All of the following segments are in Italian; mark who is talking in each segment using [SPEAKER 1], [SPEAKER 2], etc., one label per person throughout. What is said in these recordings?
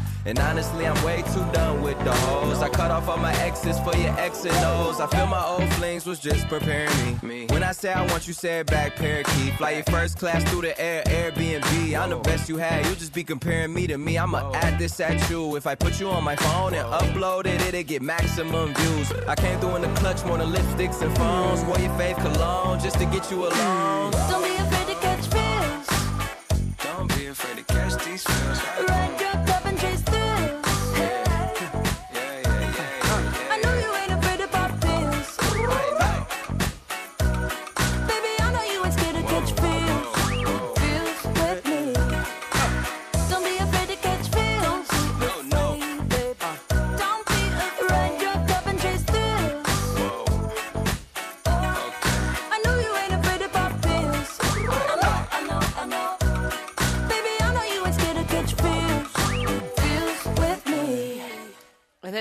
[SPEAKER 1] And honestly, I'm way too done with the hoes. I cut off all my exes for your ex and O's. I feel my old flings was just preparing me. When I say I want you, say it back, parakeet. Fly your first class through the air, Airbnb. I'm the best you had. You just be comparing me to me. I'ma add this at you. If I put you on my phone and upload it, it'll get maximum views. I came through in the clutch, more than lipsticks and phones. Wore your fave cologne just to get you alone.
[SPEAKER 2] Don't be afraid to catch feels.
[SPEAKER 1] Don't be afraid to catch these feels.
[SPEAKER 2] Ride your cup and chase thrills. I know you ain't afraid to pop pills. Baby, I know you ain't scared to catch feels. Feels with me. Don't be afraid to catch feels. No, no. Don't be afraid. Ride your cup and chase thrills. I know you ain't afraid to pop pills. I know, I know, I know. Baby, I know you ain't scared to catch feels.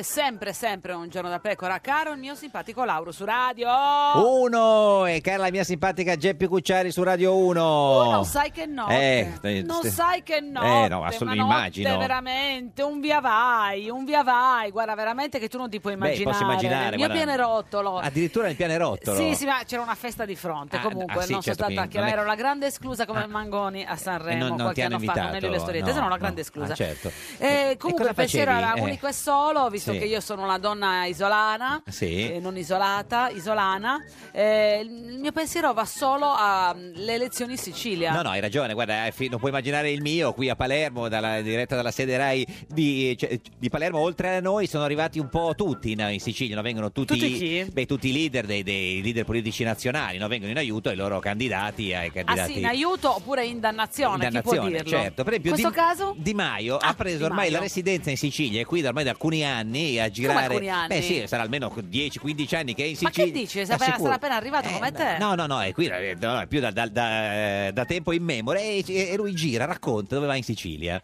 [SPEAKER 3] sempre, sempre, sempre un giorno da pecora, caro il mio simpatico Lauro su radio.
[SPEAKER 4] Oh. Uno e cara la mia simpatica Geppi Cucciari su Radio 1.
[SPEAKER 3] Non sai che no.
[SPEAKER 4] Eh, eh,
[SPEAKER 3] non
[SPEAKER 4] ste-
[SPEAKER 3] sai che no.
[SPEAKER 4] Eh, no, assolut- immagino.
[SPEAKER 3] veramente, un via vai, un via vai. Guarda, veramente che tu non ti puoi
[SPEAKER 4] Beh,
[SPEAKER 3] immaginare.
[SPEAKER 4] posso immaginare,
[SPEAKER 3] Il mio
[SPEAKER 4] guarda. Ah,
[SPEAKER 3] pianerottolo.
[SPEAKER 4] Addirittura nel pianerottolo.
[SPEAKER 3] Sì, sì, ma c'era una festa di fronte.
[SPEAKER 4] Ah,
[SPEAKER 3] Comunque,
[SPEAKER 4] ah, sì,
[SPEAKER 3] non
[SPEAKER 4] certo,
[SPEAKER 3] sono stata a
[SPEAKER 4] quindi non
[SPEAKER 3] chiamare,
[SPEAKER 4] è- Ah.
[SPEAKER 3] ero la grande esclusa come Mangoni a
[SPEAKER 4] Eh,
[SPEAKER 3] Sanremo
[SPEAKER 4] non, non ti
[SPEAKER 3] qualche
[SPEAKER 4] hanno
[SPEAKER 3] anno fa, non
[SPEAKER 4] invitato.
[SPEAKER 3] ero le storiette, sono la grande
[SPEAKER 4] no.
[SPEAKER 3] esclusa.
[SPEAKER 4] Ah, certo.
[SPEAKER 3] Eh,
[SPEAKER 4] E
[SPEAKER 3] comunque
[SPEAKER 4] cosa
[SPEAKER 3] il pensiero
[SPEAKER 4] facevi?
[SPEAKER 3] era
[SPEAKER 4] Eh,
[SPEAKER 3] unico e solo, visto
[SPEAKER 4] Sì.
[SPEAKER 3] che io sono una donna isolana,
[SPEAKER 4] Sì.
[SPEAKER 3] eh, non isolata, isolana, eh, il mio pensiero va solo alle elezioni in Sicilia.
[SPEAKER 4] No, no, hai ragione, guarda, eh, fi- non puoi immaginare il mio qui a Palermo, dalla, diretta dalla sede RAI di, cioè, di Palermo, oltre a noi sono arrivati un po' tutti in, in Sicilia, no? vengono tutti,
[SPEAKER 3] Tutti chi?
[SPEAKER 4] beh, tutti i leader dei, dei leader politici nazionali, no? vengono in aiuto ai loro candidati, ai
[SPEAKER 3] Ah
[SPEAKER 4] candidati
[SPEAKER 3] sì, in aiuto oppure in dannazione, chi può
[SPEAKER 4] dannazione,
[SPEAKER 3] dirlo?
[SPEAKER 4] certo. Per esempio,
[SPEAKER 3] in questo
[SPEAKER 4] Di,
[SPEAKER 3] caso? Ah,
[SPEAKER 4] Di Maio ha preso
[SPEAKER 3] Di
[SPEAKER 4] ormai
[SPEAKER 3] Maio.
[SPEAKER 4] la residenza in Sicilia e qui da ormai da alcuni anni a girare.
[SPEAKER 3] alcuni anni?
[SPEAKER 4] Beh, sì, sarà almeno 10-15 anni che è in
[SPEAKER 3] Ma
[SPEAKER 4] Sicilia.
[SPEAKER 3] che dici?
[SPEAKER 4] Da
[SPEAKER 3] Sarà appena,
[SPEAKER 4] sicuro. Eh,
[SPEAKER 3] sarà appena arrivato come te?
[SPEAKER 4] No, no, no, è qui eh, no, no, è più da, da- da- da tempo in memoria e, e lui gira, racconta dove va in Sicilia.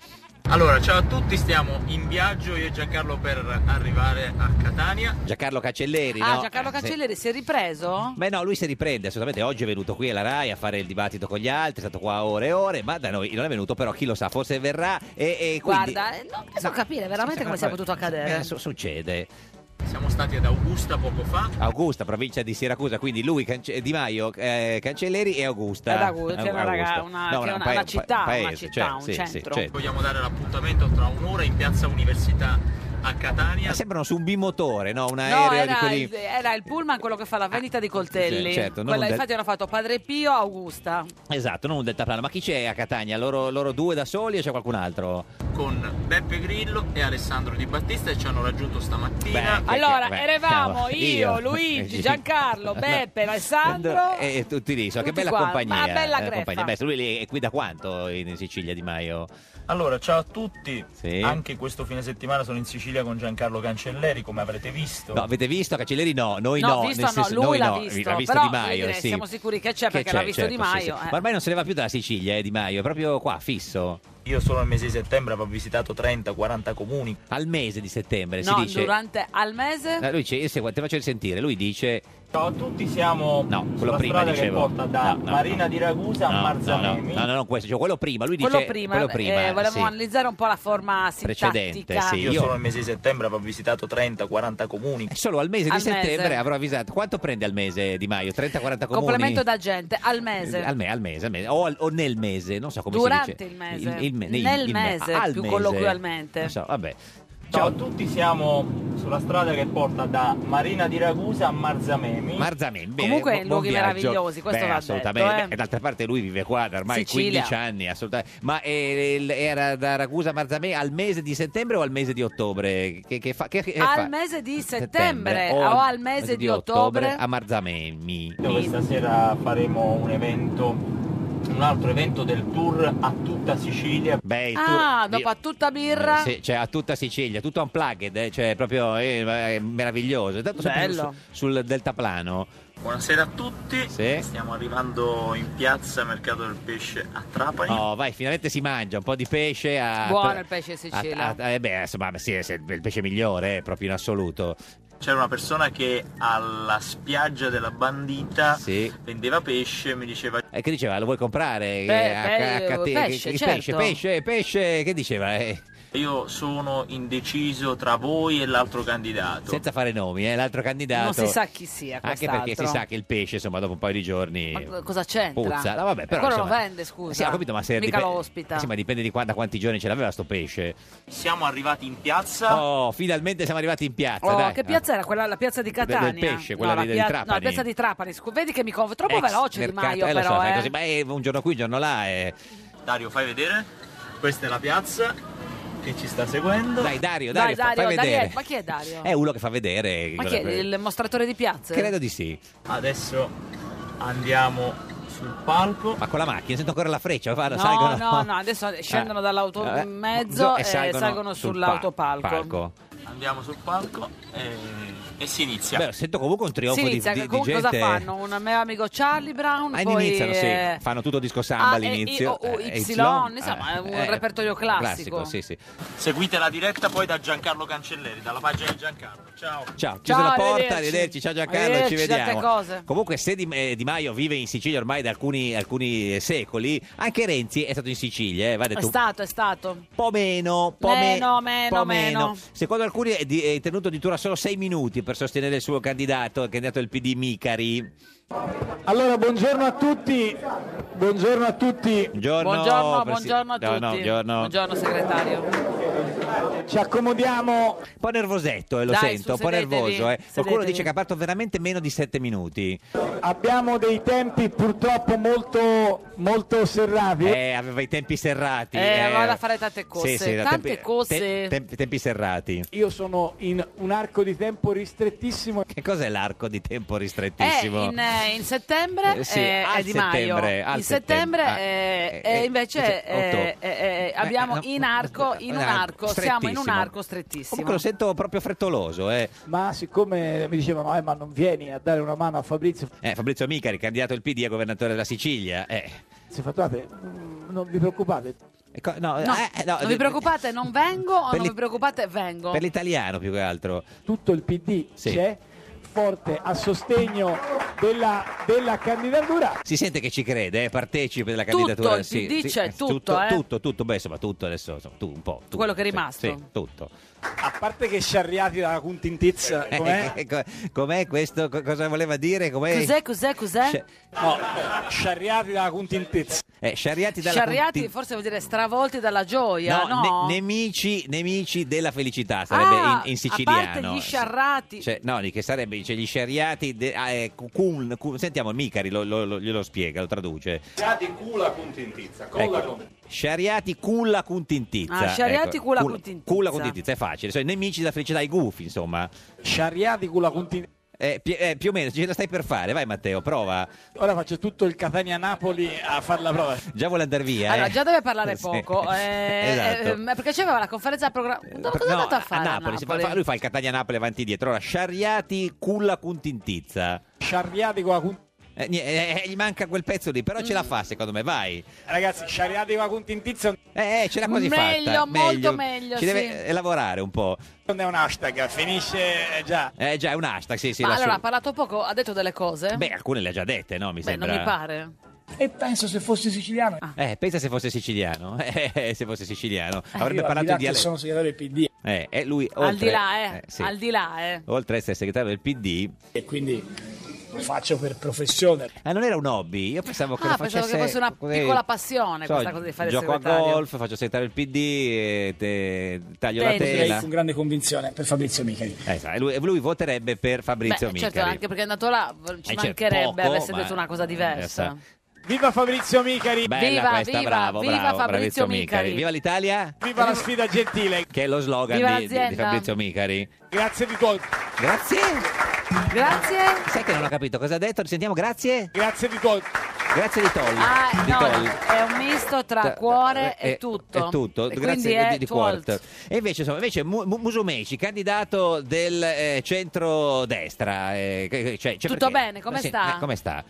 [SPEAKER 5] Allora, ciao a tutti, stiamo in viaggio io e Giancarlo per arrivare a Catania.
[SPEAKER 4] Giancarlo Cancelleri,
[SPEAKER 3] Ah,
[SPEAKER 4] no?
[SPEAKER 3] Giancarlo
[SPEAKER 4] Eh, sì.
[SPEAKER 3] Cancelleri si è ripreso?
[SPEAKER 4] Beh no, lui si riprende, assolutamente oggi è venuto qui alla RAI a fare il dibattito con gli altri, è stato qua ore e ore, ma da noi non è venuto, però chi lo sa, forse verrà e, e quindi...
[SPEAKER 3] Guarda, eh, non riesco a capire veramente
[SPEAKER 4] Sì,
[SPEAKER 3] come
[SPEAKER 4] sì,
[SPEAKER 3] sia
[SPEAKER 4] vabbè.
[SPEAKER 3] potuto accadere.
[SPEAKER 4] Eh, su- succede.
[SPEAKER 5] Siamo stati ad Augusta poco fa.
[SPEAKER 4] Augusta, provincia di Siracusa, quindi lui, Cance- Di Maio, eh, Cancelleri e Augusta.
[SPEAKER 3] Ed Agu- che è una raga- una- che è una- una città, una città,
[SPEAKER 4] cioè,
[SPEAKER 3] un centro.
[SPEAKER 4] certo.
[SPEAKER 5] Vogliamo dare l'appuntamento tra un'ora in Piazza Università a
[SPEAKER 4] Ma
[SPEAKER 5] Catania.
[SPEAKER 4] sembrano su un bimotore, no? Un
[SPEAKER 3] No,
[SPEAKER 4] aereo
[SPEAKER 3] era,
[SPEAKER 4] di
[SPEAKER 3] il,
[SPEAKER 4] quelli...
[SPEAKER 3] era il pullman quello che fa la vendita di coltelli.
[SPEAKER 4] sì, certo, non
[SPEAKER 3] Quella-
[SPEAKER 4] del-
[SPEAKER 3] Infatti hanno fatto Padre Pio, Augusta.
[SPEAKER 4] Esatto, non un deltaplano. Ma chi c'è a Catania? Loro, loro due da soli o c'è qualcun altro?
[SPEAKER 5] con Beppe Grillo e Alessandro Di Battista e ci hanno raggiunto stamattina.
[SPEAKER 4] Beh, Chi è che-
[SPEAKER 3] Allora,
[SPEAKER 4] beh,
[SPEAKER 3] eravamo
[SPEAKER 4] no,
[SPEAKER 3] io,
[SPEAKER 4] io, eh,
[SPEAKER 3] Luigi,
[SPEAKER 4] sì.
[SPEAKER 3] Giancarlo, Beppe, Alessandro.
[SPEAKER 4] E, e tutti lì, so, che
[SPEAKER 3] Tutti
[SPEAKER 4] bella
[SPEAKER 3] qua.
[SPEAKER 4] compagnia. eh,
[SPEAKER 3] Ma bella greffa.
[SPEAKER 4] compagnia. Beh, lui lì è qui da quanto in Sicilia Di Maio?
[SPEAKER 5] Allora, ciao a tutti.
[SPEAKER 4] Sì.
[SPEAKER 5] Anche questo fine settimana sono in Sicilia con Giancarlo Cancelleri, come avrete visto.
[SPEAKER 4] No, avete visto Cancelleri? No, noi
[SPEAKER 3] No,
[SPEAKER 4] no.
[SPEAKER 3] visto
[SPEAKER 4] nel
[SPEAKER 3] no,
[SPEAKER 4] senso-
[SPEAKER 3] lui
[SPEAKER 4] noi
[SPEAKER 3] l'ha
[SPEAKER 4] no,
[SPEAKER 3] visto,
[SPEAKER 4] l'ha visto
[SPEAKER 3] però,
[SPEAKER 4] Di Maio,
[SPEAKER 3] voglio dire,
[SPEAKER 4] sì.
[SPEAKER 3] siamo sicuri che c'è perché l'ha visto Di
[SPEAKER 4] certo, sì,
[SPEAKER 3] Maio,
[SPEAKER 4] sì.
[SPEAKER 3] eh.
[SPEAKER 4] Ma ormai non se ne va più dalla Sicilia, eh, Di Maio, è proprio qua, fisso.
[SPEAKER 5] Io solo nel mese di settembre avevo visitato 30-40 comuni.
[SPEAKER 4] Al mese di settembre si
[SPEAKER 3] no,
[SPEAKER 4] dice...
[SPEAKER 3] durante al mese.
[SPEAKER 4] Eh, Lui dice, io se- te faccio sentire, lui dice...
[SPEAKER 5] Ciao a tutti, siamo
[SPEAKER 4] No, quello
[SPEAKER 5] sulla
[SPEAKER 4] prima
[SPEAKER 5] strada
[SPEAKER 4] dicevo.
[SPEAKER 5] che porta da
[SPEAKER 4] No, no,
[SPEAKER 5] Marina di Ragusa a
[SPEAKER 4] no, no, no,
[SPEAKER 5] Marzanemi.
[SPEAKER 4] no, no, non questo, cioè quello prima, lui dice...
[SPEAKER 3] quello prima,
[SPEAKER 4] Quello prima,
[SPEAKER 3] eh, volevamo
[SPEAKER 4] sì.
[SPEAKER 3] analizzare un po' la forma
[SPEAKER 4] Precedente,
[SPEAKER 3] sintattica.
[SPEAKER 4] sì.
[SPEAKER 5] Io,
[SPEAKER 4] Io-
[SPEAKER 5] solo nel mese di settembre avevo visitato 30-40 comuni.
[SPEAKER 4] E Solo al mese
[SPEAKER 3] Al
[SPEAKER 4] di settembre
[SPEAKER 3] mese.
[SPEAKER 4] avrò avvisato. Quanto prende al mese Di Maio? 30-40 comuni?
[SPEAKER 3] Complemento da gente al mese.
[SPEAKER 4] Eh, Al, me- al mese, al mese. O, al- o nel mese, non so come
[SPEAKER 3] Durante
[SPEAKER 4] si dice.
[SPEAKER 3] il mese.
[SPEAKER 4] me-
[SPEAKER 3] Nel
[SPEAKER 4] me-
[SPEAKER 3] mese,
[SPEAKER 4] al
[SPEAKER 3] più
[SPEAKER 4] mese.
[SPEAKER 3] colloquialmente.
[SPEAKER 4] Non so, vabbè.
[SPEAKER 5] Ciao a tutti, siamo sulla strada che porta da Marina di Ragusa a Marzamemi.
[SPEAKER 4] Marzamemi, bene,
[SPEAKER 3] Comunque
[SPEAKER 4] bu-
[SPEAKER 3] in
[SPEAKER 4] buon
[SPEAKER 3] luoghi
[SPEAKER 4] viaggio.
[SPEAKER 3] meravigliosi, questo
[SPEAKER 4] Beh,
[SPEAKER 3] va
[SPEAKER 4] assolutamente.
[SPEAKER 3] detto, eh.
[SPEAKER 4] Beh, e d'altra parte lui vive qua da ormai
[SPEAKER 3] Sicilia.
[SPEAKER 4] 15 anni, assolutamente. Ma eh, il- era da Ragusa a Marzamemi al mese di settembre o al mese di ottobre? Che, che fa, che- che eh, fa?
[SPEAKER 3] al mese di settembre o al mese di ottobre.
[SPEAKER 4] a
[SPEAKER 3] eh.
[SPEAKER 4] Marzamemi.
[SPEAKER 5] dove stasera faremo un evento, un altro evento del tour a tutta Sicilia.
[SPEAKER 4] Beh, il
[SPEAKER 3] Ah,
[SPEAKER 4] tour-
[SPEAKER 3] dopo a tutta birra.
[SPEAKER 4] Eh, sì, cioè a tutta Sicilia, tutto unplugged, eh, cioè proprio eh, è meraviglioso. Intanto sempre
[SPEAKER 3] Bello.
[SPEAKER 4] Sul, sul deltaplano.
[SPEAKER 5] Buonasera a tutti,
[SPEAKER 4] Sì.
[SPEAKER 5] stiamo arrivando in piazza Mercato del Pesce a Trapani.
[SPEAKER 4] Oh, vai, finalmente si mangia un po' di pesce. A,
[SPEAKER 3] Buono il pesce in Sicilia.
[SPEAKER 4] a- a- eh, beh, insomma, sì, è il pesce migliore, eh, proprio in assoluto.
[SPEAKER 5] C'era una persona che alla spiaggia della bandita
[SPEAKER 4] Sì.
[SPEAKER 5] vendeva pesce, mi diceva
[SPEAKER 4] E Eh, che diceva, lo vuoi comprare?
[SPEAKER 3] Beh,
[SPEAKER 4] Eh, a- a- a-
[SPEAKER 3] beh,
[SPEAKER 4] che-
[SPEAKER 3] pesce,
[SPEAKER 4] che-
[SPEAKER 3] certo.
[SPEAKER 4] pesce, pesce, pesce, che diceva? Eh,
[SPEAKER 5] io sono indeciso tra voi e l'altro candidato.
[SPEAKER 4] senza fare nomi, eh, l'altro candidato.
[SPEAKER 3] Non si sa chi sia
[SPEAKER 4] Anche perché si
[SPEAKER 3] quest'altro.
[SPEAKER 4] sa che il pesce, insomma, dopo un paio di giorni.
[SPEAKER 3] Ma co- cosa c'entra?
[SPEAKER 4] Puzza. No,
[SPEAKER 3] Ma
[SPEAKER 4] vabbè, però.
[SPEAKER 3] quello lo
[SPEAKER 4] insomma-
[SPEAKER 3] vende, scusa.
[SPEAKER 4] Sì, ho capito, ma se.
[SPEAKER 3] Mica
[SPEAKER 4] dipende-
[SPEAKER 3] lo ospita.
[SPEAKER 4] Sì, ma dipende di qua- da quanti giorni ce l'aveva sto pesce.
[SPEAKER 5] Siamo arrivati in piazza.
[SPEAKER 4] Oh, finalmente siamo arrivati in piazza.
[SPEAKER 3] Oh,
[SPEAKER 4] dai.
[SPEAKER 3] che piazza era quella? La piazza di Catania?
[SPEAKER 4] del pesce, quella
[SPEAKER 3] no,
[SPEAKER 4] lì
[SPEAKER 3] la
[SPEAKER 4] di
[SPEAKER 3] pia-
[SPEAKER 4] Trapani.
[SPEAKER 3] No, la piazza di Trapani. scu- Vedi che mi convo troppo
[SPEAKER 4] Ex
[SPEAKER 3] veloce Di
[SPEAKER 4] mercato.
[SPEAKER 3] Maio,
[SPEAKER 4] Eh, lo so,
[SPEAKER 3] però.
[SPEAKER 4] fai
[SPEAKER 3] eh.
[SPEAKER 4] così, ma eh, un giorno qui, un giorno là. eh.
[SPEAKER 5] Dario, fai vedere. Questa è la piazza che ci sta seguendo.
[SPEAKER 4] Dai, Dario, Dario,
[SPEAKER 3] Dai,
[SPEAKER 4] fa-
[SPEAKER 3] Dario,
[SPEAKER 4] fai
[SPEAKER 3] Dario,
[SPEAKER 4] vedere.
[SPEAKER 3] ma chi è Dario?
[SPEAKER 4] È uno che fa vedere.
[SPEAKER 3] Ma chi è il mostratore di piazze?
[SPEAKER 4] Credo di sì.
[SPEAKER 5] Adesso andiamo sul palco.
[SPEAKER 4] Ma con la macchina, sento ancora la freccia. fanno-
[SPEAKER 3] No,
[SPEAKER 4] salgono- Eh.
[SPEAKER 3] no, no, adesso scendono dall'automezzo
[SPEAKER 4] mezzo
[SPEAKER 3] e salgono
[SPEAKER 4] sul
[SPEAKER 3] sull'autopalco.
[SPEAKER 4] pa- palco.
[SPEAKER 5] Andiamo sul palco e E si inizia.
[SPEAKER 4] Beh, sento comunque un trionfo
[SPEAKER 3] si
[SPEAKER 4] di-
[SPEAKER 3] inizia,
[SPEAKER 4] di, di
[SPEAKER 3] cioè, comunque
[SPEAKER 4] gente.
[SPEAKER 3] cosa fanno? Un mio amico Charlie Brown,
[SPEAKER 4] Ah,
[SPEAKER 3] poi
[SPEAKER 4] iniziano,
[SPEAKER 3] eh, ah,
[SPEAKER 4] sì. Fanno tutto disco samba
[SPEAKER 3] A, E, I,
[SPEAKER 4] all'inizio.
[SPEAKER 3] O, U,
[SPEAKER 4] eh,
[SPEAKER 3] Y, insomma, è un repertorio classico.
[SPEAKER 4] sì, sì.
[SPEAKER 5] Seguite la diretta poi da Giancarlo Cancelleri, dalla pagina di Giancarlo. Ciao.
[SPEAKER 4] Ciao,
[SPEAKER 3] Ciao,
[SPEAKER 4] chiusa la porta,
[SPEAKER 3] arrivederci.
[SPEAKER 4] arrivederci, ciao Giancarlo,
[SPEAKER 3] Arrivederci,
[SPEAKER 4] ci
[SPEAKER 3] tante
[SPEAKER 4] vediamo.
[SPEAKER 3] cose.
[SPEAKER 4] Comunque se di, eh, Di Maio vive in Sicilia ormai da alcuni, alcuni secoli, anche Renzi è stato in Sicilia, eh, va
[SPEAKER 3] è
[SPEAKER 4] detto un
[SPEAKER 3] stato, è stato.
[SPEAKER 4] po' meno, po me-
[SPEAKER 3] Meno, meno,
[SPEAKER 4] po'
[SPEAKER 3] meno.
[SPEAKER 4] Secondo alcuni è, di- è tenuto di tura solo sei minuti per sostenere il suo candidato, il candidato del PD Micari.
[SPEAKER 6] Allora, buongiorno a tutti. Buongiorno a tutti.
[SPEAKER 4] Buongiorno,
[SPEAKER 3] buongiorno,
[SPEAKER 4] presi-
[SPEAKER 3] buongiorno a
[SPEAKER 4] no,
[SPEAKER 3] tutti.
[SPEAKER 4] no, buongiorno.
[SPEAKER 3] segretario.
[SPEAKER 6] Ci accomodiamo.
[SPEAKER 4] Un po' nervosetto, eh, lo
[SPEAKER 3] Dai, su,
[SPEAKER 4] sento, un po'
[SPEAKER 3] sedetevi,
[SPEAKER 4] nervoso. Eh. Qualcuno
[SPEAKER 3] sedetevi.
[SPEAKER 4] dice che ha fatto veramente meno di sette minuti.
[SPEAKER 6] Abbiamo dei tempi purtroppo molto, molto serrati.
[SPEAKER 4] Eh, aveva i tempi serrati.
[SPEAKER 3] Eh, aveva da fare tante cose,
[SPEAKER 4] Sì, sì, da
[SPEAKER 3] tante
[SPEAKER 4] tempi-
[SPEAKER 3] cose.
[SPEAKER 4] te- tempi- tempi serrati.
[SPEAKER 6] Io sono in un arco di tempo ristrettissimo.
[SPEAKER 4] Che cos'è l'arco di tempo
[SPEAKER 3] Eh,
[SPEAKER 4] ristrettissimo?
[SPEAKER 3] in, eh, in settembre
[SPEAKER 4] Eh, sì,
[SPEAKER 3] eh,
[SPEAKER 4] al
[SPEAKER 3] è Di Maio,
[SPEAKER 4] settembre, al
[SPEAKER 3] in settembre
[SPEAKER 4] settembre.
[SPEAKER 3] eh,
[SPEAKER 4] Ah,
[SPEAKER 3] eh,
[SPEAKER 4] eh,
[SPEAKER 3] invece
[SPEAKER 4] eh,
[SPEAKER 3] eh,
[SPEAKER 4] otto.
[SPEAKER 3] eh, eh, abbiamo
[SPEAKER 4] Beh, no,
[SPEAKER 3] in arco, in un
[SPEAKER 4] eh,
[SPEAKER 3] arco, siamo in un
[SPEAKER 4] strettissimo.
[SPEAKER 3] arco strettissimo.
[SPEAKER 4] Comunque lo sento proprio frettoloso. Eh.
[SPEAKER 6] Ma siccome mi dicevano, eh, ma non vieni a dare una mano a Fabrizio,
[SPEAKER 4] Eh, Fabrizio Micari, candidato al PD a governatore della Sicilia. eh.
[SPEAKER 6] se fatturate, mm, non vi preoccupate.
[SPEAKER 4] E co- no,
[SPEAKER 3] No,
[SPEAKER 4] eh, no,
[SPEAKER 3] non vi preoccupate, non vengo o
[SPEAKER 4] per
[SPEAKER 3] non
[SPEAKER 4] li-
[SPEAKER 3] vi preoccupate, vengo.
[SPEAKER 4] Per l'italiano più che altro.
[SPEAKER 6] Tutto il PD
[SPEAKER 4] Sì.
[SPEAKER 6] c'è, forte a sostegno della, della candidatura.
[SPEAKER 4] Si sente che ci crede, eh, partecipe della
[SPEAKER 3] Tutto,
[SPEAKER 4] candidatura.
[SPEAKER 3] il
[SPEAKER 4] sì,
[SPEAKER 3] PD
[SPEAKER 4] sì,
[SPEAKER 3] c'è, tutto,
[SPEAKER 4] tutto,
[SPEAKER 3] eh.
[SPEAKER 4] tutto, tutto, beh, insomma, tutto adesso, insomma, tu un po'. tutto,
[SPEAKER 3] Quello che è
[SPEAKER 4] sì,
[SPEAKER 3] rimasto.
[SPEAKER 4] Sì, tutto.
[SPEAKER 6] A parte che sciarriati dalla puntintizza,
[SPEAKER 4] Eh, co- com'è questo? Co- cosa voleva dire? Com'è?
[SPEAKER 3] Cos'è, cos'è, cos'è?
[SPEAKER 4] Sci-
[SPEAKER 6] No, sciarriati dalla puntintezza.
[SPEAKER 4] eh, sciarriati dalla
[SPEAKER 3] Sciarriati
[SPEAKER 4] punti-
[SPEAKER 3] forse vuol dire stravolti dalla gioia, no?
[SPEAKER 4] No, ne- nemici, nemici della felicità sarebbe
[SPEAKER 3] Ah,
[SPEAKER 4] in, in
[SPEAKER 3] A
[SPEAKER 4] siciliano.
[SPEAKER 3] parte gli sciarrati.
[SPEAKER 4] Cioè, no, di che sarebbe cioè, gli sciarriati. de- ah, eh, cu- cun- cu- sentiamo, Micari lo, lo- lo- glielo spiega, lo traduce. Ecco. Sciarriati culla cuntintizza.
[SPEAKER 3] Ah, sciarriati culla
[SPEAKER 4] culla-
[SPEAKER 3] cuntintizza.
[SPEAKER 4] culla cuntintizza, è facile. Sono i nemici della felicità, i gufi, insomma.
[SPEAKER 6] Sciarriati con la puntintezza.
[SPEAKER 4] Eh, pi- eh, più o meno, ce la stai per fare. Vai, Matteo, prova.
[SPEAKER 6] Ora faccio tutto il Catania-Napoli a far la prova.
[SPEAKER 4] Già vuole andare via.
[SPEAKER 3] Allora,
[SPEAKER 4] eh.
[SPEAKER 3] già deve parlare
[SPEAKER 4] Sì.
[SPEAKER 3] poco. eh,
[SPEAKER 4] Esatto. Eh,
[SPEAKER 3] eh, ma perché c'aveva la conferenza programma. Dove cosa è
[SPEAKER 4] No,
[SPEAKER 3] andato a fare?
[SPEAKER 4] Napoli, si fa-
[SPEAKER 3] Napoli?
[SPEAKER 4] fa- lui fa il Catania-Napoli avanti e dietro. Ora, sciarriati culla cuntintizza.
[SPEAKER 6] Sciarriati con la puntintezza.
[SPEAKER 4] Eh, nie- eh, eh, gli manca quel pezzo lì, però ce
[SPEAKER 3] Mm.
[SPEAKER 4] la fa secondo me, vai.
[SPEAKER 6] Ragazzi, sciarriati con la puntintizza
[SPEAKER 4] Eh, eh, ce l'ha quasi
[SPEAKER 3] Meglio,
[SPEAKER 4] fatta.
[SPEAKER 3] molto meglio,
[SPEAKER 4] Ci
[SPEAKER 3] sì.
[SPEAKER 4] deve eh, lavorare un po'.
[SPEAKER 6] non è un hashtag, finisce eh, già.
[SPEAKER 4] Eh, già, è un hashtag, sì, sì.
[SPEAKER 3] Ma
[SPEAKER 4] la
[SPEAKER 3] allora
[SPEAKER 4] sua-
[SPEAKER 3] ha parlato poco, ha detto delle cose?
[SPEAKER 4] Beh, alcune le ha già dette, no? Mi
[SPEAKER 3] Beh,
[SPEAKER 4] sembra.
[SPEAKER 3] non mi pare. Ah,
[SPEAKER 7] E penso se fossi siciliano.
[SPEAKER 4] Eh, pensa se fosse siciliano. Eh, se fosse siciliano. Avrebbe
[SPEAKER 7] Io, al di
[SPEAKER 4] parlato
[SPEAKER 7] là
[SPEAKER 4] di
[SPEAKER 7] che
[SPEAKER 4] dialetto.
[SPEAKER 7] sono segretario del PD
[SPEAKER 4] Eh, e lui, oltre,
[SPEAKER 3] al di là, eh.
[SPEAKER 4] sì.
[SPEAKER 3] Al di là, eh.
[SPEAKER 4] Oltre a essere segretario del PD,
[SPEAKER 7] e quindi lo faccio per professione.
[SPEAKER 4] ah, non era un hobby. Io pensavo che
[SPEAKER 3] Ah,
[SPEAKER 4] lo
[SPEAKER 3] pensavo
[SPEAKER 4] facesse
[SPEAKER 3] che fosse una
[SPEAKER 4] così.
[SPEAKER 3] piccola passione
[SPEAKER 4] So,
[SPEAKER 3] questa cosa di fare il
[SPEAKER 4] Cioè, Gioco a
[SPEAKER 3] segretario.
[SPEAKER 4] golf, faccio segretario del PD, eh, te- taglio la
[SPEAKER 3] Tennis.
[SPEAKER 7] Direi
[SPEAKER 4] tela.
[SPEAKER 7] con grande convinzione per Fabrizio Micheli.
[SPEAKER 4] Eh, sa, e lui, e lui voterebbe per
[SPEAKER 3] Beh,
[SPEAKER 4] Fabrizio Micari.
[SPEAKER 3] certo, anche perché è andato là v- ci
[SPEAKER 4] Eh, certo,
[SPEAKER 3] mancherebbe
[SPEAKER 4] poco,
[SPEAKER 3] avesse
[SPEAKER 4] ma-
[SPEAKER 3] detto una cosa
[SPEAKER 4] eh,
[SPEAKER 3] diversa.
[SPEAKER 4] sa.
[SPEAKER 6] Viva Fabrizio Micari,
[SPEAKER 4] Bella
[SPEAKER 3] Viva,
[SPEAKER 4] questa,
[SPEAKER 3] viva,
[SPEAKER 4] bravo,
[SPEAKER 3] viva
[SPEAKER 4] bravo,
[SPEAKER 3] Fabrizio
[SPEAKER 4] bravissimo Micari.
[SPEAKER 3] Micari.
[SPEAKER 4] Viva l'Italia,
[SPEAKER 6] viva la sfida gentile.
[SPEAKER 4] che è lo slogan di,
[SPEAKER 3] Viva
[SPEAKER 4] di- di
[SPEAKER 3] l'azienda.
[SPEAKER 4] Fabrizio Micari.
[SPEAKER 6] Grazie di tuo,
[SPEAKER 4] Grazie.
[SPEAKER 3] Grazie.
[SPEAKER 4] Sai che non ho capito cosa ha detto? Sentiamo, grazie.
[SPEAKER 6] grazie di tuo.
[SPEAKER 4] Grazie di Toll.
[SPEAKER 3] Ah,
[SPEAKER 4] di
[SPEAKER 3] no,
[SPEAKER 4] Toll.
[SPEAKER 3] è un misto tra cuore e, tutto.
[SPEAKER 4] eh, È tutto,
[SPEAKER 3] E quindi
[SPEAKER 4] grazie eh,
[SPEAKER 3] è
[SPEAKER 4] di, di
[SPEAKER 3] Tuolt.
[SPEAKER 4] Quart. E invece, insomma, invece Mu- Mu- Musumeci, candidato del eh, centro-destra. eh, che- che- cioè, cioè,
[SPEAKER 3] Tutto
[SPEAKER 4] perché-
[SPEAKER 3] bene, come
[SPEAKER 4] Sì,
[SPEAKER 3] sta?
[SPEAKER 4] eh, come sta?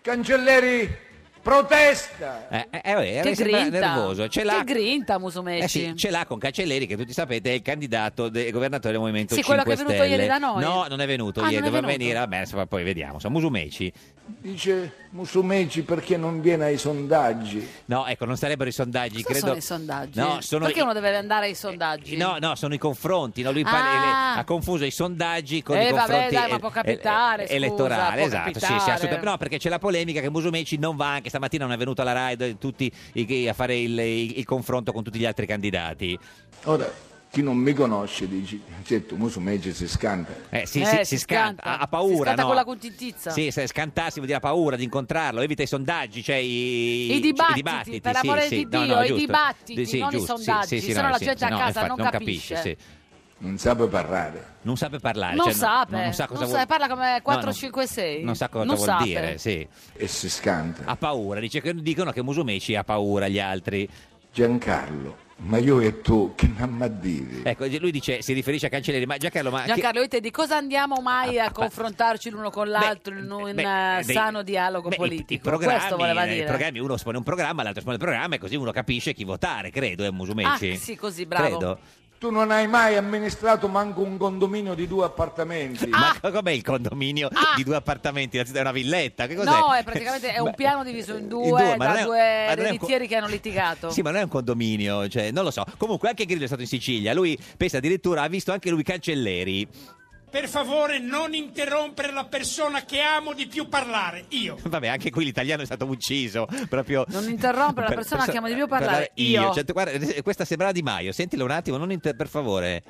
[SPEAKER 6] Cancelleri, protesta.
[SPEAKER 4] Eh, eh, eh, vabbè,
[SPEAKER 3] Che
[SPEAKER 4] mi sembra
[SPEAKER 3] grinta.
[SPEAKER 4] nervoso. Ce l'ha,
[SPEAKER 3] Che grinta
[SPEAKER 4] eh
[SPEAKER 3] Musumeci.
[SPEAKER 4] sì, ce l'ha con Cancelleri, che tutti sapete è il candidato del governatore del Movimento
[SPEAKER 3] Sì,
[SPEAKER 4] 5
[SPEAKER 3] quello che è venuto
[SPEAKER 4] Stelle.
[SPEAKER 3] ieri da noi.
[SPEAKER 4] No, non è venuto
[SPEAKER 3] Ah,
[SPEAKER 4] ieri,
[SPEAKER 3] non è
[SPEAKER 4] doveva
[SPEAKER 3] venuto.
[SPEAKER 4] venire, vabbè, insomma, poi vediamo. Insomma, Musumeci,
[SPEAKER 8] Dice Musumeci perché non viene ai sondaggi.
[SPEAKER 4] no, ecco, non sarebbero i sondaggi,
[SPEAKER 3] Cosa
[SPEAKER 4] credo.
[SPEAKER 3] sono i sondaggi?
[SPEAKER 4] No, sono
[SPEAKER 3] Perché
[SPEAKER 4] i-
[SPEAKER 3] uno deve andare ai sondaggi?
[SPEAKER 4] No, no, sono i confronti. no? Lui
[SPEAKER 3] Ah.
[SPEAKER 4] parla- ha confuso i sondaggi con
[SPEAKER 3] Eh,
[SPEAKER 4] i
[SPEAKER 3] vabbè,
[SPEAKER 4] confronti
[SPEAKER 3] dai, ma può
[SPEAKER 4] eh,
[SPEAKER 3] capitare, scusa,
[SPEAKER 4] elettorali.
[SPEAKER 3] può
[SPEAKER 4] esatto, sì, sì,
[SPEAKER 3] capitare.
[SPEAKER 4] assolutamente. No, perché c'è la polemica che Musumeci non va anche stamattina, non è venuto alla Rai eh, tutti i- a fare il, il- il confronto con tutti gli altri candidati.
[SPEAKER 9] Ora, chi non mi conosce dice, certo, Musumeci si scanta.
[SPEAKER 4] Eh, sì,
[SPEAKER 3] Eh,
[SPEAKER 4] sì, si,
[SPEAKER 3] si
[SPEAKER 4] scanta,
[SPEAKER 3] scanta.
[SPEAKER 4] ha- ha paura.
[SPEAKER 3] Si scanta
[SPEAKER 4] no?
[SPEAKER 3] con la contentizza.
[SPEAKER 4] Sì, se scantarsi vuol dire ha paura di incontrarlo, evita i sondaggi, cioè i,
[SPEAKER 3] I dibattiti, per
[SPEAKER 4] sì,
[SPEAKER 3] amore
[SPEAKER 4] sì.
[SPEAKER 3] di
[SPEAKER 4] No,
[SPEAKER 3] Dio,
[SPEAKER 4] no,
[SPEAKER 3] i
[SPEAKER 4] giusto.
[SPEAKER 3] dibattiti, non i
[SPEAKER 4] giusto,
[SPEAKER 3] sondaggi. Se no la gente a
[SPEAKER 4] no,
[SPEAKER 3] casa
[SPEAKER 4] infatti,
[SPEAKER 3] non
[SPEAKER 4] capisce.
[SPEAKER 3] capisce.
[SPEAKER 4] sì.
[SPEAKER 9] Non sa parlare.
[SPEAKER 4] Non sa per parlare,
[SPEAKER 3] Non
[SPEAKER 4] cioè,
[SPEAKER 3] sa,
[SPEAKER 4] non, non sa
[SPEAKER 3] beh.
[SPEAKER 4] cosa
[SPEAKER 3] Non
[SPEAKER 4] vuol
[SPEAKER 3] sa, parla come
[SPEAKER 4] No,
[SPEAKER 3] 4,
[SPEAKER 4] non-
[SPEAKER 3] 5, 6.
[SPEAKER 4] Non sa cosa
[SPEAKER 3] Non
[SPEAKER 4] vuol
[SPEAKER 3] sa,
[SPEAKER 4] dire,
[SPEAKER 3] beh.
[SPEAKER 4] sì.
[SPEAKER 9] E si scanta.
[SPEAKER 4] Ha paura, dice che dicono che Musumeci ha paura gli altri.
[SPEAKER 9] Giancarlo Ma io e tu, che mamma dire?
[SPEAKER 4] Ecco, lui dice, si riferisce a Cancelleri, ma Giancarlo, ma... Ah, chi- Ah,
[SPEAKER 3] Giancarlo, te di cosa andiamo mai a confrontarci l'uno con l'altro in un
[SPEAKER 4] beh,
[SPEAKER 3] eh,
[SPEAKER 4] dei-
[SPEAKER 3] sano dialogo
[SPEAKER 4] Beh, i- i
[SPEAKER 3] politico?
[SPEAKER 4] programmi,
[SPEAKER 3] Questo voleva
[SPEAKER 4] eh, i
[SPEAKER 3] dire.
[SPEAKER 4] programmi, uno espone un programma, l'altro espone il programma e così uno capisce chi votare, credo, eh, Musumeci.
[SPEAKER 3] Ah, sì, così,
[SPEAKER 4] Credo.
[SPEAKER 9] Tu non hai mai amministrato manco un condominio di due appartamenti.
[SPEAKER 3] Ah.
[SPEAKER 4] Ma co- com'è il condominio di due appartamenti? Anzi, È una villetta? Che cos'è?
[SPEAKER 3] No, è praticamente è un
[SPEAKER 4] Ma-
[SPEAKER 3] piano diviso in due,
[SPEAKER 4] in due, ma non
[SPEAKER 3] da
[SPEAKER 4] è-
[SPEAKER 3] due
[SPEAKER 4] ma non è un co-
[SPEAKER 3] ereditieri che hanno litigato.
[SPEAKER 4] Sì, ma non è un condominio, cioè, non lo so. Comunque, anche Grillo è stato in Sicilia. Lui, pensa, addirittura ha visto anche lui Cancelleri.
[SPEAKER 10] Per favore non interrompere la persona che amo di più parlare, io.
[SPEAKER 4] Vabbè, anche qui l'italiano è stato ucciso. Proprio.
[SPEAKER 3] Non interrompere la
[SPEAKER 4] per-
[SPEAKER 3] persona che
[SPEAKER 4] perso-
[SPEAKER 3] amo di più parlare. Io.
[SPEAKER 4] Cioè, guarda, questa sembrava Di Maio. Sentila un attimo, non inter- per favore.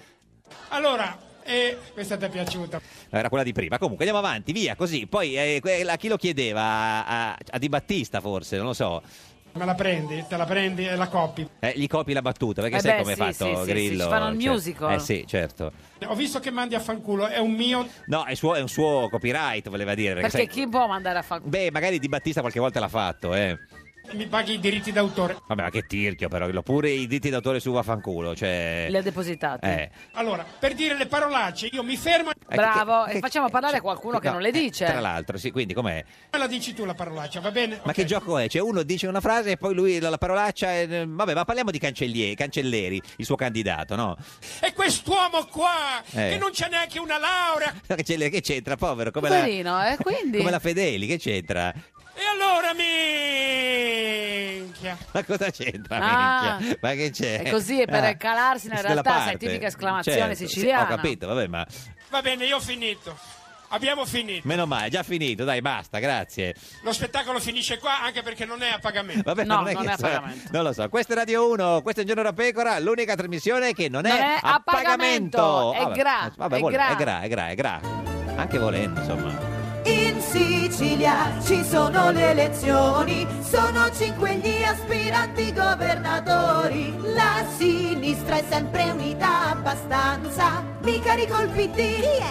[SPEAKER 10] Allora, eh, questa ti è piaciuta.
[SPEAKER 4] Era quella di prima. Comunque, andiamo avanti, via, così. Poi, eh, que- a chi lo chiedeva? A, a- a Di Battista, forse, non lo so.
[SPEAKER 10] Me la prendi? Te la prendi e la copi.
[SPEAKER 4] Eh, gli copi la battuta, perché
[SPEAKER 10] Eh
[SPEAKER 4] sai
[SPEAKER 10] beh,
[SPEAKER 4] come è
[SPEAKER 10] sì,
[SPEAKER 4] fatto
[SPEAKER 10] sì, sì,
[SPEAKER 4] Grillo?
[SPEAKER 10] sì, ci fanno il
[SPEAKER 4] Cioè,
[SPEAKER 10] musical.
[SPEAKER 4] Eh sì, certo.
[SPEAKER 10] Ho visto che mandi a fanculo, è un mio.
[SPEAKER 4] No, è, suo- è un suo copyright, voleva dire. Perché,
[SPEAKER 3] Perché
[SPEAKER 4] sai-
[SPEAKER 3] chi può mandare a fare
[SPEAKER 4] Beh, magari Di Battista qualche volta l'ha fatto, eh.
[SPEAKER 10] Mi paghi i diritti d'autore.
[SPEAKER 4] Vabbè, ma che tirchio però, Grillo. pure i diritti d'autore su vaffanculo, cioè...
[SPEAKER 3] Le ha depositate.
[SPEAKER 4] Eh.
[SPEAKER 10] Allora, per dire le parolacce, io mi fermo e
[SPEAKER 3] Bravo, e facciamo parlare a qualcuno che
[SPEAKER 4] No,
[SPEAKER 3] non le
[SPEAKER 4] eh,
[SPEAKER 3] dice.
[SPEAKER 4] Tra l'altro, sì, quindi com'è?
[SPEAKER 10] la dici tu la parolaccia, va bene?
[SPEAKER 4] Ma che gioco è? Cioè, uno dice una frase e poi lui la, la parolaccia. eh, vabbè, ma parliamo di Cancellieri, Cancelleri, il suo candidato, no?
[SPEAKER 10] E quest'uomo qua,
[SPEAKER 4] Eh.
[SPEAKER 10] che non c'è neanche una laurea.
[SPEAKER 4] Cancellieri, che c'entra, povero? Come la,
[SPEAKER 3] Poverino, eh, quindi?
[SPEAKER 4] come la Fedeli, che c'entra?
[SPEAKER 10] E allora minchia.
[SPEAKER 4] Ma cosa c'entra?
[SPEAKER 3] Ah.
[SPEAKER 4] minchia? Ma che c'è?
[SPEAKER 3] E così è per
[SPEAKER 4] Ah,
[SPEAKER 3] calarsi nella
[SPEAKER 4] dalla
[SPEAKER 3] realtà, sai,
[SPEAKER 4] parte.
[SPEAKER 3] tipica esclamazione
[SPEAKER 4] Certo, sì,
[SPEAKER 3] siciliana.
[SPEAKER 4] Ho capito, vabbè, ma
[SPEAKER 10] Va bene, io ho finito. Abbiamo finito.
[SPEAKER 4] meno male, è già finito, dai, basta, grazie.
[SPEAKER 10] Lo spettacolo finisce qua anche perché non è a pagamento.
[SPEAKER 4] Vabbè, non è, che so- non lo so. Questo è Radio 1, questo è Un Giorno da Pecora, l'unica trasmissione che non,
[SPEAKER 10] Non
[SPEAKER 3] è
[SPEAKER 4] a
[SPEAKER 3] a
[SPEAKER 4] pagamento.
[SPEAKER 3] pagamento, è
[SPEAKER 4] Vabbè,
[SPEAKER 3] gra,
[SPEAKER 4] Vabbè,
[SPEAKER 3] è
[SPEAKER 4] vuole-
[SPEAKER 3] gra.
[SPEAKER 4] è gra, è gra, è gra. Anche volendo, insomma.
[SPEAKER 11] In Sicilia ci sono le elezioni, sono cinque gli aspiranti governatori. La sinistra è sempre unita abbastanza, mica col PD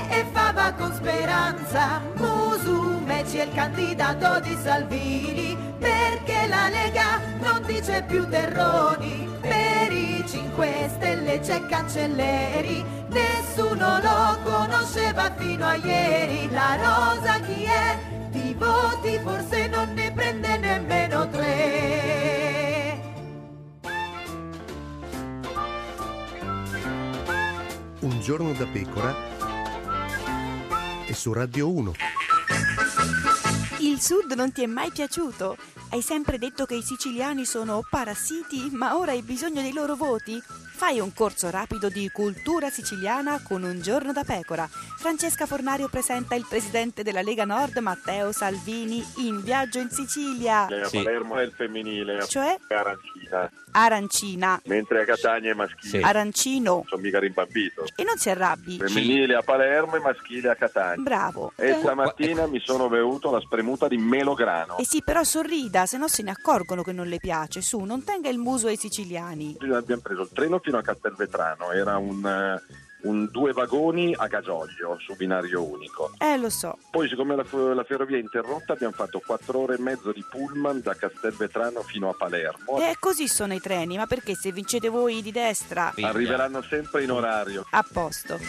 [SPEAKER 11] e fava con speranza. Musumeci è il candidato di Salvini, perché la Lega non dice più terroni. Per i 5 Stelle c'è Cancelleri, nessuno lo conosceva fino a ieri. La rosa chi è? Di voti forse non ne prende nemmeno tre.
[SPEAKER 12] Un giorno da pecora e su Radio 1.
[SPEAKER 13] Il sud non ti è mai piaciuto? Hai sempre detto che i siciliani sono parassiti, ma ora hai bisogno dei loro voti? Fai un corso rapido di cultura siciliana con un giorno da pecora. Francesca Fornario presenta il presidente della Lega Nord, Matteo Salvini, in viaggio in Sicilia.
[SPEAKER 14] A Palermo è il femminile,
[SPEAKER 13] Cioè?
[SPEAKER 14] è arancina,
[SPEAKER 13] Arancina.
[SPEAKER 14] mentre a Catania è maschile.
[SPEAKER 13] Arancino.
[SPEAKER 14] Sono mica rimbambito.
[SPEAKER 13] E non si arrabbi.
[SPEAKER 14] Femminile a Palermo e maschile a Catania.
[SPEAKER 13] Bravo. Eh.
[SPEAKER 14] E stamattina mi sono bevuto la spremuta di melograno.
[SPEAKER 13] Eh sì, però sorrida, se no se ne accorgono che non le piace. Su, non tenga il muso ai siciliani.
[SPEAKER 14] Abbiamo preso il treno fino a Castelvetrano, era un, eh, un due vagoni a gasolio su binario unico.
[SPEAKER 13] Eh, lo so.
[SPEAKER 14] Poi, siccome la, fu- la ferrovia è interrotta, abbiamo fatto 4 ore e mezzo di pullman da Castelvetrano fino a Palermo.
[SPEAKER 13] Eh, così sono i treni, ma perché se vincete voi di destra?
[SPEAKER 14] Arriveranno sempre in orario.
[SPEAKER 13] A posto.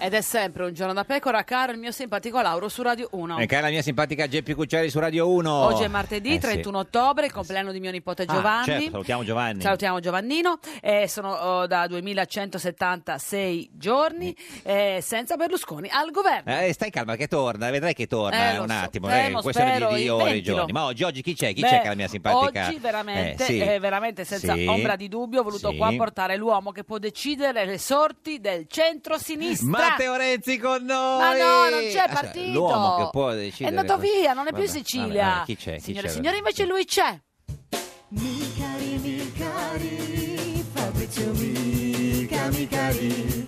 [SPEAKER 3] Ed è sempre un giorno da pecora, caro il mio simpatico Lauro su Radio 1.
[SPEAKER 4] E Eh, cara la mia simpatica Geppi Cucciari su Radio 1.
[SPEAKER 3] Oggi è martedì
[SPEAKER 4] Eh,
[SPEAKER 3] 31 ottobre, il compleanno di mio nipote
[SPEAKER 4] sì. Ah,
[SPEAKER 3] Giovanni.
[SPEAKER 4] certo, salutiamo Giovanni.
[SPEAKER 3] Salutiamo Giovannino, eh, sono oh, da 2176 giorni eh, senza Berlusconi al governo.
[SPEAKER 4] Eh, stai calma che torna, vedrai che torna
[SPEAKER 3] Eh, lo
[SPEAKER 4] un
[SPEAKER 3] so,
[SPEAKER 4] attimo,
[SPEAKER 3] eh,
[SPEAKER 4] eh,
[SPEAKER 3] lo
[SPEAKER 4] questione
[SPEAKER 3] spero,
[SPEAKER 4] di, di ore,
[SPEAKER 3] inventilo.
[SPEAKER 4] giorni. Ma oggi, oggi chi c'è? Eh, Chi
[SPEAKER 3] Beh,
[SPEAKER 4] c'è cara mia simpatica?
[SPEAKER 3] Oggi veramente,
[SPEAKER 4] Eh, sì.
[SPEAKER 3] eh, veramente senza
[SPEAKER 4] Sì.
[SPEAKER 3] ombra di dubbio ho voluto
[SPEAKER 4] Sì.
[SPEAKER 3] qua portare l'uomo che può decidere le sorti del centro-sinistra.
[SPEAKER 4] Matteo Renzi con noi!
[SPEAKER 3] Ma no, non c'è
[SPEAKER 4] Aspetta,
[SPEAKER 3] partito.
[SPEAKER 4] L'uomo che può decidere...
[SPEAKER 3] È andato
[SPEAKER 4] cosa-
[SPEAKER 3] via, non è più
[SPEAKER 4] Vabbè,
[SPEAKER 3] Sicilia.
[SPEAKER 4] vabbè, chi c'è? Chi
[SPEAKER 3] Signore e
[SPEAKER 4] c'è?
[SPEAKER 3] signori, invece lui c'è.
[SPEAKER 11] Micari, micari, Fabrizio mica, micari,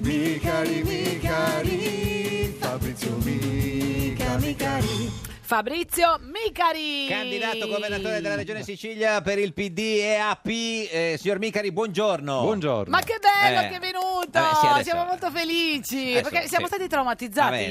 [SPEAKER 11] micari, micari, Fabrizio mica, micari.
[SPEAKER 3] Fabrizio Micari.
[SPEAKER 4] Candidato governatore della Regione Sicilia per il PD e AP. Eh, signor Micari, buongiorno.
[SPEAKER 15] Buongiorno.
[SPEAKER 3] Ma che bello
[SPEAKER 4] Eh.
[SPEAKER 3] che è venuto!
[SPEAKER 4] Vabbè, sì, adesso-
[SPEAKER 3] siamo molto felici.
[SPEAKER 4] Adesso,
[SPEAKER 3] perché siamo
[SPEAKER 4] sì.
[SPEAKER 3] stati traumatizzati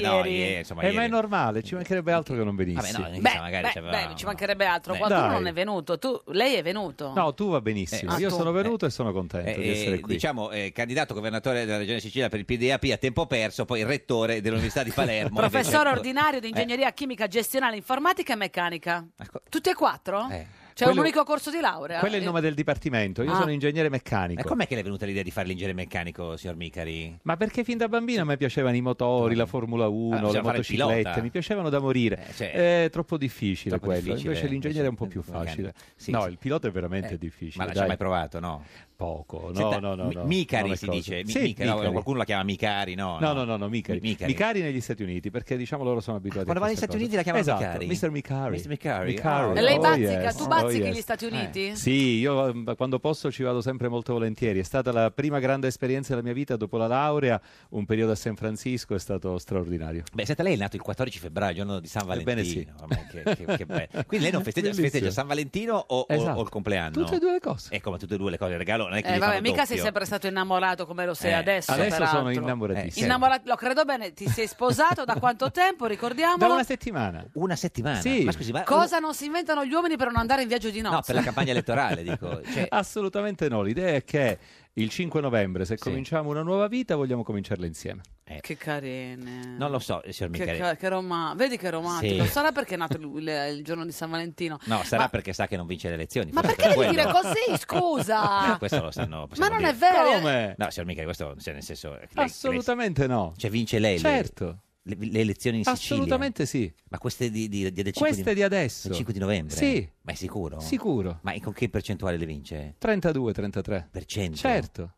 [SPEAKER 4] Vabbè, no,
[SPEAKER 3] ieri.
[SPEAKER 4] ieri, insomma,
[SPEAKER 15] Eh, ma è
[SPEAKER 4] ieri.
[SPEAKER 15] normale, ci mancherebbe altro che non venissi.
[SPEAKER 4] Vabbè, no, cioè,
[SPEAKER 3] Beh, beh, beh, ci mancherebbe altro.
[SPEAKER 15] Beh.
[SPEAKER 3] Qualcuno
[SPEAKER 15] Dai.
[SPEAKER 3] non è venuto. Tu, lei è venuto.
[SPEAKER 15] No, tu va benissimo.
[SPEAKER 4] Eh, ah,
[SPEAKER 15] Io
[SPEAKER 4] tu.
[SPEAKER 15] sono venuto e sono contento di
[SPEAKER 4] Eh,
[SPEAKER 15] essere qui.
[SPEAKER 4] Diciamo, eh, candidato governatore della Regione Sicilia per il PDAP a tempo perso, poi rettore dell'Università di Palermo.
[SPEAKER 3] Professore
[SPEAKER 4] Invece- ecco. Eh.
[SPEAKER 3] ordinario di ingegneria chimica gestionale, informatica e meccanica. Tutti e quattro?
[SPEAKER 4] Eh.
[SPEAKER 3] C'è
[SPEAKER 15] Quello-
[SPEAKER 3] un unico corso di laurea.
[SPEAKER 15] Quello è il nome del dipartimento. Io
[SPEAKER 3] Ah.
[SPEAKER 15] sono ingegnere meccanico.
[SPEAKER 4] Ma com'è che le è venuta l'idea di fare l'ingegnere meccanico, signor Micari?
[SPEAKER 15] Ma perché fin da bambino a me piacevano i motori, la Formula 1,
[SPEAKER 4] Ah. bisogna
[SPEAKER 15] le
[SPEAKER 4] fare il pilota.
[SPEAKER 15] motociclette, mi piacevano da morire.
[SPEAKER 4] Eh, cioè,
[SPEAKER 15] è troppo difficile
[SPEAKER 4] troppo
[SPEAKER 15] quello,
[SPEAKER 4] difficile, eh,
[SPEAKER 15] invece l'ingegnere è un po' più
[SPEAKER 4] invece-
[SPEAKER 15] facile.
[SPEAKER 4] eh, Sì,
[SPEAKER 15] no,
[SPEAKER 4] sì.
[SPEAKER 15] il pilota è veramente
[SPEAKER 4] Eh,
[SPEAKER 15] difficile.
[SPEAKER 4] ma l'ha già
[SPEAKER 15] dai.
[SPEAKER 4] mai provato, no?
[SPEAKER 15] Poco, no,
[SPEAKER 4] Senta,
[SPEAKER 15] no, no,
[SPEAKER 4] Mi-
[SPEAKER 15] no,
[SPEAKER 4] Micari
[SPEAKER 15] non è
[SPEAKER 4] si
[SPEAKER 15] cosa.
[SPEAKER 4] dice, Mi-
[SPEAKER 15] Sì,
[SPEAKER 4] Micari, no,
[SPEAKER 15] Micari.
[SPEAKER 4] qualcuno la chiama Micari, no?
[SPEAKER 15] No, no, no, no, Micari.
[SPEAKER 4] Micari.
[SPEAKER 15] Micari. negli Stati Uniti, perché diciamo loro sono abituati
[SPEAKER 4] quando
[SPEAKER 15] a
[SPEAKER 4] vanno
[SPEAKER 15] queste
[SPEAKER 4] negli Stati
[SPEAKER 15] cose.
[SPEAKER 4] Uniti la
[SPEAKER 15] esatto.
[SPEAKER 4] chiamano
[SPEAKER 15] Mr. Micari.
[SPEAKER 4] Mr. Micari. eh,
[SPEAKER 15] Micari.
[SPEAKER 3] Ah. Lei
[SPEAKER 15] Oh,
[SPEAKER 3] bazzica,
[SPEAKER 15] yes.
[SPEAKER 3] tu bazzichi
[SPEAKER 15] Oh, yes.
[SPEAKER 3] gli Stati Uniti?
[SPEAKER 15] Sì, io eh, quando posso ci vado sempre molto volentieri. È stata la prima grande esperienza della mia vita dopo la laurea. Un periodo a San Francisco è stato straordinario.
[SPEAKER 4] Beh, senta, lei è nato il 14 febbraio, il giorno di San Valentino.
[SPEAKER 15] Ebbene sì.
[SPEAKER 4] Vabbè, che, che- che bello. Quindi lei non festeggia,
[SPEAKER 15] Bellissimo.
[SPEAKER 4] festeggia San Valentino o, o-
[SPEAKER 15] Esatto.
[SPEAKER 4] o il compleanno?
[SPEAKER 15] Tutte e due le cose.
[SPEAKER 4] È come tutte e due le cose, il regalo non è che
[SPEAKER 3] Eh,
[SPEAKER 4] gli
[SPEAKER 3] vabbè,
[SPEAKER 4] fanno
[SPEAKER 3] mica sei
[SPEAKER 4] doppio.
[SPEAKER 3] sempre stato innamorato come lo sei
[SPEAKER 4] Eh,
[SPEAKER 3] adesso.
[SPEAKER 15] adesso
[SPEAKER 3] peraltro. Eh,
[SPEAKER 15] sono innamoratissimo.
[SPEAKER 3] Innamora- lo credo bene, ti sei sposato da quanto tempo? Ricordiamolo.
[SPEAKER 15] Da una settimana.
[SPEAKER 4] Una settimana?
[SPEAKER 15] Sì.
[SPEAKER 4] Ma scusi, ma...
[SPEAKER 3] Cosa non si inventano gli uomini per non andare in viaggio di nozze?
[SPEAKER 4] Eh, No, per la campagna elettorale, dico. Cioè,
[SPEAKER 15] Assolutamente no, l'idea è che il 5 novembre, se cominciamo una nuova vita, vogliamo cominciarla insieme.
[SPEAKER 3] Che carine.
[SPEAKER 4] Eh. non lo so, eh, signor
[SPEAKER 3] Che,
[SPEAKER 4] Michele.
[SPEAKER 3] ca- che roma- Vedi che romantico.
[SPEAKER 4] Sì.
[SPEAKER 3] Sarà perché è nato lui il, il giorno di San Valentino.
[SPEAKER 4] No, sarà perché sa che non vince le elezioni.
[SPEAKER 3] Ma
[SPEAKER 4] forse
[SPEAKER 3] perché
[SPEAKER 4] per
[SPEAKER 3] devi dire
[SPEAKER 4] quello.
[SPEAKER 3] così? Scusa.
[SPEAKER 4] Eh, questo lo sanno.
[SPEAKER 3] Ma
[SPEAKER 4] possiamo
[SPEAKER 3] non
[SPEAKER 4] dire.
[SPEAKER 3] è vero.
[SPEAKER 4] No, signor Michele, questo cioè, nel senso. lei-
[SPEAKER 15] Assolutamente no.
[SPEAKER 4] Cioè, vince lei. le-
[SPEAKER 15] Certo.
[SPEAKER 4] Le, le elezioni in Sicilia.
[SPEAKER 15] Assolutamente sì.
[SPEAKER 4] Ma queste di, di, di, del 5
[SPEAKER 15] Queste di adesso.
[SPEAKER 4] del 5 di novembre?
[SPEAKER 15] Sì.
[SPEAKER 4] Ma è sicuro?
[SPEAKER 15] Sicuro.
[SPEAKER 4] Ma con che percentuale le vince?
[SPEAKER 15] 32-33.
[SPEAKER 4] Per cento?
[SPEAKER 15] Certo.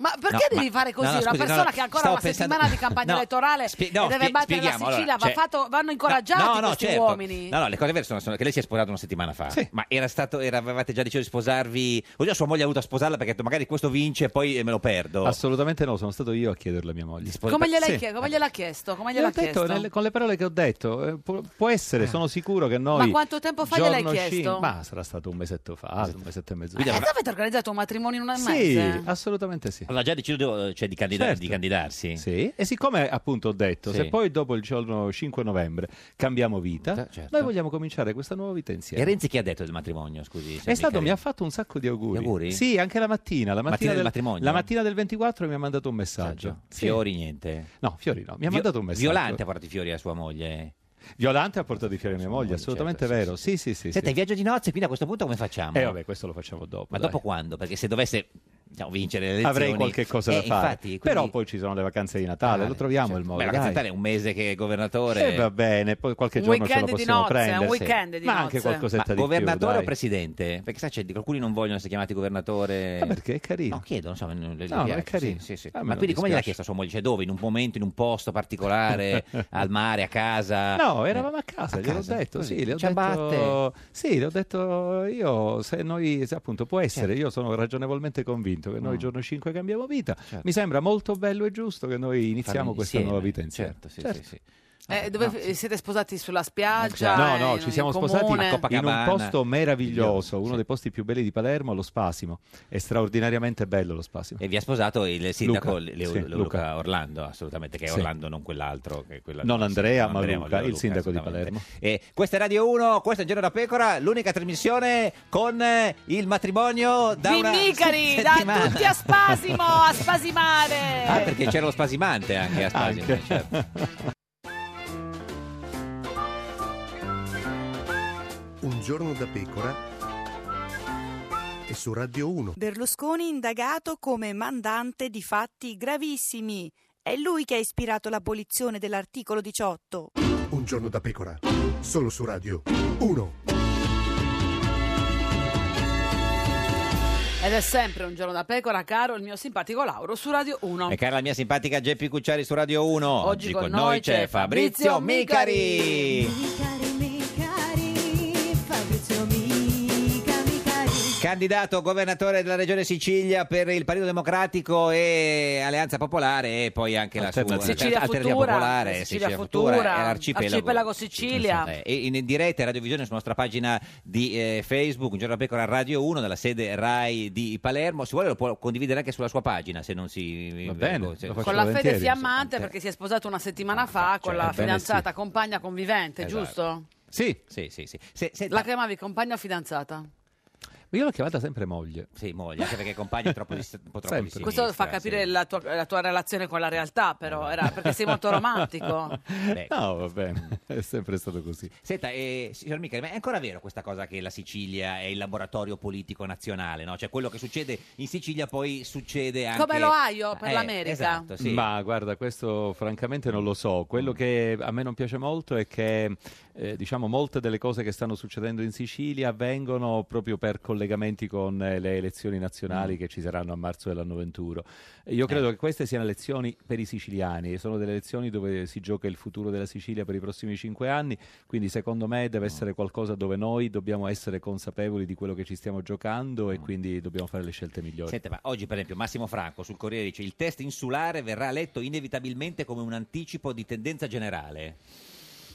[SPEAKER 3] Ma perché
[SPEAKER 4] No,
[SPEAKER 3] devi
[SPEAKER 4] ma-
[SPEAKER 3] fare così?
[SPEAKER 4] no, no,
[SPEAKER 3] una
[SPEAKER 4] scusi, no,
[SPEAKER 3] persona
[SPEAKER 4] no,
[SPEAKER 3] che ha ancora
[SPEAKER 4] stavo
[SPEAKER 3] una
[SPEAKER 4] pensando-
[SPEAKER 3] settimana di campagna
[SPEAKER 4] No,
[SPEAKER 3] elettorale
[SPEAKER 4] spie- no,
[SPEAKER 3] e deve
[SPEAKER 4] spie-
[SPEAKER 3] battere la
[SPEAKER 4] spieghiamo,
[SPEAKER 3] Sicilia,
[SPEAKER 4] allora,
[SPEAKER 3] va
[SPEAKER 4] cioè-
[SPEAKER 3] fatto- vanno incoraggiati
[SPEAKER 4] No, no,
[SPEAKER 3] questi
[SPEAKER 4] certo.
[SPEAKER 3] uomini.
[SPEAKER 4] No, no, le cose vere sono, sono che lei si è sposata una settimana fa. Ma era stato, era- avevate già deciso di sposarvi. Oddio, sua moglie ha avuto a sposarla perché ha detto magari questo vince e poi eh, me lo perdo.
[SPEAKER 15] Assolutamente no, sono stato io a chiederlo a mia moglie.
[SPEAKER 3] Come gliel'hai
[SPEAKER 15] Sì.
[SPEAKER 3] chie- come gliel'ha chiesto? Come
[SPEAKER 15] Gliel'ho
[SPEAKER 3] gliel'ha
[SPEAKER 15] detto
[SPEAKER 3] chiesto?
[SPEAKER 15] nel- con le parole che ho detto, eh, può, può
[SPEAKER 4] Ah.
[SPEAKER 15] essere, sono sicuro che noi.
[SPEAKER 3] Ma quanto tempo fa
[SPEAKER 15] giorno
[SPEAKER 3] gliel'hai chiesto?
[SPEAKER 15] cinque- Ma sarà stato un mesetto fa, un mesetto e mezzo.
[SPEAKER 3] Eh, dove avete organizzato un matrimonio in un
[SPEAKER 15] Sì,
[SPEAKER 3] mese?
[SPEAKER 15] assolutamente sì.
[SPEAKER 4] Aveva già deciso cioè, di, candida-
[SPEAKER 15] Certo.
[SPEAKER 4] di candidarsi?
[SPEAKER 15] Sì, e siccome appunto ho detto,
[SPEAKER 4] Sì.
[SPEAKER 15] se poi dopo il giorno 5 novembre cambiamo vita, noi vogliamo cominciare questa nuova vita insieme.
[SPEAKER 4] Cioè, certo. E Renzi che ha detto del matrimonio, scusi? Cioè,
[SPEAKER 15] È
[SPEAKER 4] signor
[SPEAKER 15] stato,
[SPEAKER 4] Micali?
[SPEAKER 15] mi ha fatto un sacco di auguri.
[SPEAKER 4] Gli auguri?
[SPEAKER 15] Sì, anche la mattina. La mattina,
[SPEAKER 4] Mattina del
[SPEAKER 15] del,
[SPEAKER 4] matrimonio? Certo.
[SPEAKER 15] La mattina del 24 mi ha mandato un messaggio. Sì.
[SPEAKER 4] Fiori niente.
[SPEAKER 15] No, fiori no. Mi ha
[SPEAKER 4] Vio-
[SPEAKER 15] mandato un messaggio.
[SPEAKER 4] Violante ha portato i fiori a sua moglie.
[SPEAKER 15] Violante ha portato i fiori a mia moglie, assolutamente
[SPEAKER 4] certo,
[SPEAKER 15] vero. Sì, sì, sì.
[SPEAKER 4] Senta,
[SPEAKER 15] sì.
[SPEAKER 4] il viaggio di nozze, quindi a questo punto come facciamo?
[SPEAKER 15] Eh, vabbè, questo lo facciamo dopo.
[SPEAKER 4] Ma
[SPEAKER 15] dai.
[SPEAKER 4] dopo quando? Perché se dovesse diciamo, vincere le elezioni...
[SPEAKER 15] Avrei qualche cosa da
[SPEAKER 4] Eh,
[SPEAKER 15] fare.
[SPEAKER 4] infatti, quindi- Ah, certo.
[SPEAKER 15] Però poi ci sono le vacanze di Natale, lo troviamo il modo.
[SPEAKER 4] Beh, la
[SPEAKER 15] dai.
[SPEAKER 4] Catania è un mese che è governatore...
[SPEAKER 15] Eh, va bene, poi qualche
[SPEAKER 4] Un
[SPEAKER 15] giorno ce lo
[SPEAKER 4] weekend di
[SPEAKER 15] possiamo
[SPEAKER 4] nozze, un
[SPEAKER 15] prendere.
[SPEAKER 4] weekend di
[SPEAKER 15] Ma anche
[SPEAKER 4] nozze.
[SPEAKER 15] qualcosetta
[SPEAKER 4] Ma
[SPEAKER 15] di più.
[SPEAKER 4] governatore
[SPEAKER 15] dai.
[SPEAKER 4] o presidente? Perché sai, c'è, alcuni non vogliono essere chiamati governatore.
[SPEAKER 15] Ma Ah, perché è carino?
[SPEAKER 4] No, chiedo, non so, non- le- le
[SPEAKER 15] No, ma è
[SPEAKER 4] piace,
[SPEAKER 15] carino.
[SPEAKER 4] sì, sì, sì.
[SPEAKER 15] A me
[SPEAKER 4] Ma
[SPEAKER 15] non
[SPEAKER 4] quindi come gliel'ha
[SPEAKER 15] dispiace.
[SPEAKER 4] chiesto a sua moglie? Cioè dove? In un momento, in un posto particolare, al mare, a casa? Eh,
[SPEAKER 15] No, eravamo a casa, gliel'ho
[SPEAKER 4] casa,
[SPEAKER 15] detto,
[SPEAKER 4] così,
[SPEAKER 15] sì, le ho
[SPEAKER 4] ciabatte.
[SPEAKER 15] detto, sì, le ho detto io, se noi, se appunto può essere, io sono ragionevolmente convinto che noi
[SPEAKER 4] Certo. Mm.
[SPEAKER 15] giorno 5 cambiamo vita, mi sembra molto bello e giusto che noi iniziamo
[SPEAKER 4] Farlo
[SPEAKER 15] questa
[SPEAKER 4] insieme,
[SPEAKER 15] nuova vita insieme.
[SPEAKER 4] certo, sì, sì, sì.
[SPEAKER 3] Eh, dove eh, siete sposati sulla spiaggia?
[SPEAKER 15] No,
[SPEAKER 3] eh,
[SPEAKER 15] no,
[SPEAKER 3] in-
[SPEAKER 15] ci siamo
[SPEAKER 3] in
[SPEAKER 15] sposati
[SPEAKER 3] comune?
[SPEAKER 15] in un posto meraviglioso,
[SPEAKER 4] Meraviglioso,
[SPEAKER 15] uno dei posti più belli di Palermo, lo Spasimo. È straordinariamente bello lo Spasimo.
[SPEAKER 4] E vi ha sposato il sindaco
[SPEAKER 15] Luca,
[SPEAKER 4] Le- Leo-
[SPEAKER 15] sì,
[SPEAKER 4] Leo-
[SPEAKER 15] Luca.
[SPEAKER 4] Luca Orlando, assolutamente, che è
[SPEAKER 15] Sì.
[SPEAKER 4] Orlando, non quell'altro. Che è quella-
[SPEAKER 15] Non Andrea,
[SPEAKER 4] non
[SPEAKER 15] ma Luca, il sindaco di
[SPEAKER 4] assolutamente.
[SPEAKER 15] Palermo.
[SPEAKER 4] Eh, questa è Radio 1, questo è Giro da Pecora, l'unica trasmissione con eh, il matrimonio da
[SPEAKER 3] Di
[SPEAKER 4] una
[SPEAKER 3] Micari, da
[SPEAKER 4] settimana.
[SPEAKER 3] tutti a spasimo, a spasimare.
[SPEAKER 4] Ah, perché c'era lo spasimante anche a Spasimo, certo.
[SPEAKER 12] Un giorno da pecora e su Radio 1.
[SPEAKER 13] Berlusconi indagato come mandante di fatti gravissimi. È lui che ha ispirato l'abolizione dell'articolo 18.
[SPEAKER 12] Un giorno da pecora, solo su Radio 1.
[SPEAKER 3] Ed è sempre un giorno da pecora, caro il mio simpatico Lauro su Radio 1.
[SPEAKER 4] E cara la mia simpatica Geppi Cucciari su Radio 1.
[SPEAKER 3] Oggi con noi c'è Fabrizio Micari.
[SPEAKER 4] Micari.
[SPEAKER 11] Cari,
[SPEAKER 4] candidato governatore della regione Sicilia per il Partito Democratico e Alleanza Popolare e eh, poi anche la sua
[SPEAKER 15] Alternativa.
[SPEAKER 3] Sicilia
[SPEAKER 4] Alternativa
[SPEAKER 3] Futura, eh,
[SPEAKER 4] Popolare, eh,
[SPEAKER 3] Sicilia
[SPEAKER 4] Sicilia
[SPEAKER 3] Futura,
[SPEAKER 4] Futura eh, e l'arcipelago.
[SPEAKER 3] Arcipelago Sicilia.
[SPEAKER 4] Eh, e in diretta in radiovisione sulla nostra pagina di eh, Facebook, un giorno da pecora Radio 1 dalla sede Rai di Palermo. Se vuole lo può condividere anche sulla sua pagina se non si Va bene,
[SPEAKER 3] Con la fede fiammante perché si è sposato una
[SPEAKER 4] Ah,
[SPEAKER 3] settimana fa con la
[SPEAKER 4] ebbene
[SPEAKER 3] fidanzata, compagna convivente,
[SPEAKER 4] eh, Esatto.
[SPEAKER 3] giusto?
[SPEAKER 4] Sì, sì, sì, sì. Se- se-
[SPEAKER 3] La chiamavi compagna o fidanzata?
[SPEAKER 15] Io l'ho chiamata sempre moglie.
[SPEAKER 4] Sì, moglie, anche perché compagno è troppo di, un po' troppo di
[SPEAKER 15] Sempre.
[SPEAKER 3] Questo fa capire la, tua, la tua relazione con la realtà, però, era perché sei molto romantico.
[SPEAKER 4] Beh,
[SPEAKER 15] No, va bene, è sempre stato così.
[SPEAKER 4] Senta, eh, signor Michele, ma è ancora vero questa cosa che la Sicilia è il laboratorio politico nazionale, no? Cioè quello che succede in Sicilia poi succede anche...
[SPEAKER 3] Come l'Ohio per
[SPEAKER 4] Eh,
[SPEAKER 3] l'America.
[SPEAKER 4] Esatto, sì. Mm.
[SPEAKER 15] Ma guarda, questo francamente non lo so. Quello che a me non piace molto è che eh, diciamo molte delle cose che stanno succedendo in Sicilia avvengono proprio per collegamenti con eh, le elezioni
[SPEAKER 4] Mm.
[SPEAKER 15] nazionali che ci saranno a marzo dell'anno 21. Eh, Io credo che queste siano elezioni per i siciliani, sono delle elezioni dove si gioca il futuro della Sicilia per i prossimi cinque anni, quindi secondo me
[SPEAKER 4] Mm.
[SPEAKER 15] deve essere qualcosa dove noi dobbiamo essere consapevoli di quello che ci stiamo giocando e quindi dobbiamo fare le scelte migliori.
[SPEAKER 4] Mm. Senta, ma oggi per esempio Massimo Franco sul Corriere dice il test insulare verrà letto inevitabilmente come un anticipo di tendenza generale.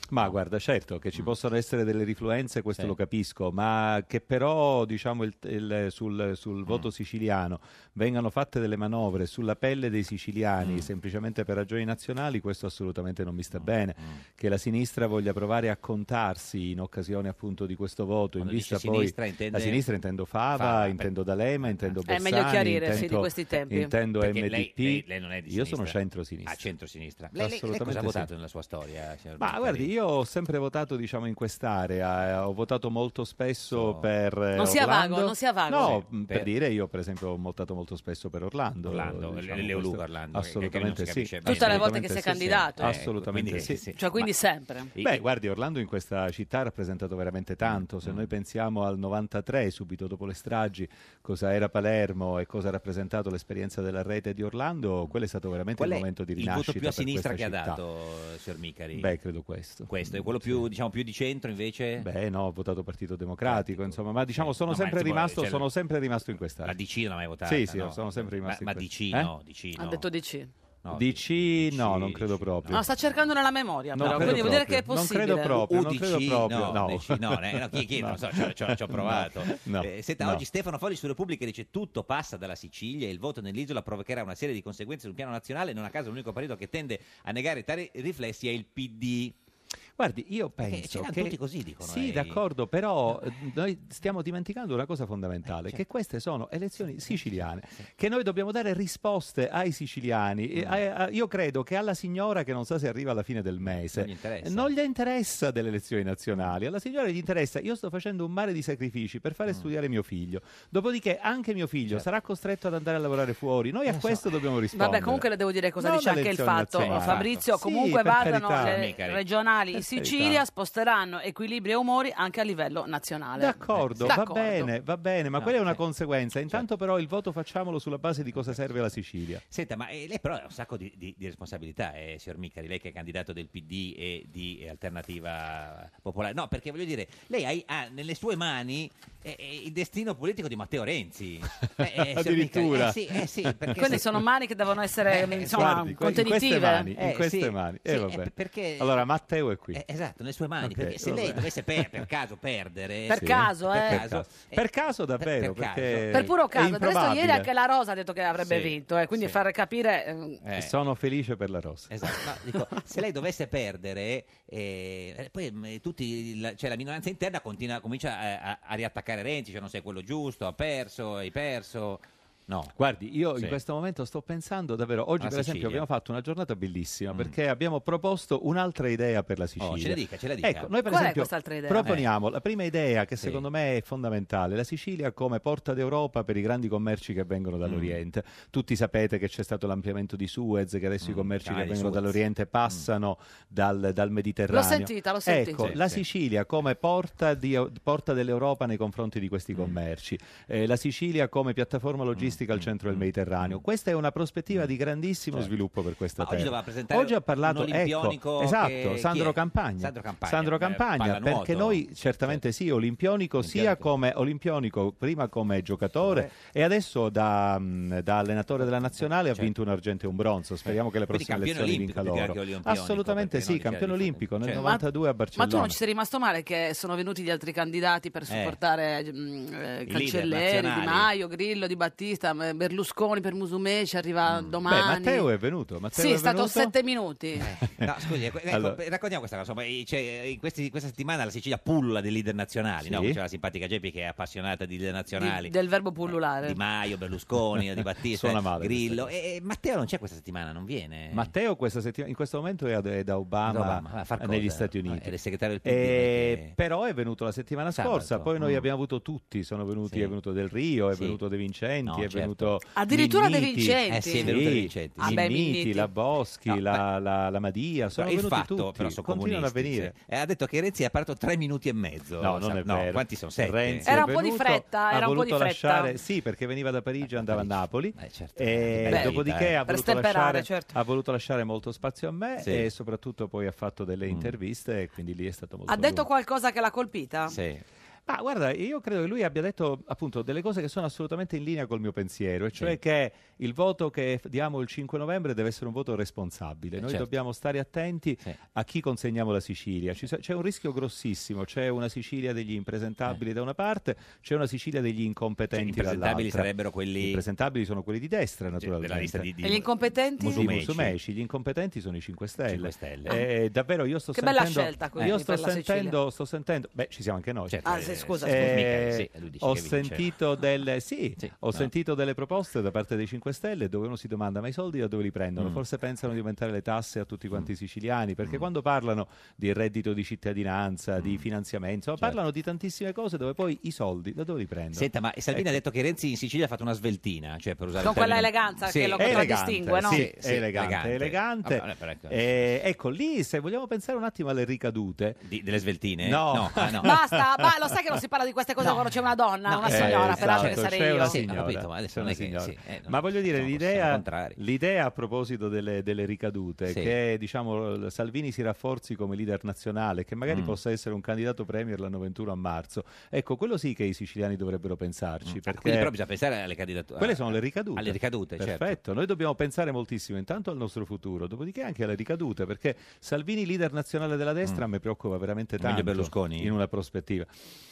[SPEAKER 15] Ma guarda, certo che ci possono essere delle rifluenze, questo
[SPEAKER 4] Mm. Sì.
[SPEAKER 15] lo capisco, ma che però diciamo, il- il- sul,
[SPEAKER 4] Mm.
[SPEAKER 15] sul voto siciliano vengano fatte delle manovre sulla pelle dei siciliani
[SPEAKER 4] Mm.
[SPEAKER 15] semplicemente per ragioni nazionali, questo assolutamente non mi sta
[SPEAKER 4] Mm.
[SPEAKER 15] bene. Che la sinistra voglia provare a contarsi in occasione appunto di questo voto, in
[SPEAKER 4] Quando dice
[SPEAKER 15] vista poi...
[SPEAKER 4] sinistra intende-
[SPEAKER 15] La sinistra intendo Fava,
[SPEAKER 4] Fava, eh.
[SPEAKER 15] intendo D'Alema, intendo
[SPEAKER 3] È
[SPEAKER 15] Bersani,
[SPEAKER 3] meglio chiarire, sì, di
[SPEAKER 15] intendo-
[SPEAKER 3] questi tempi.
[SPEAKER 15] Intendo
[SPEAKER 4] Perché
[SPEAKER 15] MDP.
[SPEAKER 4] lei- lei- lei non è di
[SPEAKER 15] Io sono
[SPEAKER 4] sinistra.
[SPEAKER 15] centro-sinistra.
[SPEAKER 4] A centrosinistra. Lei, lei, lei cosa ha
[SPEAKER 15] Assolutamente sì.
[SPEAKER 4] votato nella sua storia, signor
[SPEAKER 15] Ma
[SPEAKER 4] Michele?
[SPEAKER 15] guardi, io ho sempre votato diciamo in quest'area, eh, ho votato molto spesso per eh,
[SPEAKER 3] Non sia vago,
[SPEAKER 15] Orlando.
[SPEAKER 3] non sia vago.
[SPEAKER 15] No,
[SPEAKER 3] Sì,
[SPEAKER 15] mh, per...
[SPEAKER 3] per-
[SPEAKER 15] dire io per esempio ho votato molto spesso per Orlando.
[SPEAKER 4] Orlando,
[SPEAKER 15] diciamo,
[SPEAKER 4] Leo
[SPEAKER 15] questo-
[SPEAKER 4] Luca Orlando, che- che non si
[SPEAKER 15] Assolutamente
[SPEAKER 4] capisce
[SPEAKER 15] sì.
[SPEAKER 4] bene.
[SPEAKER 3] Tutte le volte che
[SPEAKER 15] Assolutamente
[SPEAKER 3] sei
[SPEAKER 15] sì, sì.
[SPEAKER 3] candidato. Eh,
[SPEAKER 15] Assolutamente
[SPEAKER 4] Ecco, quindi-
[SPEAKER 15] sì.
[SPEAKER 3] Cioè, quindi sempre.
[SPEAKER 15] Beh, guardi, Orlando in questa città ha rappresentato veramente tanto.
[SPEAKER 4] Mm.
[SPEAKER 15] Se noi pensiamo al 93, subito dopo le stragi, cosa era Palermo e cosa ha rappresentato l'esperienza della rete di Orlando, quello è stato veramente
[SPEAKER 4] Qual
[SPEAKER 15] il
[SPEAKER 4] è
[SPEAKER 15] momento di
[SPEAKER 4] il
[SPEAKER 15] rinascita.
[SPEAKER 4] voto più a
[SPEAKER 15] per
[SPEAKER 4] sinistra che
[SPEAKER 15] questa città.
[SPEAKER 4] ha dato, eh, signor Micari?
[SPEAKER 15] Beh, credo questo.
[SPEAKER 4] Questo, e quello più, diciamo, più di centro invece?
[SPEAKER 15] Beh, Eh, no, ho votato Partito Democratico, insomma, ma diciamo sono
[SPEAKER 4] No, ma
[SPEAKER 15] sempre
[SPEAKER 4] insomma,
[SPEAKER 15] rimasto,
[SPEAKER 4] cioè,
[SPEAKER 15] sono sempre rimasto in quest'area.
[SPEAKER 4] La DC non l'ha mai votata.
[SPEAKER 15] Sì, sì,
[SPEAKER 4] no?
[SPEAKER 15] sono sempre rimasto
[SPEAKER 4] Ma,
[SPEAKER 15] in
[SPEAKER 4] ma DC
[SPEAKER 15] questa-
[SPEAKER 4] no,
[SPEAKER 15] Eh?
[SPEAKER 4] DC
[SPEAKER 3] Ha
[SPEAKER 4] no.
[SPEAKER 3] detto di sì.
[SPEAKER 4] No,
[SPEAKER 15] DC, no, non credo proprio.
[SPEAKER 3] No, sta cercando nella memoria,
[SPEAKER 15] Non
[SPEAKER 3] però,
[SPEAKER 15] credo
[SPEAKER 3] quindi vuol dire che è
[SPEAKER 15] proprio, non
[SPEAKER 3] possibile.
[SPEAKER 15] credo proprio, non
[SPEAKER 4] UDC,
[SPEAKER 15] credo proprio,
[SPEAKER 4] no,
[SPEAKER 15] no.
[SPEAKER 4] UDC, no, eh, no, chi, chi, non so, ci ho- ci ho- ci ho
[SPEAKER 15] No,
[SPEAKER 4] provato.
[SPEAKER 15] no,
[SPEAKER 4] Eh, senta,
[SPEAKER 15] no.
[SPEAKER 4] oggi Stefano Fogli su Repubblica dice tutto passa dalla Sicilia e il voto nell'isola provocherà una serie di conseguenze sul piano nazionale, non a caso l'unico partito che tende a negare tali riflessi è il PD.
[SPEAKER 15] Guardi, io
[SPEAKER 4] Perché
[SPEAKER 15] penso
[SPEAKER 4] c'erano
[SPEAKER 15] che
[SPEAKER 4] tutti così, dicono,
[SPEAKER 15] Sì,
[SPEAKER 4] eh,
[SPEAKER 15] d'accordo, però eh, noi stiamo dimenticando una cosa fondamentale,
[SPEAKER 4] certo.
[SPEAKER 15] che queste sono elezioni siciliane, che noi dobbiamo dare risposte ai siciliani.
[SPEAKER 4] Mm.
[SPEAKER 15] E a- a- io credo che alla signora che non sa se arriva alla fine del mese
[SPEAKER 4] Non gli interessa.
[SPEAKER 15] non gli interessa delle elezioni nazionali, alla signora gli interessa io sto facendo un mare di sacrifici per
[SPEAKER 4] Mm.
[SPEAKER 15] fare studiare mio figlio. Dopodiché anche mio figlio
[SPEAKER 4] Certo.
[SPEAKER 15] sarà costretto ad andare a lavorare fuori.
[SPEAKER 4] Eh,
[SPEAKER 15] Noi a questo dobbiamo rispondere.
[SPEAKER 3] Vabbè, comunque le devo dire cosa
[SPEAKER 15] Non
[SPEAKER 3] dice
[SPEAKER 15] alle
[SPEAKER 3] anche il
[SPEAKER 15] elezioni
[SPEAKER 3] fatto,
[SPEAKER 15] nazionali.
[SPEAKER 3] Fabrizio.
[SPEAKER 15] Sì,
[SPEAKER 3] comunque
[SPEAKER 15] per
[SPEAKER 3] vadano
[SPEAKER 15] carità.
[SPEAKER 3] le regionali in
[SPEAKER 15] Per
[SPEAKER 3] Sicilia,
[SPEAKER 15] carità.
[SPEAKER 3] sposteranno equilibri e umori anche a livello nazionale.
[SPEAKER 15] D'accordo,
[SPEAKER 3] D'accordo.
[SPEAKER 15] va bene, va bene,
[SPEAKER 4] Ah,
[SPEAKER 15] ma quella è una conseguenza.
[SPEAKER 4] Certo.
[SPEAKER 15] Intanto però il voto facciamolo sulla base di cosa serve la Sicilia.
[SPEAKER 4] Senta, ma eh, lei però ha un sacco di, di- di responsabilità, eh, signor Micari, lei che è candidato del PD e di eh, Alternativa Popolare. No, perché voglio dire, lei hai- ha, nelle sue mani eh, eh, il destino politico di Matteo Renzi. Eh, eh, signor
[SPEAKER 15] Addirittura.
[SPEAKER 4] Micari, eh, sì, eh, sì, perché
[SPEAKER 3] Quindi
[SPEAKER 4] se-
[SPEAKER 3] sono mani che devono essere insomma,
[SPEAKER 15] Eh, Guardi, que- in
[SPEAKER 3] contenitive.
[SPEAKER 15] queste mani, in
[SPEAKER 4] Eh,
[SPEAKER 15] queste
[SPEAKER 4] sì,
[SPEAKER 15] mani.
[SPEAKER 4] sì,
[SPEAKER 15] Eh,
[SPEAKER 4] eh,
[SPEAKER 15] vabbè.
[SPEAKER 4] per- perché-
[SPEAKER 15] Allora Matteo è qui.
[SPEAKER 4] Eh, esatto, nelle sue mani,
[SPEAKER 15] Ok,
[SPEAKER 4] perché se lei
[SPEAKER 15] vabbè.
[SPEAKER 4] dovesse per, per caso perdere...
[SPEAKER 3] Per caso, eh.
[SPEAKER 15] Per caso, Per caso davvero,
[SPEAKER 4] eh, per caso.
[SPEAKER 15] perché
[SPEAKER 3] per puro
[SPEAKER 15] è
[SPEAKER 3] caso, del resto ieri
[SPEAKER 15] improbabile.
[SPEAKER 3] anche la Rosa ha detto che avrebbe
[SPEAKER 4] Sì,
[SPEAKER 3] vinto, eh, quindi far capire ehm,
[SPEAKER 4] Eh.
[SPEAKER 15] Sono felice per la rossa.
[SPEAKER 4] Esatto, no, dico, se lei dovesse perdere, eh, eh, poi mm, tutti, la, cioè, la minoranza interna continua, comincia a, a- a riattaccare Renzi, cioè non sei quello giusto, ha perso, hai perso. No.
[SPEAKER 15] Guardi, io
[SPEAKER 4] Sì.
[SPEAKER 15] in questo momento sto pensando davvero, oggi
[SPEAKER 4] Alla
[SPEAKER 15] per esempio
[SPEAKER 4] Sicilia. Mm.
[SPEAKER 15] abbiamo fatto una giornata bellissima perché abbiamo proposto un'altra idea per la Sicilia.
[SPEAKER 4] Oh, ce la dica, ce la dica.
[SPEAKER 15] Ecco, noi per
[SPEAKER 3] Qual è
[SPEAKER 15] esempio
[SPEAKER 3] quest'altra idea?
[SPEAKER 15] proponiamo la prima idea che secondo me è fondamentale, la Sicilia come porta d'Europa per i grandi commerci che vengono dall'Oriente.
[SPEAKER 4] Mm.
[SPEAKER 15] Tutti sapete che c'è stato l'ampliamento di Suez, che adesso i commerci
[SPEAKER 4] canale
[SPEAKER 15] che
[SPEAKER 4] di
[SPEAKER 15] vengono
[SPEAKER 4] Mm, Suez. Mm.
[SPEAKER 15] dall'Oriente passano dal, dal Mediterraneo.
[SPEAKER 3] L'ho sentita, l'ho sentita.
[SPEAKER 15] Ecco,
[SPEAKER 3] Sì,
[SPEAKER 15] la
[SPEAKER 3] sì.
[SPEAKER 15] Sicilia come
[SPEAKER 4] Mm.
[SPEAKER 15] porta, di- porta dell'Europa nei confronti di questi commerci, Eh, la Sicilia come piattaforma logistica turistica al centro del Mediterraneo. Questa è una prospettiva di grandissimo
[SPEAKER 4] Mm, Certo.
[SPEAKER 15] sviluppo per questa
[SPEAKER 4] Ma oggi
[SPEAKER 15] terra.
[SPEAKER 4] doveva presentare
[SPEAKER 15] Oggi ha parlato
[SPEAKER 4] un olimpionico
[SPEAKER 15] ecco,
[SPEAKER 4] che-
[SPEAKER 15] esatto,
[SPEAKER 4] chi
[SPEAKER 15] Sandro
[SPEAKER 4] è?
[SPEAKER 15] Campagna.
[SPEAKER 4] Sandro Campagna, eh,
[SPEAKER 15] Campagna,
[SPEAKER 4] pallanuoto.
[SPEAKER 15] perché noi certamente sì, olimpionico, sia come olimpionico, prima come giocatore e adesso da, mh, da allenatore della nazionale ha vinto un argento e un bronzo. Speriamo che le
[SPEAKER 4] certo. Quindi
[SPEAKER 15] prossime
[SPEAKER 4] campione
[SPEAKER 15] elezioni vinca
[SPEAKER 4] olimpico più
[SPEAKER 15] loro.
[SPEAKER 4] che olimpionico,
[SPEAKER 15] Assolutamente
[SPEAKER 4] perché
[SPEAKER 15] sì,
[SPEAKER 4] non dice-
[SPEAKER 15] campione olimpico nel
[SPEAKER 4] Certo.
[SPEAKER 15] 92 a Barcellona.
[SPEAKER 3] Ma tu non ci sei rimasto male che sono venuti gli altri candidati per supportare mm, eh,
[SPEAKER 15] Eh. leader
[SPEAKER 3] Cancelleri, Di
[SPEAKER 15] nazionali.
[SPEAKER 3] Maio, Grillo, Di Battista, m- Berlusconi per Musumeci, arriva
[SPEAKER 15] Mm. Beh,
[SPEAKER 3] domani.
[SPEAKER 15] Matteo è venuto. Matteo
[SPEAKER 3] sì, è,
[SPEAKER 15] è
[SPEAKER 3] stato
[SPEAKER 15] venuto? Eh,
[SPEAKER 3] sette minuti.
[SPEAKER 4] No, scusi, ecco, ecco,
[SPEAKER 15] Allora.
[SPEAKER 4] raccontiamo questa cosa. Insomma, eh, cioè, in questi- questa settimana la Sicilia pulla dei leader nazionali.
[SPEAKER 3] Sì.
[SPEAKER 4] no? C'è la simpatica Geppi che è appassionata di leader nazionali.
[SPEAKER 3] Di- del verbo pullulare.
[SPEAKER 15] Eh,
[SPEAKER 4] Di Maio, Berlusconi, Di Battista,
[SPEAKER 15] Suona male
[SPEAKER 4] Grillo. E, e Matteo non c'è questa settimana, non viene.
[SPEAKER 15] Matteo questa settimana, in questo momento è, ad- è da Obama, eh,
[SPEAKER 4] Da Obama, a far cosa?
[SPEAKER 15] negli Stati Uniti.
[SPEAKER 4] Ah, è il segretario del PD,
[SPEAKER 15] Eh, Però è venuto la settimana
[SPEAKER 4] Sabato.
[SPEAKER 15] scorsa, poi noi
[SPEAKER 4] Mm.
[SPEAKER 15] abbiamo avuto tutti, sono venuti,
[SPEAKER 4] Sì.
[SPEAKER 15] è venuto Del Rio, è
[SPEAKER 4] Sì.
[SPEAKER 15] venuto De Vincenti,
[SPEAKER 4] No,
[SPEAKER 15] è
[SPEAKER 4] certo.
[SPEAKER 15] venuto
[SPEAKER 3] Addirittura De
[SPEAKER 15] Minniti.
[SPEAKER 3] Vincenti? Eh sì, è venuto
[SPEAKER 15] Sì,
[SPEAKER 4] De Vincenti, sì.
[SPEAKER 15] Minniti,
[SPEAKER 4] Ah, beh, Minniti.
[SPEAKER 15] la Boschi,
[SPEAKER 4] No,
[SPEAKER 15] la, la- la Madia, sono
[SPEAKER 4] Però il
[SPEAKER 15] venuti
[SPEAKER 4] fatto,
[SPEAKER 15] tutti,
[SPEAKER 4] però, sono
[SPEAKER 15] continuano a
[SPEAKER 4] comunisti,
[SPEAKER 15] venire.
[SPEAKER 4] sì. Eh, ha detto che Renzi ha parlato tre minuti e mezzo.
[SPEAKER 15] No, non
[SPEAKER 4] Sa-
[SPEAKER 15] è vero.
[SPEAKER 4] Quanti sono? Sette.
[SPEAKER 15] Renzi
[SPEAKER 3] Era
[SPEAKER 15] è
[SPEAKER 3] un po' di
[SPEAKER 15] venuto,
[SPEAKER 3] fretta,
[SPEAKER 15] ha
[SPEAKER 3] era un po' di
[SPEAKER 15] voluto
[SPEAKER 3] fretta.
[SPEAKER 15] lasciare- sì, perché veniva da Parigi, Eh, certo, andava a Napoli. E
[SPEAKER 4] Beh,
[SPEAKER 15] dopodiché
[SPEAKER 4] dai.
[SPEAKER 15] ha
[SPEAKER 3] Per
[SPEAKER 15] voluto,
[SPEAKER 3] stemperare,
[SPEAKER 15] lasciare,
[SPEAKER 3] certo.
[SPEAKER 15] ha voluto lasciare molto spazio a me
[SPEAKER 4] Sì.
[SPEAKER 15] e soprattutto poi ha fatto delle interviste e quindi lì è stato molto
[SPEAKER 3] Ha detto
[SPEAKER 15] lungo.
[SPEAKER 3] qualcosa che l'ha colpita?
[SPEAKER 15] Ma guarda, io credo che lui abbia detto appunto delle cose che sono assolutamente in linea col mio pensiero, e cioè
[SPEAKER 4] Sì.
[SPEAKER 15] che il voto che f- diamo il 5 novembre deve essere un voto responsabile. Noi
[SPEAKER 4] certo.
[SPEAKER 15] dobbiamo stare attenti a chi consegniamo la Sicilia. Ci sa- c'è un rischio grossissimo, c'è una Sicilia degli impresentabili da una parte, c'è una Sicilia degli incompetenti
[SPEAKER 4] Eh. Cioè, impresentabili
[SPEAKER 15] dall'altra.
[SPEAKER 4] sarebbero quelli- Cioè,
[SPEAKER 15] Impresentabili sono quelli di destra, naturalmente.
[SPEAKER 4] lista di- di-
[SPEAKER 3] E gli incompetenti?
[SPEAKER 15] Musumeci. Musumeci. gli incompetenti sono i 5 Stelle. Eh, davvero, io sto
[SPEAKER 3] Che bella
[SPEAKER 15] sentendo.
[SPEAKER 3] scelta, quindi,
[SPEAKER 15] io sto
[SPEAKER 3] per la
[SPEAKER 15] sentendo, sto sentendo. Beh, ci siamo anche noi.
[SPEAKER 4] Certo.
[SPEAKER 3] Ah, sì, scusa,
[SPEAKER 15] Eh,
[SPEAKER 3] scusa.
[SPEAKER 4] Michele, sì, lui dice
[SPEAKER 15] ho
[SPEAKER 4] che vince.
[SPEAKER 15] sentito delle sì, ho
[SPEAKER 4] no.
[SPEAKER 15] sentito delle proposte da parte dei 5 Stelle dove uno si domanda ma i soldi da dove li prendono?
[SPEAKER 4] Mm.
[SPEAKER 15] Forse pensano di aumentare le tasse a tutti quanti i siciliani, perché quando parlano di reddito di cittadinanza,
[SPEAKER 4] Mm.
[SPEAKER 15] di finanziamento, insomma, parlano di tantissime cose dove poi i soldi da dove li prendono?
[SPEAKER 4] Certo.
[SPEAKER 15] Ecco.
[SPEAKER 4] Senta, ma Salvini ha detto che Renzi in Sicilia ha fatto una sveltina, cioè per usare
[SPEAKER 3] Con
[SPEAKER 4] il termine-
[SPEAKER 3] quella eleganza che lo
[SPEAKER 4] è elegante,
[SPEAKER 3] contraddistingue, no?
[SPEAKER 15] Sì,
[SPEAKER 4] sì,
[SPEAKER 15] è
[SPEAKER 4] sì,
[SPEAKER 15] elegante, è elegante.
[SPEAKER 4] Vabbè, vabbè, però ecco.
[SPEAKER 15] Eh, ecco lì, se vogliamo pensare un attimo alle ricadute
[SPEAKER 4] Di- delle sveltine?
[SPEAKER 15] No.
[SPEAKER 4] ah, no.
[SPEAKER 3] Basta, ma lo sai che non si parla di queste cose
[SPEAKER 4] No.
[SPEAKER 3] quando c'è una donna, Ah, una
[SPEAKER 4] eh,
[SPEAKER 3] signora,
[SPEAKER 15] Eh,
[SPEAKER 3] peraltro
[SPEAKER 15] esatto,
[SPEAKER 3] che sarei
[SPEAKER 15] c'è
[SPEAKER 3] io.
[SPEAKER 15] una
[SPEAKER 4] Sì, ho
[SPEAKER 15] signora,
[SPEAKER 4] capito, ma
[SPEAKER 15] c'è
[SPEAKER 4] adesso non
[SPEAKER 15] una
[SPEAKER 4] è che-
[SPEAKER 15] signora.
[SPEAKER 4] sì, eh, non-
[SPEAKER 15] Ma voglio dire, l'idea,
[SPEAKER 4] contrari.
[SPEAKER 15] l'idea a proposito delle, delle ricadute,
[SPEAKER 4] Sì.
[SPEAKER 15] che diciamo l- Salvini si rafforzi come leader nazionale, che magari
[SPEAKER 4] Mm.
[SPEAKER 15] possa essere un candidato premier l'anno 91 a marzo, ecco, quello sì che i siciliani dovrebbero pensarci. Perché...
[SPEAKER 4] Ah, Quindi però bisogna pensare alle candidature.
[SPEAKER 15] Quelle sono le ricadute.
[SPEAKER 4] Alle ricadute, certo.
[SPEAKER 15] Perfetto, noi dobbiamo pensare moltissimo intanto al nostro futuro, dopodiché anche alle ricadute, perché Salvini, leader nazionale della destra, mi preoccupa veramente
[SPEAKER 4] Meglio
[SPEAKER 15] tanto
[SPEAKER 4] Mm. Berlusconi?
[SPEAKER 15] in una prospettiva.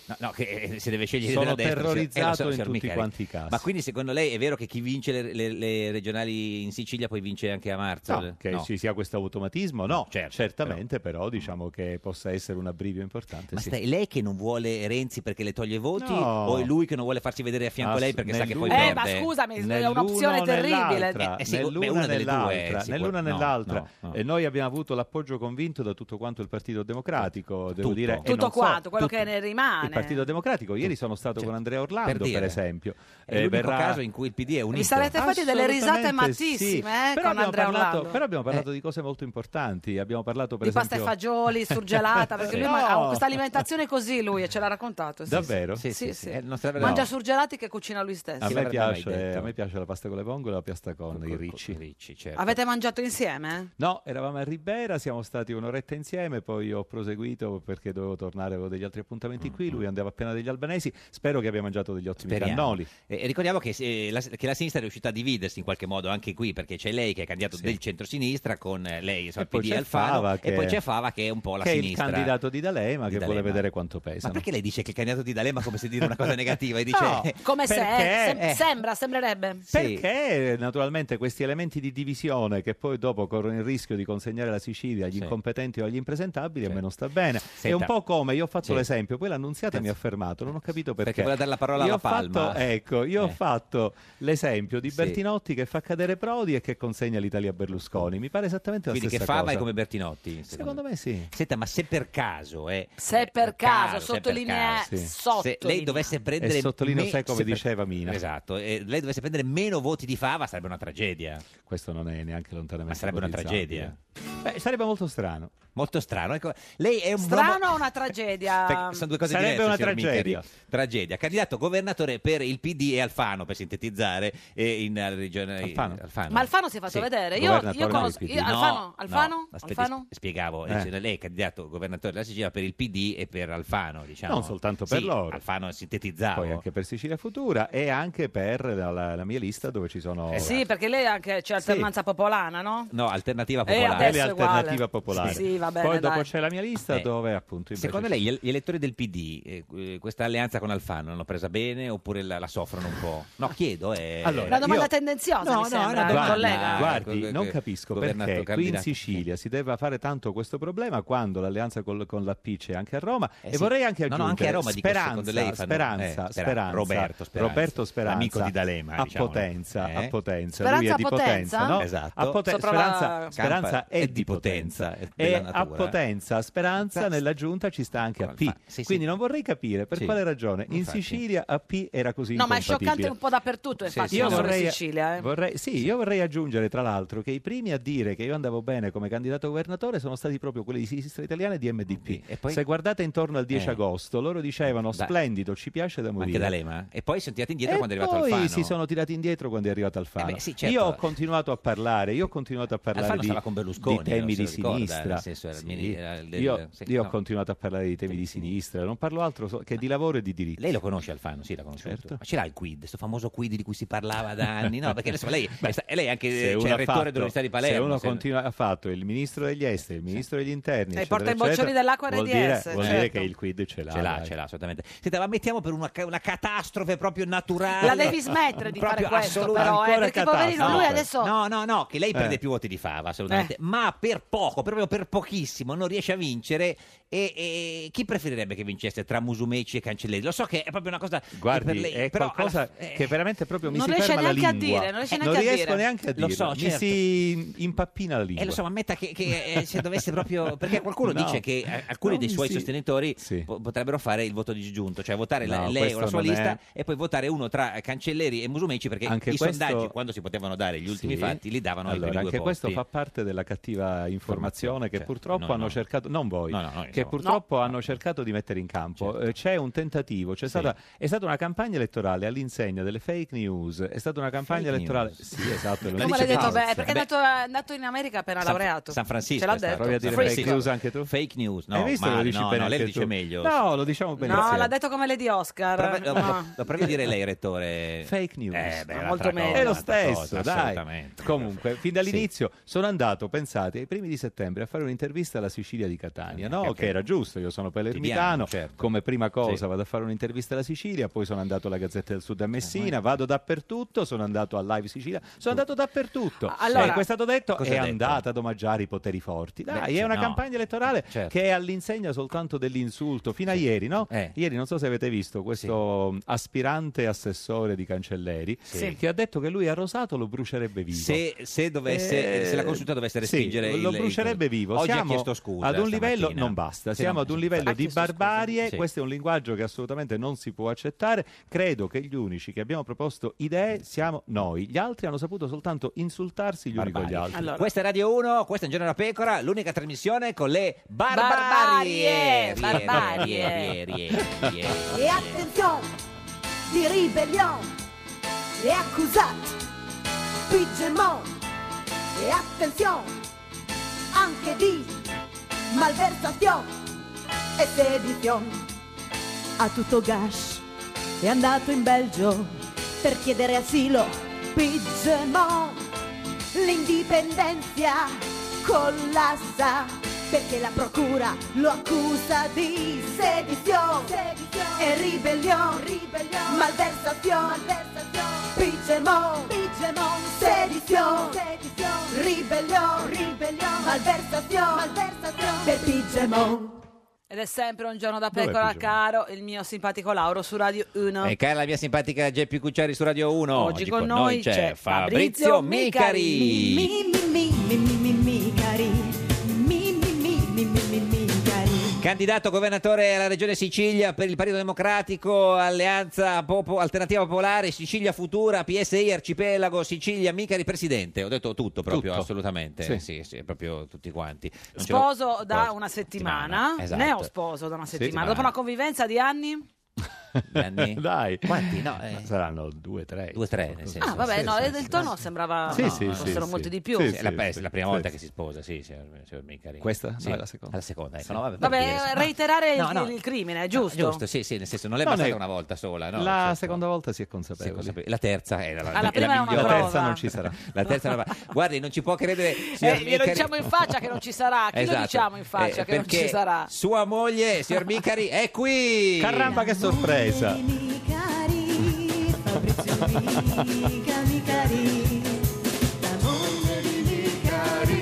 [SPEAKER 4] No, no, che eh, se deve scegliere
[SPEAKER 15] Sono
[SPEAKER 4] della destra, signor-
[SPEAKER 15] terrorizzato
[SPEAKER 4] eh, lo so,
[SPEAKER 15] in
[SPEAKER 4] signor
[SPEAKER 15] tutti
[SPEAKER 4] Micali.
[SPEAKER 15] quanti i casi.
[SPEAKER 4] Ma quindi secondo lei è vero che chi vince le, le- le regionali in Sicilia poi vince anche a marzo?
[SPEAKER 15] No, che ci sia questo automatismo, no,
[SPEAKER 4] Certo,
[SPEAKER 15] certamente però. diciamo che possa essere un abbrivio importante.
[SPEAKER 4] Ma
[SPEAKER 15] sì.
[SPEAKER 4] sta- è lei che non vuole Renzi perché le toglie voti
[SPEAKER 15] No.
[SPEAKER 4] o è lui che non vuole farsi vedere a fianco a
[SPEAKER 15] Ass-
[SPEAKER 4] lei perché sa che poi
[SPEAKER 3] Eh,
[SPEAKER 4] perde?
[SPEAKER 3] ma scusami, è
[SPEAKER 15] Nell'uno
[SPEAKER 3] un'opzione
[SPEAKER 15] o
[SPEAKER 3] terribile.
[SPEAKER 15] nell'altra,
[SPEAKER 4] Eh, sì,
[SPEAKER 15] nell'una
[SPEAKER 4] beh, una delle due,
[SPEAKER 15] nell'altra,
[SPEAKER 4] sicur-
[SPEAKER 15] nell'una
[SPEAKER 4] no,
[SPEAKER 15] nell'altra.
[SPEAKER 4] no, no.
[SPEAKER 15] E noi abbiamo avuto l'appoggio convinto da tutto quanto il Partito Democratico, devo
[SPEAKER 4] Tutto.
[SPEAKER 15] dire, e
[SPEAKER 3] Tutto
[SPEAKER 15] non so,
[SPEAKER 3] quanto, quello
[SPEAKER 15] tutto.
[SPEAKER 3] che ne rimane.
[SPEAKER 15] Il Partito Democratico, ieri sono stato con Andrea Orlando, per,
[SPEAKER 4] Cioè, dire.
[SPEAKER 15] esempio. eh,
[SPEAKER 4] È l'unico caso in cui il PD è unito.
[SPEAKER 3] Vi sarete fatti delle risate
[SPEAKER 15] Assolutamente sì.
[SPEAKER 3] mattissime eh,
[SPEAKER 15] Però
[SPEAKER 3] con
[SPEAKER 15] abbiamo
[SPEAKER 3] Andrea
[SPEAKER 15] parlato-
[SPEAKER 3] Orlando. Eh.
[SPEAKER 15] Però abbiamo parlato di cose molto importanti. Abbiamo parlato, per
[SPEAKER 3] di pasta
[SPEAKER 15] esempio,
[SPEAKER 3] e fagioli, surgelata, perché
[SPEAKER 15] Sì.
[SPEAKER 3] lui ma-
[SPEAKER 15] No.
[SPEAKER 3] ha questa alimentazione così lui e ce l'ha raccontato. sì,
[SPEAKER 15] Davvero?
[SPEAKER 3] Sì, sì, sì.
[SPEAKER 15] sarebbe-
[SPEAKER 3] Mangia
[SPEAKER 15] No.
[SPEAKER 3] surgelati che cucina lui stesso.
[SPEAKER 15] A me,
[SPEAKER 4] l'avrebbe Eh, mai
[SPEAKER 15] piace,
[SPEAKER 4] detto.
[SPEAKER 15] a me piace la pasta con le vongole e la pasta con, i ricci.
[SPEAKER 4] certo.
[SPEAKER 3] Avete mangiato insieme?
[SPEAKER 15] No, eravamo a Ribera, siamo stati un'oretta insieme, poi ho proseguito perché dovevo tornare, avevo degli altri appuntamenti qui, lui andava appena degli albanesi, spero che abbia mangiato degli ottimi
[SPEAKER 4] Mm, Speriamo.
[SPEAKER 15] cannoli.
[SPEAKER 4] E ricordiamo che, se- la, che la sinistra è riuscita a dividersi in qualche modo anche qui perché c'è lei che è candidato del centrosinistra con eh, lei insomma,
[SPEAKER 15] E poi
[SPEAKER 4] PD
[SPEAKER 15] c'è
[SPEAKER 4] Alfano
[SPEAKER 15] Fava
[SPEAKER 4] e
[SPEAKER 15] che-
[SPEAKER 4] poi c'è Fava che è un po' la
[SPEAKER 15] che è il
[SPEAKER 4] sinistra
[SPEAKER 15] candidato di D'Alema che vuole
[SPEAKER 4] D'Alema.
[SPEAKER 15] vedere quanto
[SPEAKER 4] ma
[SPEAKER 15] pesano.
[SPEAKER 4] perché lei dice che il candidato di D'Alema è come se dire una cosa negativa e dice
[SPEAKER 15] No.
[SPEAKER 3] Come se,
[SPEAKER 15] Perché?
[SPEAKER 3] eh, sem-
[SPEAKER 15] Eh.
[SPEAKER 3] sembra, sembrerebbe.
[SPEAKER 15] Perché naturalmente questi elementi di divisione che poi dopo corrono il rischio di consegnare la Sicilia agli incompetenti o agli impresentabili a me non sta bene. È
[SPEAKER 4] Senta.
[SPEAKER 15] un po' come io ho fatto
[SPEAKER 4] Sì.
[SPEAKER 15] l'esempio, poi l'annunziata mi ha fermato, non ho capito perché.
[SPEAKER 4] voleva dare la parola
[SPEAKER 15] Io
[SPEAKER 4] alla
[SPEAKER 15] ho fatto-
[SPEAKER 4] Palma.
[SPEAKER 15] ecco, io ho
[SPEAKER 4] Eh.
[SPEAKER 15] fatto l'esempio di
[SPEAKER 4] Sì.
[SPEAKER 15] Bertinotti che fa cadere Prodi e che consegna l'Italia a Berlusconi. Mi pare esattamente la
[SPEAKER 4] quindi che
[SPEAKER 15] stessa
[SPEAKER 4] Fava
[SPEAKER 15] cosa.
[SPEAKER 4] è come Bertinotti
[SPEAKER 15] Secondo me sì.
[SPEAKER 4] Senta, ma se per caso eh,
[SPEAKER 3] Se per
[SPEAKER 4] caro,
[SPEAKER 3] caso,
[SPEAKER 4] se per
[SPEAKER 3] sottolinea,
[SPEAKER 4] caso, sì. se
[SPEAKER 3] sottolinea.
[SPEAKER 4] lei dovesse prendere
[SPEAKER 15] E sottolineo sai come
[SPEAKER 4] se per-
[SPEAKER 15] diceva Mina.
[SPEAKER 4] esatto e lei dovesse prendere meno voti di Fava sarebbe una tragedia
[SPEAKER 15] Questo non è neanche lontanamente
[SPEAKER 4] ma sarebbe una
[SPEAKER 15] ipotizzabile.
[SPEAKER 4] tragedia
[SPEAKER 15] Beh, sarebbe molto strano.
[SPEAKER 4] Molto strano. Ecco, lei è un
[SPEAKER 3] Strano o una tragedia? Mm,
[SPEAKER 4] Perché sono due cose
[SPEAKER 15] Sarebbe
[SPEAKER 4] diverse.
[SPEAKER 15] una
[SPEAKER 4] signor
[SPEAKER 15] tragedia.
[SPEAKER 4] Micheli. Tragedia. Candidato governatore per il PD e Alfano, per sintetizzare, e in eh, regione Alfano.
[SPEAKER 3] Ma Alfano si è fatto
[SPEAKER 4] Sì.
[SPEAKER 3] vedere? Io, io conosco. io- Alfano? Alfano?
[SPEAKER 4] aspetti,
[SPEAKER 3] Alfano?
[SPEAKER 4] sp- spiegavo,
[SPEAKER 15] Eh.
[SPEAKER 4] eh, lei è candidato governatore della Sicilia per il PD e per Alfano, diciamo.
[SPEAKER 15] Non soltanto per
[SPEAKER 4] Sì,
[SPEAKER 15] loro.
[SPEAKER 4] Alfano sintetizzavo.
[SPEAKER 15] Poi anche per Sicilia Futura e anche per la, la- la mia lista dove ci sono...
[SPEAKER 4] Eh
[SPEAKER 3] Sì, perché lei anche c'è alternanza popolana, no?
[SPEAKER 4] No, alternativa
[SPEAKER 3] Eh, popolare. adesso
[SPEAKER 15] Tele
[SPEAKER 3] è
[SPEAKER 15] alternativa
[SPEAKER 3] uguale.
[SPEAKER 15] popolare.
[SPEAKER 3] Sì, va bene,
[SPEAKER 15] Poi dopo
[SPEAKER 3] dai.
[SPEAKER 15] c'è la mia lista
[SPEAKER 4] Eh,
[SPEAKER 15] dove appunto... invece
[SPEAKER 4] Secondo
[SPEAKER 15] ci-
[SPEAKER 4] lei gli gli elettori del PD eh, eh, questa alleanza con Alfano l'hanno presa bene oppure la, la soffrono un po'? No, chiedo. eh.
[SPEAKER 15] Allora,
[SPEAKER 3] Una domanda tendenziosa, mi sembra, ecco. del collega.
[SPEAKER 15] guardi,
[SPEAKER 4] Ecco,
[SPEAKER 15] non
[SPEAKER 4] che-
[SPEAKER 15] capisco
[SPEAKER 4] governato
[SPEAKER 15] perché qui in
[SPEAKER 4] candidato.
[SPEAKER 15] Sicilia si deve fare tanto questo problema quando l'alleanza col- con la P c'è anche a Roma
[SPEAKER 4] Eh
[SPEAKER 15] e
[SPEAKER 4] sì.
[SPEAKER 15] vorrei anche
[SPEAKER 4] No,
[SPEAKER 15] aggiungere
[SPEAKER 4] no, anche a Roma, dico,
[SPEAKER 15] Speranza,
[SPEAKER 4] secondo lei fanno-
[SPEAKER 15] Speranza,
[SPEAKER 4] eh, Speranza,
[SPEAKER 15] Speranza,
[SPEAKER 4] Roberto Speranza,
[SPEAKER 15] Roberto Speranza,
[SPEAKER 4] amico di D'Alema,
[SPEAKER 15] a
[SPEAKER 4] diciamo.
[SPEAKER 15] Potenza,
[SPEAKER 4] Eh?
[SPEAKER 15] a Potenza,
[SPEAKER 4] Speranza
[SPEAKER 15] lui è
[SPEAKER 4] a
[SPEAKER 15] di
[SPEAKER 4] Potenza?
[SPEAKER 15] Potenza, no?
[SPEAKER 4] Esatto.
[SPEAKER 15] A Pote-
[SPEAKER 4] Sopra
[SPEAKER 15] Speranza,
[SPEAKER 4] la-
[SPEAKER 15] Speranza
[SPEAKER 4] Campa-
[SPEAKER 15] è,
[SPEAKER 4] è
[SPEAKER 15] di
[SPEAKER 4] di
[SPEAKER 15] Potenza,
[SPEAKER 4] Potenza, è
[SPEAKER 15] e
[SPEAKER 4] della
[SPEAKER 15] a
[SPEAKER 4] natura.
[SPEAKER 15] Potenza, Speranza
[SPEAKER 4] Sa-
[SPEAKER 15] nella giunta ci sta anche a P. Quindi non vorrei capire per
[SPEAKER 4] Sì.
[SPEAKER 15] quale ragione in
[SPEAKER 4] Infatti.
[SPEAKER 15] Sicilia a P era così
[SPEAKER 3] No, ma è
[SPEAKER 15] incompatibile.
[SPEAKER 3] scioccante un po' dappertutto, infatti,
[SPEAKER 15] Io
[SPEAKER 3] non solo in
[SPEAKER 15] vorrei-
[SPEAKER 3] Sicilia. eh.
[SPEAKER 15] vorrei- sì, io vorrei aggiungere tra l'altro che i primi a dire che io andavo bene come candidato governatore sono stati proprio quelli di sinistra italiana e di MDP.
[SPEAKER 4] poi-
[SPEAKER 15] Se guardate intorno al 10
[SPEAKER 4] Eh.
[SPEAKER 15] agosto, loro dicevano
[SPEAKER 4] Da-
[SPEAKER 15] splendido, ci piace da morire.
[SPEAKER 4] Anche D'Alema? E poi sono tirati indietro
[SPEAKER 15] E
[SPEAKER 4] quando è arrivato
[SPEAKER 15] poi
[SPEAKER 4] Alfano.
[SPEAKER 15] si sono tirati indietro quando è arrivato Alfano.
[SPEAKER 4] Eh beh, sì, certo.
[SPEAKER 15] Io ho continuato a parlare, io ho continuato a parlare
[SPEAKER 4] Alfano
[SPEAKER 15] di,
[SPEAKER 4] stava con Berlusconi,
[SPEAKER 15] di temi
[SPEAKER 4] se lo
[SPEAKER 15] di
[SPEAKER 4] ricorda, nel
[SPEAKER 15] sinistra.
[SPEAKER 4] senso, era il
[SPEAKER 15] Sì.
[SPEAKER 4] mini- era il del-
[SPEAKER 15] Io,
[SPEAKER 4] sì,
[SPEAKER 15] io ho
[SPEAKER 4] no.
[SPEAKER 15] continuato a parlare di temi di sinistra, non parlo altro so- che di lavoro e di diritti. Certo.
[SPEAKER 4] Lei lo conosce Alfano? Sì, l'ha conosciuto. Ma ce l'ha il quid, sto famoso quid di cui si parlava da anni? No, perché adesso lei,
[SPEAKER 15] Beh,
[SPEAKER 4] è sta- e lei è anche
[SPEAKER 15] se
[SPEAKER 4] cioè,
[SPEAKER 15] uno
[SPEAKER 4] il
[SPEAKER 15] ha
[SPEAKER 4] rettore
[SPEAKER 15] fatto-
[SPEAKER 4] dell'Università di
[SPEAKER 15] Se
[SPEAKER 4] Palermo.
[SPEAKER 15] uno
[SPEAKER 4] se-
[SPEAKER 15] continua- ha fatto il ministro degli esteri, il ministro degli interni,
[SPEAKER 3] E
[SPEAKER 15] eccetera,
[SPEAKER 3] Eh, porta i boccioli
[SPEAKER 15] eccetera,
[SPEAKER 3] dell'acqua
[SPEAKER 15] vuol
[SPEAKER 3] RDS,
[SPEAKER 15] dire, vuol dire
[SPEAKER 3] certo.
[SPEAKER 15] che il quid ce l'ha.
[SPEAKER 4] Ce l'ha,
[SPEAKER 15] dai.
[SPEAKER 4] ce l'ha assolutamente. Senta, la mettiamo per una, ca- una catastrofe proprio naturale.
[SPEAKER 3] La devi smettere di fare
[SPEAKER 4] Proprio
[SPEAKER 3] questo,
[SPEAKER 4] assoluta.
[SPEAKER 3] però, eh,
[SPEAKER 4] Ancora
[SPEAKER 3] perché poverino, lui
[SPEAKER 4] catastrofe.
[SPEAKER 3] adesso-
[SPEAKER 4] No, no, no, che lei perde
[SPEAKER 15] Eh.
[SPEAKER 4] più voti di Fava, assolutamente.
[SPEAKER 3] Eh.
[SPEAKER 4] Ma per poco, proprio per pochissimo, non riesce a vincere. E, e chi preferirebbe che vincesse tra Musumeci e Cancelleri? Lo so che è proprio una cosa che
[SPEAKER 15] Guardi,
[SPEAKER 4] per lei,
[SPEAKER 15] è
[SPEAKER 4] però
[SPEAKER 15] qualcosa
[SPEAKER 4] alla- eh,
[SPEAKER 15] che veramente proprio mi
[SPEAKER 4] non
[SPEAKER 15] si
[SPEAKER 4] riesce
[SPEAKER 15] ferma la lingua.
[SPEAKER 4] neanche a dire, non riesce
[SPEAKER 15] Eh,
[SPEAKER 4] neanche a
[SPEAKER 15] riesco
[SPEAKER 4] dire.
[SPEAKER 15] neanche a
[SPEAKER 4] Lo
[SPEAKER 15] dire.
[SPEAKER 4] so,
[SPEAKER 15] mi
[SPEAKER 4] certo.
[SPEAKER 15] si impappina la lingua.
[SPEAKER 4] Eh, lo so, ma metta che, che, eh, se dovesse proprio. Perché qualcuno
[SPEAKER 15] No.
[SPEAKER 4] dice che eh, alcuni
[SPEAKER 15] No,
[SPEAKER 4] dei
[SPEAKER 15] mi
[SPEAKER 4] suoi
[SPEAKER 15] si-
[SPEAKER 4] sostenitori po- potrebbero fare il voto disgiunto, cioè votare la-
[SPEAKER 15] No,
[SPEAKER 4] lei o la
[SPEAKER 15] questo
[SPEAKER 4] sua
[SPEAKER 15] non è-
[SPEAKER 4] lista e poi votare uno tra Cancelleri e Musumeci perché
[SPEAKER 15] Anche
[SPEAKER 4] i
[SPEAKER 15] questo-
[SPEAKER 4] sondaggi, quando si potevano dare gli ultimi
[SPEAKER 15] Sì.
[SPEAKER 4] fatti, li davano ai
[SPEAKER 15] allora,
[SPEAKER 4] primi due
[SPEAKER 15] anche questo
[SPEAKER 4] posti.
[SPEAKER 15] fa parte della cattiva informazione che
[SPEAKER 4] cioè,
[SPEAKER 15] purtroppo
[SPEAKER 4] no,
[SPEAKER 15] hanno
[SPEAKER 4] no.
[SPEAKER 15] cercato non voi
[SPEAKER 4] No, Certo. no, noi
[SPEAKER 15] che
[SPEAKER 4] siamo-
[SPEAKER 15] purtroppo hanno cercato di mettere in campo Eh, c'è un tentativo c'è stata, è stata una campagna elettorale all'insegna delle fake news è stata una campagna
[SPEAKER 4] Fake
[SPEAKER 15] elettorale
[SPEAKER 4] news.
[SPEAKER 15] sì esatto lo
[SPEAKER 3] Come
[SPEAKER 15] dice
[SPEAKER 3] l'hai detto?
[SPEAKER 15] Paolo.
[SPEAKER 3] Beh, perché è nato, è andato in America appena
[SPEAKER 4] San-
[SPEAKER 3] laureato.
[SPEAKER 4] San Francisco.
[SPEAKER 3] Ce l'ha
[SPEAKER 4] è stato.
[SPEAKER 3] detto.
[SPEAKER 15] Provi a dire
[SPEAKER 4] San
[SPEAKER 15] fake
[SPEAKER 4] Francisco.
[SPEAKER 15] news anche tu?
[SPEAKER 4] Fake news, no,
[SPEAKER 15] Hai visto che lo
[SPEAKER 4] male,
[SPEAKER 15] dici
[SPEAKER 4] no,
[SPEAKER 15] bene
[SPEAKER 4] no, lei lo
[SPEAKER 15] anche
[SPEAKER 4] dice
[SPEAKER 15] tu?
[SPEAKER 4] meglio.
[SPEAKER 15] no lo diciamo bene
[SPEAKER 3] No,
[SPEAKER 15] insieme.
[SPEAKER 3] l'ha detto come Lady Oscar.
[SPEAKER 4] Prova-
[SPEAKER 3] Ma-
[SPEAKER 4] Lo provi a dire lei, rettore.
[SPEAKER 15] Fake news.
[SPEAKER 4] Eh, beh,
[SPEAKER 15] Ah,
[SPEAKER 4] un'altra
[SPEAKER 15] molto
[SPEAKER 4] cosa,
[SPEAKER 15] meglio. È lo
[SPEAKER 4] un'altra
[SPEAKER 15] stesso,
[SPEAKER 4] cosa,
[SPEAKER 15] dai.
[SPEAKER 4] Assolutamente.
[SPEAKER 15] Comunque, fin dall'inizio sono andato, pensate, ai primi di settembre a fare un'intervista alla Sicilia di Catania, no?
[SPEAKER 4] perché-
[SPEAKER 15] Che era giusto, io sono palermitano,
[SPEAKER 4] certo.
[SPEAKER 15] come prima cosa vado a fare un'intervista alla Sicilia, poi sono andato alla Gazzetta del Sud a
[SPEAKER 4] Eh.
[SPEAKER 15] Messina, vado dappertutto, sono andato a Live Sicilia, sono andato dappertutto.
[SPEAKER 3] Allora-
[SPEAKER 15] e poi è stato detto,
[SPEAKER 4] Cosa
[SPEAKER 15] è
[SPEAKER 4] ha detto?
[SPEAKER 15] andata ad omaggiare i poteri forti. Dai,
[SPEAKER 4] Certo. Beh,
[SPEAKER 15] è una
[SPEAKER 4] no.
[SPEAKER 15] campagna elettorale
[SPEAKER 4] Certo. Eh.
[SPEAKER 15] che è all'insegna soltanto dell'insulto, fino a ieri, no? Ieri non so se avete visto questo mh, aspirante assessore di Cancelleri
[SPEAKER 4] Sì.
[SPEAKER 15] che ha detto che lui a Rosato lo brucerebbe vivo.
[SPEAKER 4] Se, se dovesse-
[SPEAKER 15] Eh,
[SPEAKER 4] se la consulta dovesse
[SPEAKER 15] sì,
[SPEAKER 4] respingere il-
[SPEAKER 15] lo
[SPEAKER 4] il-
[SPEAKER 15] brucerebbe vivo.
[SPEAKER 4] Oggi
[SPEAKER 15] siamo
[SPEAKER 4] ha chiesto scusa.
[SPEAKER 15] Ad un livello
[SPEAKER 4] stamattina.
[SPEAKER 15] non basta,
[SPEAKER 4] Sì,
[SPEAKER 15] siamo
[SPEAKER 4] no,
[SPEAKER 15] ad un
[SPEAKER 4] sì.
[SPEAKER 15] livello
[SPEAKER 4] Ha
[SPEAKER 15] di
[SPEAKER 4] chiesto scusa.
[SPEAKER 15] barbarie.
[SPEAKER 4] Sì.
[SPEAKER 15] Questo è un linguaggio che assolutamente non si può accettare. Credo che gli unici che abbiamo proposto idee siamo noi. Gli altri hanno saputo soltanto insultarsi gli uni con gli altri.
[SPEAKER 4] Allora. Questa è Radio 1, questa è Un giorno da pecora, l'unica trasmissione con le
[SPEAKER 11] Barbarie,
[SPEAKER 4] barbarie.
[SPEAKER 11] barbarie.
[SPEAKER 4] Rie, rie, rie, rie.
[SPEAKER 11] E attenzione di ribellion è accusato Pigemon e attenzione anche di malversazione e sedizione.
[SPEAKER 16] a tutto gas è andato in Belgio
[SPEAKER 11] per chiedere asilo. Pigemon, l'indipendenza collassa perché la procura lo accusa di sedizione e ribellione, malversazione, Pigemon, sedizione, ribellione, malversazione, per Pigemon.
[SPEAKER 3] Ed è sempre un giorno da
[SPEAKER 4] Dov'è Eh,
[SPEAKER 3] pecora,
[SPEAKER 4] Pigeon?
[SPEAKER 3] caro, il mio simpatico Lauro su Radio 1.
[SPEAKER 4] E cara la mia simpatica Geppi Cucciari su Radio 1.
[SPEAKER 3] Oggi con noi c'è
[SPEAKER 4] Fabrizio
[SPEAKER 16] Mi,
[SPEAKER 4] Micari.
[SPEAKER 16] mi, mi, mi, mi, mi, mi, cari. Mi, mi, mi, mi, mi, mi, mi, cari.
[SPEAKER 4] Candidato governatore alla regione Sicilia per il Partito Democratico, Alleanza Popo- Alternativa Popolare, Sicilia Futura, PSI, Arcipelago, Sicilia, Micari, Presidente. Ho detto tutto proprio,
[SPEAKER 15] Tutto.
[SPEAKER 4] assolutamente.
[SPEAKER 15] Sì.
[SPEAKER 4] Sì. Sì, proprio tutti quanti. Non ce l'ho-
[SPEAKER 3] Sposo da una settimana,
[SPEAKER 4] settimana, esatto.
[SPEAKER 3] neo sposo da una settimana,
[SPEAKER 4] Settimana.
[SPEAKER 3] dopo una convivenza di anni?
[SPEAKER 15] Dai.
[SPEAKER 4] Quanti? No, eh,
[SPEAKER 15] Saranno due, tre.
[SPEAKER 4] Due, tre, nel senso.
[SPEAKER 3] ah, vabbè,
[SPEAKER 4] Sì,
[SPEAKER 3] no,
[SPEAKER 4] sì,
[SPEAKER 3] il
[SPEAKER 4] sì.
[SPEAKER 3] tono sembrava
[SPEAKER 4] Sì,
[SPEAKER 3] no,
[SPEAKER 4] sì, sì,
[SPEAKER 3] fossero
[SPEAKER 4] sì.
[SPEAKER 3] molti di più.
[SPEAKER 4] Sì, sì, è la, è la prima
[SPEAKER 15] sì,
[SPEAKER 4] volta
[SPEAKER 15] sì.
[SPEAKER 4] che si sposa, sì, signor, signor Micari.
[SPEAKER 15] Questa?
[SPEAKER 4] Sì,
[SPEAKER 15] No, è la seconda.
[SPEAKER 4] Alla seconda, ecco.
[SPEAKER 15] Sì.
[SPEAKER 4] No, vabbè, per dire,
[SPEAKER 3] Vabbè,
[SPEAKER 4] sì.
[SPEAKER 3] reiterare
[SPEAKER 4] No,
[SPEAKER 3] il,
[SPEAKER 4] no.
[SPEAKER 3] il crimine, è
[SPEAKER 4] No,
[SPEAKER 3] giusto?
[SPEAKER 4] giusto, sì, sì, nel senso non è
[SPEAKER 15] No,
[SPEAKER 4] bastata
[SPEAKER 15] noi-
[SPEAKER 4] una volta sola, no?
[SPEAKER 15] la
[SPEAKER 4] Cioè,
[SPEAKER 15] seconda volta si è
[SPEAKER 4] sì,
[SPEAKER 15] consapevoli.
[SPEAKER 4] consapevoli. La terza era la,
[SPEAKER 3] Alla
[SPEAKER 4] è la
[SPEAKER 3] prima è una
[SPEAKER 4] migliore.
[SPEAKER 3] La terza prova. non
[SPEAKER 15] ci sarà.
[SPEAKER 4] La terza non va- Guardi, non ci può credere. signor
[SPEAKER 3] Eh, glielo
[SPEAKER 4] Micari.
[SPEAKER 3] diciamo in faccia che non ci sarà. Chi
[SPEAKER 4] Esatto.
[SPEAKER 3] lo diciamo in faccia
[SPEAKER 4] Eh,
[SPEAKER 3] che non ci
[SPEAKER 4] perché
[SPEAKER 3] sarà?
[SPEAKER 4] Sua moglie, signor Micari, è qui.
[SPEAKER 15] Caramba, che sorpresa!
[SPEAKER 2] Mica, mica lì. La moglie di mica lì.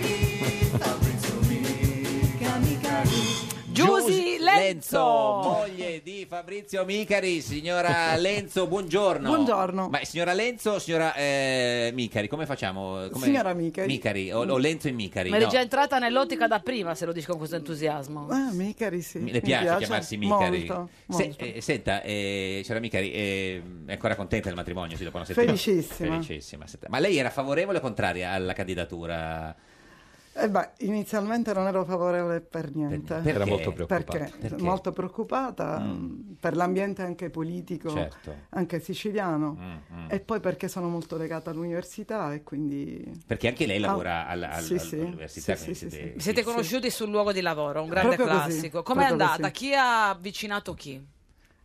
[SPEAKER 2] Fabrizio mica, mica lì.
[SPEAKER 3] Giusy Lenzo.
[SPEAKER 4] moglie di Fabrizio Micari, signora Lenzo, buongiorno.
[SPEAKER 17] Buongiorno.
[SPEAKER 4] Ma signora Lenzo, signora eh, Micari, come facciamo? Come-
[SPEAKER 17] Signora Micari.
[SPEAKER 4] o, o Lenzo e Micari?
[SPEAKER 3] Ma eri
[SPEAKER 4] no.
[SPEAKER 3] già entrata nell'ottica da prima, se lo dici con questo entusiasmo.
[SPEAKER 17] Ah, Micari sì.
[SPEAKER 4] Mi- Le piace, chiamarsi Micari?
[SPEAKER 17] Molto,
[SPEAKER 4] Se-
[SPEAKER 17] molto.
[SPEAKER 4] eh, senta, eh, signora Micari, eh, è ancora contenta del matrimonio? Sì, dopo una settimana?
[SPEAKER 17] Felicissima.
[SPEAKER 4] Felicissima, senta. Ma lei era favorevole o contraria alla candidatura?
[SPEAKER 17] Eh beh, inizialmente non ero favorevole per niente.
[SPEAKER 4] niente. Era molto preoccupata.
[SPEAKER 17] Perché?
[SPEAKER 4] Perché? Mm.
[SPEAKER 17] Molto preoccupata mh, per l'ambiente anche politico,
[SPEAKER 4] Certo.
[SPEAKER 17] anche siciliano.
[SPEAKER 4] Mm, mm.
[SPEAKER 18] 哎
[SPEAKER 17] E poi perché sono molto legata all'università e quindi...
[SPEAKER 4] Perché anche lei
[SPEAKER 17] Ah,
[SPEAKER 4] lavora alla- alla-
[SPEAKER 17] sì, sì.
[SPEAKER 4] all'università.
[SPEAKER 17] Sì,
[SPEAKER 4] quindi
[SPEAKER 17] sì,
[SPEAKER 4] siete-
[SPEAKER 17] sì,
[SPEAKER 3] Vi siete conosciuti sul luogo di lavoro, un grande
[SPEAKER 17] Proprio così,
[SPEAKER 3] classico. Com'è
[SPEAKER 17] proprio così.
[SPEAKER 3] andata? Chi ha avvicinato chi?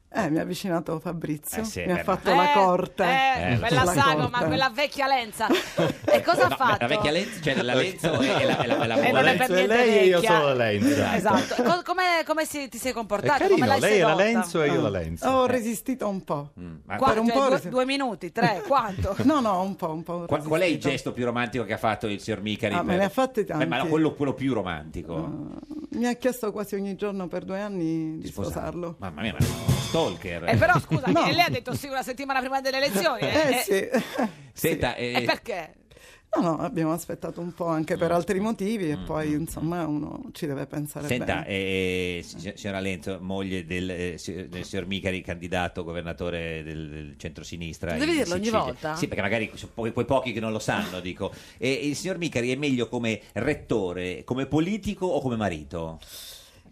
[SPEAKER 17] Eh, mi ha avvicinato Fabrizio,
[SPEAKER 4] Eh sì,
[SPEAKER 17] mi ha
[SPEAKER 4] beh,
[SPEAKER 17] fatto
[SPEAKER 3] ma-
[SPEAKER 17] la
[SPEAKER 3] Eh,
[SPEAKER 17] corte.
[SPEAKER 3] Eh,
[SPEAKER 4] Eh,
[SPEAKER 3] quella
[SPEAKER 17] la
[SPEAKER 3] sagoma,
[SPEAKER 17] corte.
[SPEAKER 3] quella vecchia lenza. E cosa ha
[SPEAKER 4] No,
[SPEAKER 3] fatto?
[SPEAKER 4] La vecchia Lenzo, cioè la Lenzo è, è la, è la, è la
[SPEAKER 3] E
[SPEAKER 4] buona.
[SPEAKER 3] non è
[SPEAKER 17] Cioè,
[SPEAKER 3] per niente vecchia.
[SPEAKER 15] Lenza.
[SPEAKER 3] Esatto. Co- Come, come si- ti sei comportato?
[SPEAKER 15] carino,
[SPEAKER 3] come l'hai
[SPEAKER 15] lei era
[SPEAKER 3] sedotta?
[SPEAKER 15] Lenzo e io la Lenzo.
[SPEAKER 4] Eh.
[SPEAKER 17] Ho resistito un po'.
[SPEAKER 4] Mm, ma-
[SPEAKER 17] Per un po'
[SPEAKER 3] Quanto? cioè, Due,
[SPEAKER 17] resi-
[SPEAKER 3] due minuti, tre, quanto?
[SPEAKER 17] No, no, un po', un po'.
[SPEAKER 4] Qual, qual è il gesto più romantico che ha fatto il signor Micari?
[SPEAKER 17] Ah, me ne ha fatti
[SPEAKER 4] Beh, ma no,
[SPEAKER 17] tanti.
[SPEAKER 4] quello, quello più romantico.
[SPEAKER 17] Mi ha chiesto quasi ogni giorno per due anni di
[SPEAKER 4] Sposarlo.
[SPEAKER 17] sposarlo.
[SPEAKER 4] Mamma mia, ma è uno stalker.
[SPEAKER 3] E Eh, però scusa, e lei ha detto sì una settimana prima delle elezioni.
[SPEAKER 17] Eh,
[SPEAKER 3] e-
[SPEAKER 17] sì.
[SPEAKER 4] Senta, eh,
[SPEAKER 3] E perché?
[SPEAKER 17] No, no, abbiamo aspettato un po' anche
[SPEAKER 4] Mm.
[SPEAKER 17] per altri motivi e poi insomma uno ci deve pensare
[SPEAKER 4] Senta,
[SPEAKER 17] bene.
[SPEAKER 4] eh, sig- signora Lenzo, moglie del, eh, si- del signor Micari, candidato governatore del, del centrosinistra.
[SPEAKER 3] Devi
[SPEAKER 4] in
[SPEAKER 3] dirlo ogni
[SPEAKER 4] Sicilia.
[SPEAKER 3] volta?
[SPEAKER 4] Sì, perché magari sono po- quei pochi che non lo sanno, dico. E il signor Micari è meglio come rettore, come politico o come marito?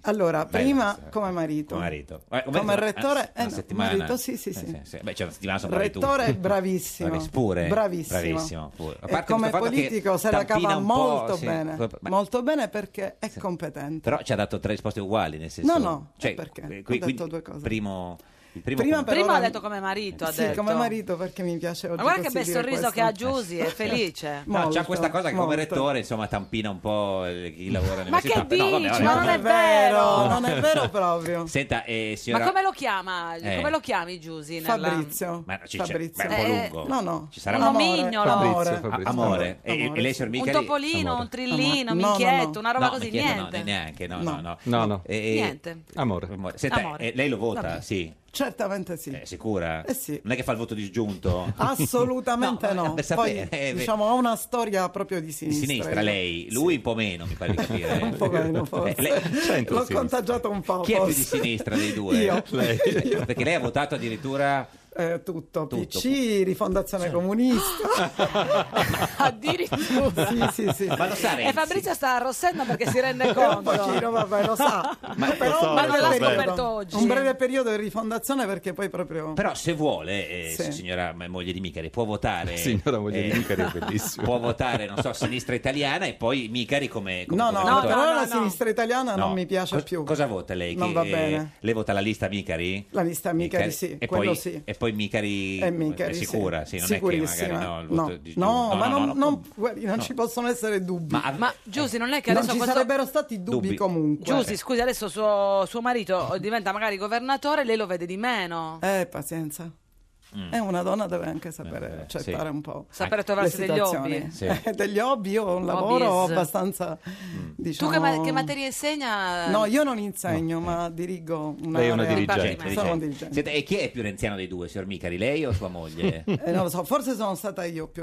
[SPEAKER 17] Allora,
[SPEAKER 4] Bella
[SPEAKER 17] prima
[SPEAKER 4] questa.
[SPEAKER 17] come marito.
[SPEAKER 4] Come marito. Eh,
[SPEAKER 17] Come rettore,
[SPEAKER 4] eh,
[SPEAKER 17] eh,
[SPEAKER 4] una
[SPEAKER 17] no,
[SPEAKER 4] settimana.
[SPEAKER 17] marito, sì, sì,
[SPEAKER 4] Eh,
[SPEAKER 17] sì.
[SPEAKER 4] Beh, c'è una settimana sono bravi tutti.
[SPEAKER 17] Rettore bravissimo.
[SPEAKER 4] Bravis- pure,
[SPEAKER 17] Bravissimo.
[SPEAKER 4] bravissimo, pure. A
[SPEAKER 17] E
[SPEAKER 4] parte
[SPEAKER 17] come
[SPEAKER 4] questo fatto che
[SPEAKER 17] politico se la
[SPEAKER 4] tampina
[SPEAKER 17] cava
[SPEAKER 4] un po',
[SPEAKER 17] molto
[SPEAKER 4] sì,
[SPEAKER 17] bene.
[SPEAKER 4] ma-
[SPEAKER 17] Molto bene perché è competente.
[SPEAKER 4] Però ci ha dato tre risposte uguali, nel senso...
[SPEAKER 17] No, no,
[SPEAKER 4] cioè,
[SPEAKER 17] eh, perché?
[SPEAKER 4] qui-
[SPEAKER 17] Ho
[SPEAKER 4] qui-
[SPEAKER 17] detto due cose.
[SPEAKER 4] Primo, il primo
[SPEAKER 17] Prima
[SPEAKER 4] punto.
[SPEAKER 17] però
[SPEAKER 3] Prima ha
[SPEAKER 17] la-
[SPEAKER 3] detto come marito, ha
[SPEAKER 17] sì,
[SPEAKER 3] detto.
[SPEAKER 17] come marito perché mi piace oggi
[SPEAKER 3] Ma guarda che
[SPEAKER 17] così
[SPEAKER 3] bel
[SPEAKER 17] dire
[SPEAKER 3] sorriso
[SPEAKER 17] questo.
[SPEAKER 3] che ha Giusy, è felice.
[SPEAKER 4] No, c'ha
[SPEAKER 17] Molto,
[SPEAKER 4] questa cosa che come
[SPEAKER 17] molto.
[SPEAKER 4] rettore, insomma, tampina un po' eh, chi lavora
[SPEAKER 3] Ma che
[SPEAKER 4] nell'università. No, vabbè, vabbè,
[SPEAKER 3] dici? Ma
[SPEAKER 4] vabbè.
[SPEAKER 3] non è vero.
[SPEAKER 17] Non è vero proprio.
[SPEAKER 4] Senta, eh,
[SPEAKER 3] Ma
[SPEAKER 4] signora...
[SPEAKER 3] come lo chiama?
[SPEAKER 4] Eh.
[SPEAKER 3] Come lo chiami Giusy? nella- Eh,
[SPEAKER 17] Fabrizio.
[SPEAKER 4] Ma no, ci- c'è-
[SPEAKER 17] Fabrizio.
[SPEAKER 4] beh, è un po' lungo.
[SPEAKER 17] No, no.
[SPEAKER 4] Ci sarà
[SPEAKER 3] Un
[SPEAKER 4] amore.
[SPEAKER 3] omignolo.
[SPEAKER 17] Fabrizio,
[SPEAKER 4] Ah,
[SPEAKER 17] Fabrizio.
[SPEAKER 4] amore. E- E,
[SPEAKER 17] Amore.
[SPEAKER 4] lei, signor
[SPEAKER 3] Un
[SPEAKER 4] Micari...
[SPEAKER 3] topolino, un trillino,
[SPEAKER 17] Amore. No, no,
[SPEAKER 3] minchietto,
[SPEAKER 17] no.
[SPEAKER 3] una roba
[SPEAKER 4] No,
[SPEAKER 3] così,
[SPEAKER 4] mi chiedo,
[SPEAKER 3] niente.
[SPEAKER 4] No, neanche, no, no, no.
[SPEAKER 15] No, no.
[SPEAKER 4] Eh, eh,
[SPEAKER 3] Niente.
[SPEAKER 15] Amore.
[SPEAKER 4] Senta,
[SPEAKER 3] Amore.
[SPEAKER 4] eh, lei lo vota,
[SPEAKER 17] Vabbè.
[SPEAKER 4] sì.
[SPEAKER 17] Certamente sì.
[SPEAKER 4] È sicura?
[SPEAKER 17] Eh sì.
[SPEAKER 4] Non è che fa il voto disgiunto?
[SPEAKER 17] Assolutamente no.
[SPEAKER 4] per
[SPEAKER 17] Poi,
[SPEAKER 4] sapere, eh, beh.
[SPEAKER 17] diciamo, ho una storia proprio di
[SPEAKER 4] Di
[SPEAKER 17] sinistra.
[SPEAKER 4] sinistra lei, lui un po' meno, mi pare di capire.
[SPEAKER 17] Un po' meno, forse.
[SPEAKER 4] Eh, lei-
[SPEAKER 17] L'ho contagiato un po'.
[SPEAKER 4] Chi è più di
[SPEAKER 17] forse.
[SPEAKER 4] sinistra dei due?
[SPEAKER 17] Io. Lei.
[SPEAKER 4] Eh, Perché lei ha votato addirittura...
[SPEAKER 17] Eh, tutto,
[SPEAKER 4] Tutto.
[SPEAKER 17] PC, rifondazione comunista.
[SPEAKER 3] Addirittura.
[SPEAKER 17] sì, sì, sì.
[SPEAKER 4] Ma lo sa Renzi?
[SPEAKER 3] E Eh, Fabrizio sta arrossendo perché si rende conto.
[SPEAKER 17] Un pochino, vabbè, lo sa.
[SPEAKER 4] Ma-
[SPEAKER 17] Però
[SPEAKER 4] lo so, lo
[SPEAKER 17] un breve
[SPEAKER 4] so,
[SPEAKER 17] periodo-
[SPEAKER 4] Roberto,
[SPEAKER 3] oggi.
[SPEAKER 17] Un breve periodo di rifondazione perché poi proprio...
[SPEAKER 4] Però se vuole, eh,
[SPEAKER 17] Sì.
[SPEAKER 4] signora m- moglie di Micari, può votare...
[SPEAKER 15] Signora moglie di Micari è
[SPEAKER 4] bellissimo. Può votare, non so, sinistra italiana e poi Micari come... come
[SPEAKER 17] No, no,
[SPEAKER 4] governatore.
[SPEAKER 17] però la sinistra italiana non
[SPEAKER 4] No.
[SPEAKER 17] mi piace
[SPEAKER 4] Co-
[SPEAKER 17] più.
[SPEAKER 4] Cosa vota lei?
[SPEAKER 17] Non
[SPEAKER 4] Che,
[SPEAKER 17] va
[SPEAKER 4] eh,
[SPEAKER 17] bene.
[SPEAKER 4] lei vota la lista Micari?
[SPEAKER 17] La lista Micari, sì,
[SPEAKER 4] E
[SPEAKER 17] quello
[SPEAKER 4] poi,
[SPEAKER 17] sì.
[SPEAKER 4] e poi Micari,
[SPEAKER 17] È Micari,
[SPEAKER 4] è
[SPEAKER 17] sì.
[SPEAKER 4] sicura, sì, non è che
[SPEAKER 17] Sicurissima.
[SPEAKER 4] magari no, il
[SPEAKER 17] no,
[SPEAKER 4] voto di-
[SPEAKER 17] no,
[SPEAKER 4] no,
[SPEAKER 17] ma
[SPEAKER 4] no,
[SPEAKER 17] non,
[SPEAKER 4] no,
[SPEAKER 17] non- guardi, non
[SPEAKER 4] No.
[SPEAKER 17] ci possono essere dubbi. Ma,
[SPEAKER 3] Giusy, non è che
[SPEAKER 17] non
[SPEAKER 3] adesso
[SPEAKER 17] ci
[SPEAKER 3] questo-
[SPEAKER 17] sarebbero stati dubbi,
[SPEAKER 4] Dubbi.
[SPEAKER 17] comunque.
[SPEAKER 3] Giusy, scusi, adesso suo, suo marito diventa magari governatore, lei lo vede di meno.
[SPEAKER 17] Eh, pazienza.
[SPEAKER 4] Mm. Eh,
[SPEAKER 17] E una donna deve anche sapere accettare
[SPEAKER 4] sì.
[SPEAKER 17] un po'.
[SPEAKER 3] Sapere
[SPEAKER 17] le
[SPEAKER 3] trovarsi degli
[SPEAKER 17] situazioni.
[SPEAKER 3] hobby. Sì.
[SPEAKER 17] Eh, degli hobby, io ho un lavoro
[SPEAKER 3] Hobbies.
[SPEAKER 17] abbastanza...
[SPEAKER 4] Mm.
[SPEAKER 17] Diciamo...
[SPEAKER 3] Tu che, ma- che materia insegna?
[SPEAKER 17] No, io non insegno, ma dirigo una...
[SPEAKER 4] eh. Lei è una dirigente.
[SPEAKER 17] Sono un dirigente.
[SPEAKER 4] Senta, e chi è più renziano dei due, signor Micari, lei o sua moglie?
[SPEAKER 17] Eh, non lo so, forse sono stata io più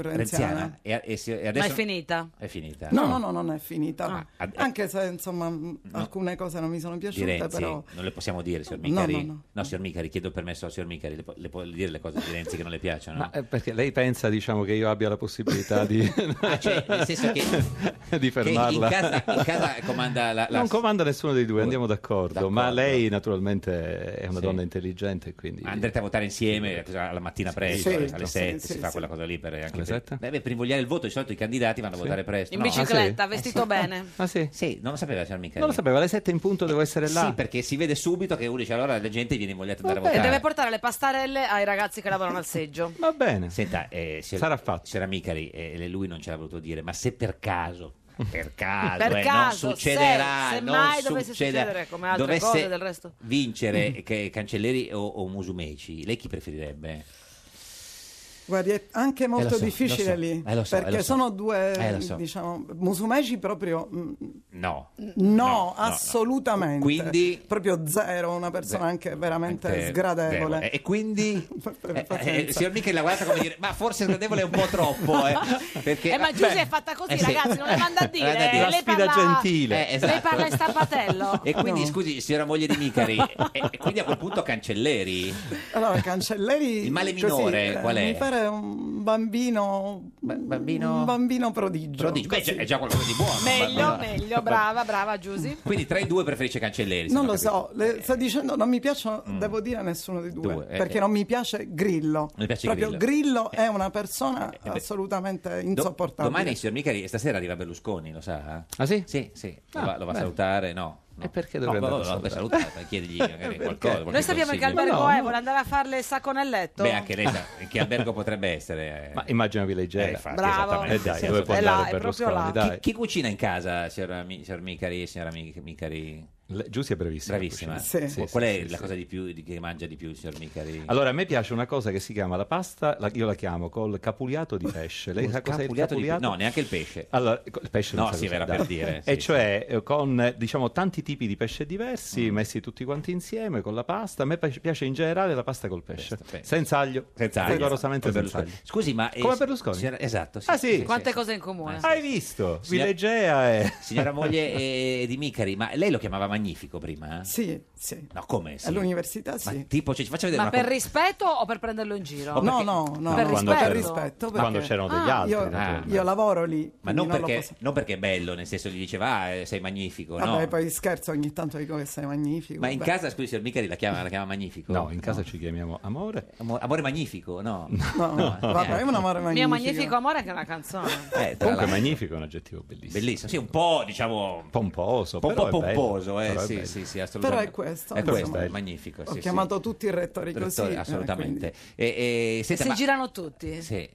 [SPEAKER 4] renziana.
[SPEAKER 17] renziana.
[SPEAKER 4] E, e si- e
[SPEAKER 3] Ma
[SPEAKER 4] adesso
[SPEAKER 3] è finita.
[SPEAKER 4] È finita.
[SPEAKER 17] No, no, no, non è finita.
[SPEAKER 4] Ah.
[SPEAKER 17] Anche se insomma m- alcune cose non mi sono
[SPEAKER 4] Di
[SPEAKER 17] piaciute,
[SPEAKER 4] Renzi,
[SPEAKER 17] però
[SPEAKER 4] non le possiamo dire, signor
[SPEAKER 17] No,
[SPEAKER 4] Micari.
[SPEAKER 17] no, no.
[SPEAKER 4] signor Micari, chiedo permesso al signor Micari, le, po- le può dire le cose di Renzi che non le piacciono?
[SPEAKER 15] Ma eh, perché lei pensa, diciamo, che io abbia la possibilità di,
[SPEAKER 4] Ah,
[SPEAKER 3] eh,
[SPEAKER 4] cioè, nel senso che,
[SPEAKER 15] di
[SPEAKER 4] che in,
[SPEAKER 15] fermarla?
[SPEAKER 4] casa, in casa comanda la... la-
[SPEAKER 15] Non comanda nessuno dei due, andiamo d'accordo, ma lei naturalmente è una
[SPEAKER 4] Sì.
[SPEAKER 15] donna intelligente, quindi...
[SPEAKER 4] Andrete a votare insieme cosa- alla mattina presto, eh,
[SPEAKER 15] sì,
[SPEAKER 4] alle
[SPEAKER 15] sì,
[SPEAKER 4] 7,
[SPEAKER 15] sì,
[SPEAKER 4] si
[SPEAKER 15] sì,
[SPEAKER 4] fa
[SPEAKER 15] sì.
[SPEAKER 4] quella cosa lì per, anche
[SPEAKER 15] Alle
[SPEAKER 4] per, beh, per invogliare il voto, di solito i candidati vanno a
[SPEAKER 15] Sì.
[SPEAKER 4] votare presto.
[SPEAKER 3] In
[SPEAKER 4] no?
[SPEAKER 3] bicicletta,
[SPEAKER 4] Ah, sì?
[SPEAKER 3] vestito bene.
[SPEAKER 15] Ah sì?
[SPEAKER 4] Sì, non lo sapeva signor Micari.
[SPEAKER 15] Non lo sapevo, alle 7 in punto devo essere là.
[SPEAKER 4] Sì, perché si vede subito che uno dice allora la gente viene invogliata ad andare a
[SPEAKER 3] E
[SPEAKER 4] votare.
[SPEAKER 3] Eh, deve portare le pastarelle ai ragazzi che lavorano al seggio.
[SPEAKER 15] Va bene.
[SPEAKER 4] Senta, eh, sarà fatto. C'era Micari eh, e lui non ce l'ha voluto dire, ma se per caso, per caso,
[SPEAKER 3] Per
[SPEAKER 4] eh,
[SPEAKER 3] caso,
[SPEAKER 4] non succederà,
[SPEAKER 3] se- se
[SPEAKER 4] non
[SPEAKER 3] mai dovesse
[SPEAKER 4] succede-
[SPEAKER 3] succedere, come altre
[SPEAKER 4] dovesse
[SPEAKER 3] cose del resto. Mm.
[SPEAKER 4] vincere che- Cancelleri o, o Musumeci, lei chi preferirebbe?
[SPEAKER 17] guardi, è anche molto
[SPEAKER 4] Eh, lo so,
[SPEAKER 17] difficile
[SPEAKER 4] lo so.
[SPEAKER 17] lì.
[SPEAKER 4] Eh, lo so, eh, lo
[SPEAKER 17] perché
[SPEAKER 4] so.
[SPEAKER 17] sono due,
[SPEAKER 4] Eh, lo so.
[SPEAKER 17] diciamo, musumeci proprio. mm,
[SPEAKER 4] No.
[SPEAKER 17] No,
[SPEAKER 4] no,
[SPEAKER 17] assolutamente.
[SPEAKER 4] Quindi-
[SPEAKER 17] proprio zero, una persona
[SPEAKER 4] Beh,
[SPEAKER 17] anche veramente
[SPEAKER 4] anche
[SPEAKER 17] sgradevole.
[SPEAKER 4] sgradevole. E quindi Eh, eh,
[SPEAKER 17] pazienza.
[SPEAKER 4] signor Micari l'ha guardata come dire, ma forse sgradevole è un po' troppo. Eh, perché,
[SPEAKER 3] Eh, ma Giuse è fatta così, ragazzi, non le manda
[SPEAKER 4] Eh,
[SPEAKER 3] a dire.
[SPEAKER 4] Guarda,
[SPEAKER 3] Lei parla-
[SPEAKER 4] Eh, esatto.
[SPEAKER 3] Lei parla in stampatello.
[SPEAKER 4] E quindi, scusi, signora moglie di Micari, e, e quindi a quel punto Cancelleri?
[SPEAKER 17] Allora, Cancelleri.
[SPEAKER 4] Il male
[SPEAKER 17] così,
[SPEAKER 4] minore
[SPEAKER 17] eh,
[SPEAKER 4] qual è?
[SPEAKER 17] Mi pare un bambino.
[SPEAKER 4] bambino-
[SPEAKER 17] Un bambino prodigio.
[SPEAKER 4] Però dici, beh, è già qualcosa di buono.
[SPEAKER 3] Meglio,
[SPEAKER 4] Ma- ma-
[SPEAKER 3] meglio, brava, brava Giusy.
[SPEAKER 4] Quindi tra i due preferisce Cancelleri. se
[SPEAKER 17] Non
[SPEAKER 4] ho
[SPEAKER 17] lo
[SPEAKER 4] Eh, capito. Eh, mm.
[SPEAKER 17] so, le- sto dicendo non mi piacciono, devo dire a nessuno dei due,
[SPEAKER 4] Due, eh,
[SPEAKER 17] perché
[SPEAKER 4] eh.
[SPEAKER 17] non mi piace Grillo.
[SPEAKER 4] Non le piace
[SPEAKER 17] Proprio
[SPEAKER 4] Grillo. Eh.
[SPEAKER 17] è una persona
[SPEAKER 4] beh.
[SPEAKER 17] assolutamente
[SPEAKER 4] Do-
[SPEAKER 17] insopportabile.
[SPEAKER 4] domani, signor Micari, e stasera arriva Berlusconi, lo sa? eh?
[SPEAKER 15] Ah sì?
[SPEAKER 4] Sì, sì.
[SPEAKER 15] Ah,
[SPEAKER 4] lo va, lo va a
[SPEAKER 15] beh.
[SPEAKER 4] salutare, no. no.
[SPEAKER 15] E perché
[SPEAKER 4] No,
[SPEAKER 15] dovrebbe
[SPEAKER 4] no,
[SPEAKER 15] andare a
[SPEAKER 4] no, per
[SPEAKER 15] salutare?
[SPEAKER 4] salutare, chiedigli
[SPEAKER 17] Eh,
[SPEAKER 4] magari
[SPEAKER 15] Perché?
[SPEAKER 4] qualcosa. qualche
[SPEAKER 3] Noi sappiamo che
[SPEAKER 4] consiglio.
[SPEAKER 3] Albergo
[SPEAKER 15] Ma no,
[SPEAKER 3] Boe
[SPEAKER 15] no.
[SPEAKER 3] vuole andare a fare le sacco nel letto.
[SPEAKER 4] Beh, anche lei sa in che albergo potrebbe essere. eh.
[SPEAKER 15] Ma immaginavi leggera.
[SPEAKER 4] infatti,
[SPEAKER 3] Bravo.
[SPEAKER 4] esattamente.
[SPEAKER 15] Eh dai,
[SPEAKER 4] Sì,
[SPEAKER 15] dove può
[SPEAKER 4] è
[SPEAKER 15] andare
[SPEAKER 3] là, è proprio
[SPEAKER 15] Berlusconi,
[SPEAKER 3] là.
[SPEAKER 15] dai.
[SPEAKER 4] Chi, chi cucina in casa, signora, Mi- signor Micari e signora Mi- Micari?
[SPEAKER 15] Le- Giusy è bravissima.
[SPEAKER 4] Bravissima.
[SPEAKER 15] Sì. Sì,
[SPEAKER 4] Qu- Qual è
[SPEAKER 15] sì, sì,
[SPEAKER 4] la
[SPEAKER 15] sì.
[SPEAKER 4] cosa di più di- che mangia di più, signor Micari?
[SPEAKER 15] Allora, a me piace una cosa che si chiama la pasta, la- io la chiamo col capuliato di pesce. Lei
[SPEAKER 4] Col
[SPEAKER 15] sa cos'è il
[SPEAKER 4] capuliato di pe-
[SPEAKER 15] capuliato?
[SPEAKER 4] no, neanche il pesce.
[SPEAKER 15] Allora, co- il pesce non
[SPEAKER 4] No,
[SPEAKER 15] sa
[SPEAKER 4] sì,
[SPEAKER 15] cos'è,
[SPEAKER 4] era
[SPEAKER 15] dai.
[SPEAKER 4] per dire,
[SPEAKER 15] E
[SPEAKER 4] sì, Mm.
[SPEAKER 15] cioè, eh, con, eh, diciamo, tanti tipi di pesce diversi, messi tutti quanti insieme, con la pasta. A me pi- piace in generale la pasta col pesce. Senza aglio.
[SPEAKER 4] Senza aglio.
[SPEAKER 15] Rigorosamente
[SPEAKER 4] Come
[SPEAKER 15] senza aglio.
[SPEAKER 4] Berlusconi. Scusi, ma... eh,
[SPEAKER 15] Come Berlusconi?
[SPEAKER 4] signora- esatto, sì. Eh,
[SPEAKER 15] Ah sì? Eh,
[SPEAKER 3] Quante cose in comune.
[SPEAKER 15] Hai visto?
[SPEAKER 4] Signor-
[SPEAKER 15] Villegea e...
[SPEAKER 4] Signora moglie eh, di Micari, ma lei lo chiamava Magnifico prima? eh?
[SPEAKER 17] Sì, sì.
[SPEAKER 4] No, come? Sì?
[SPEAKER 17] All'università sì.
[SPEAKER 4] Ma tipo, ci faccia vedere
[SPEAKER 3] Ma
[SPEAKER 4] una
[SPEAKER 3] per
[SPEAKER 4] co-
[SPEAKER 3] rispetto o per prenderlo in giro?
[SPEAKER 17] No, no, no,
[SPEAKER 3] Per
[SPEAKER 17] quando
[SPEAKER 3] rispetto.
[SPEAKER 17] c'era- rispetto, perché-
[SPEAKER 15] Quando c'erano degli
[SPEAKER 17] Ah.
[SPEAKER 15] altri.
[SPEAKER 17] Io-
[SPEAKER 15] naturalmente.
[SPEAKER 17] Io lavoro lì,
[SPEAKER 4] Ma
[SPEAKER 17] quindi
[SPEAKER 4] non
[SPEAKER 17] non lo
[SPEAKER 4] perché,
[SPEAKER 17] posso-
[SPEAKER 4] non perché è bello, nel senso gli diceva, ah, eh, sei magnifico,
[SPEAKER 17] Vabbè,
[SPEAKER 4] no?
[SPEAKER 17] poi scherzo, ogni tanto dico che sei magnifico.
[SPEAKER 4] Ma in
[SPEAKER 17] beh.
[SPEAKER 4] casa, scusi, signor Micari la chiama, la chiama Magnifico?
[SPEAKER 15] No, in casa ci chiamiamo amore.
[SPEAKER 4] Amo- Amore Magnifico, no?
[SPEAKER 17] No, vabbè, è un amore magnifico.
[SPEAKER 3] Mio magnifico amore è anche una canzone.
[SPEAKER 4] Eh, tra
[SPEAKER 15] Comunque
[SPEAKER 4] l'altro.
[SPEAKER 15] magnifico è un aggettivo bellissimo.
[SPEAKER 4] Bellissimo, sì, un po', diciamo...
[SPEAKER 15] Pomposo.
[SPEAKER 4] Un po'
[SPEAKER 15] però è bello,
[SPEAKER 4] pomposo, eh,
[SPEAKER 15] però è
[SPEAKER 4] sì,
[SPEAKER 15] bello.
[SPEAKER 4] sì, sì,
[SPEAKER 17] Però
[SPEAKER 4] assolutamente.
[SPEAKER 17] è questo.
[SPEAKER 4] È
[SPEAKER 17] insomma.
[SPEAKER 4] questo, è magnifico,
[SPEAKER 17] Ho
[SPEAKER 4] sì,
[SPEAKER 17] chiamato
[SPEAKER 4] sì.
[SPEAKER 17] tutti i rettori così.
[SPEAKER 4] Direttore,
[SPEAKER 17] eh,
[SPEAKER 4] assolutamente.
[SPEAKER 17] quindi
[SPEAKER 4] E, e, senta,
[SPEAKER 3] si
[SPEAKER 4] ma-
[SPEAKER 3] girano tutti.
[SPEAKER 4] Sì.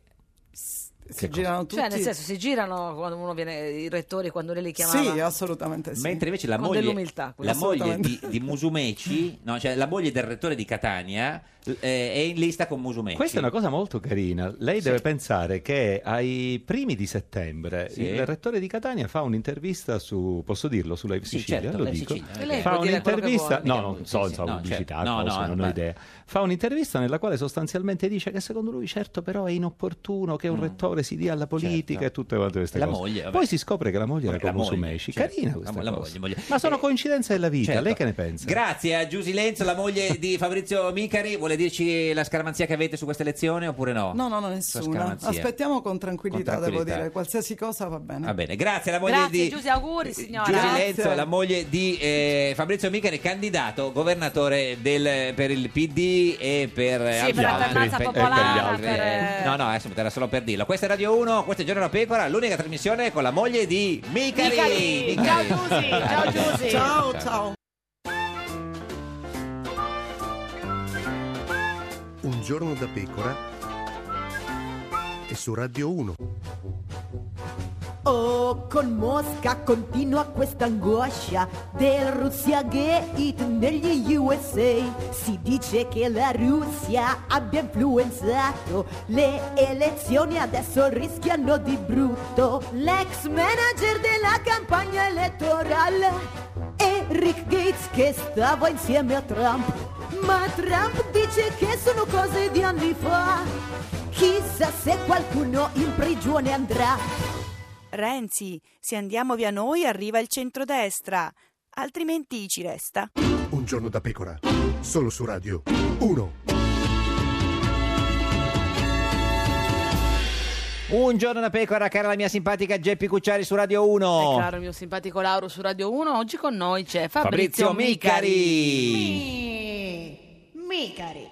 [SPEAKER 17] Si girano tutti.
[SPEAKER 3] Cioè, nel senso, si girano quando uno viene, i rettori, quando lei li chiamava.
[SPEAKER 17] Sì, assolutamente sì.
[SPEAKER 4] Mentre invece la
[SPEAKER 3] Con
[SPEAKER 4] moglie,
[SPEAKER 3] dell'umiltà, quello.
[SPEAKER 4] la moglie di,
[SPEAKER 3] Assolutamente.
[SPEAKER 4] di Musumeci, no, cioè la moglie del rettore di Catania, l- eh, è in lista con Musumeci.
[SPEAKER 15] Questa è una cosa molto carina. Lei
[SPEAKER 4] Sì.
[SPEAKER 15] deve pensare che ai primi di settembre
[SPEAKER 4] Sì.
[SPEAKER 15] il rettore di Catania fa un'intervista su, posso dirlo, sulla
[SPEAKER 4] Sì,
[SPEAKER 15] Sicilia,
[SPEAKER 4] certo,
[SPEAKER 15] Eh, lo
[SPEAKER 4] Live
[SPEAKER 15] dico.
[SPEAKER 4] Sicilia,
[SPEAKER 3] E lei
[SPEAKER 15] fa
[SPEAKER 3] può dire quello che
[SPEAKER 15] un'intervista,
[SPEAKER 3] vuole,
[SPEAKER 15] no,
[SPEAKER 3] mica-
[SPEAKER 15] non so,
[SPEAKER 4] sì,
[SPEAKER 15] insomma,
[SPEAKER 4] no, certo.
[SPEAKER 15] pubblicità,
[SPEAKER 4] No,
[SPEAKER 15] cose,
[SPEAKER 4] no,
[SPEAKER 15] non
[SPEAKER 4] ma-
[SPEAKER 15] ho idea. Fa un'intervista nella quale sostanzialmente dice che secondo lui certo però è inopportuno
[SPEAKER 4] Mm.
[SPEAKER 15] che un rettore si dia alla politica
[SPEAKER 4] Certo.
[SPEAKER 15] e tutte quante queste
[SPEAKER 4] La
[SPEAKER 15] cose.
[SPEAKER 4] moglie, vabbè.
[SPEAKER 15] Poi si scopre che la moglie era
[SPEAKER 4] La
[SPEAKER 15] con
[SPEAKER 4] moglie,
[SPEAKER 15] Musumeci.
[SPEAKER 4] certo.
[SPEAKER 15] Carina
[SPEAKER 4] La
[SPEAKER 15] questa
[SPEAKER 4] mo- la
[SPEAKER 15] cosa.
[SPEAKER 4] moglie, moglie. Eh,
[SPEAKER 15] Ma sono coincidenze della vita,
[SPEAKER 4] certo.
[SPEAKER 15] lei che ne pensa?
[SPEAKER 4] Grazie a Giusy Lenzo, la moglie di Fabrizio Micari. Vuole dirci la scaramanzia che avete su questa elezione oppure no?
[SPEAKER 17] No, no, no,
[SPEAKER 4] Sua
[SPEAKER 17] nessuna.
[SPEAKER 4] scaramanzia.
[SPEAKER 17] Aspettiamo con tranquillità,
[SPEAKER 4] Con
[SPEAKER 17] devo
[SPEAKER 4] tranquillità.
[SPEAKER 17] dire. Qualsiasi cosa va bene.
[SPEAKER 4] Va bene, grazie alla moglie
[SPEAKER 3] Mm. Grazie,
[SPEAKER 4] di
[SPEAKER 3] Giuse, auguri signora.
[SPEAKER 4] Giusy
[SPEAKER 3] Grazie.
[SPEAKER 4] Lenzo, la moglie di eh, Fabrizio Micari, candidato governatore del- per il PD e per eh,
[SPEAKER 3] Sì, per
[SPEAKER 4] Aldo
[SPEAKER 3] l'alternanza
[SPEAKER 4] Avanti,
[SPEAKER 3] popolare,
[SPEAKER 4] altri,
[SPEAKER 3] per-
[SPEAKER 4] eh. No, no, adesso era solo per dirlo. Questa è Radio 1, questo è Giorno da Pecora, l'unica trasmissione con la moglie di Micari.
[SPEAKER 17] Micari!
[SPEAKER 4] Micari.
[SPEAKER 17] Ciao, Giusy, ciao, Giusy. Ciao, ciao.
[SPEAKER 12] Un giorno da pecora e su Radio 1.
[SPEAKER 16] Oh, con Mosca continua quest'angoscia del Russia Gate negli USA. Si dice che la Russia abbia influenzato le elezioni, adesso rischiano di brutto. L'ex manager della campagna elettorale Eric Gates che stava insieme a Trump. Ma Trump dice che sono cose di anni fa. Chissà se qualcuno in prigione andrà.
[SPEAKER 13] Renzi, se andiamo via noi arriva il centrodestra, altrimenti ci resta.
[SPEAKER 12] Un giorno da pecora, solo su Radio 1.
[SPEAKER 4] Un giorno da pecora, cara la mia simpatica Geppi Cucciari su Radio 1.
[SPEAKER 17] oh.
[SPEAKER 3] Caro il mio simpatico Lauro su Radio 1, oggi con noi c'è Fabrizio,
[SPEAKER 4] Fabrizio Micari.
[SPEAKER 16] Micari.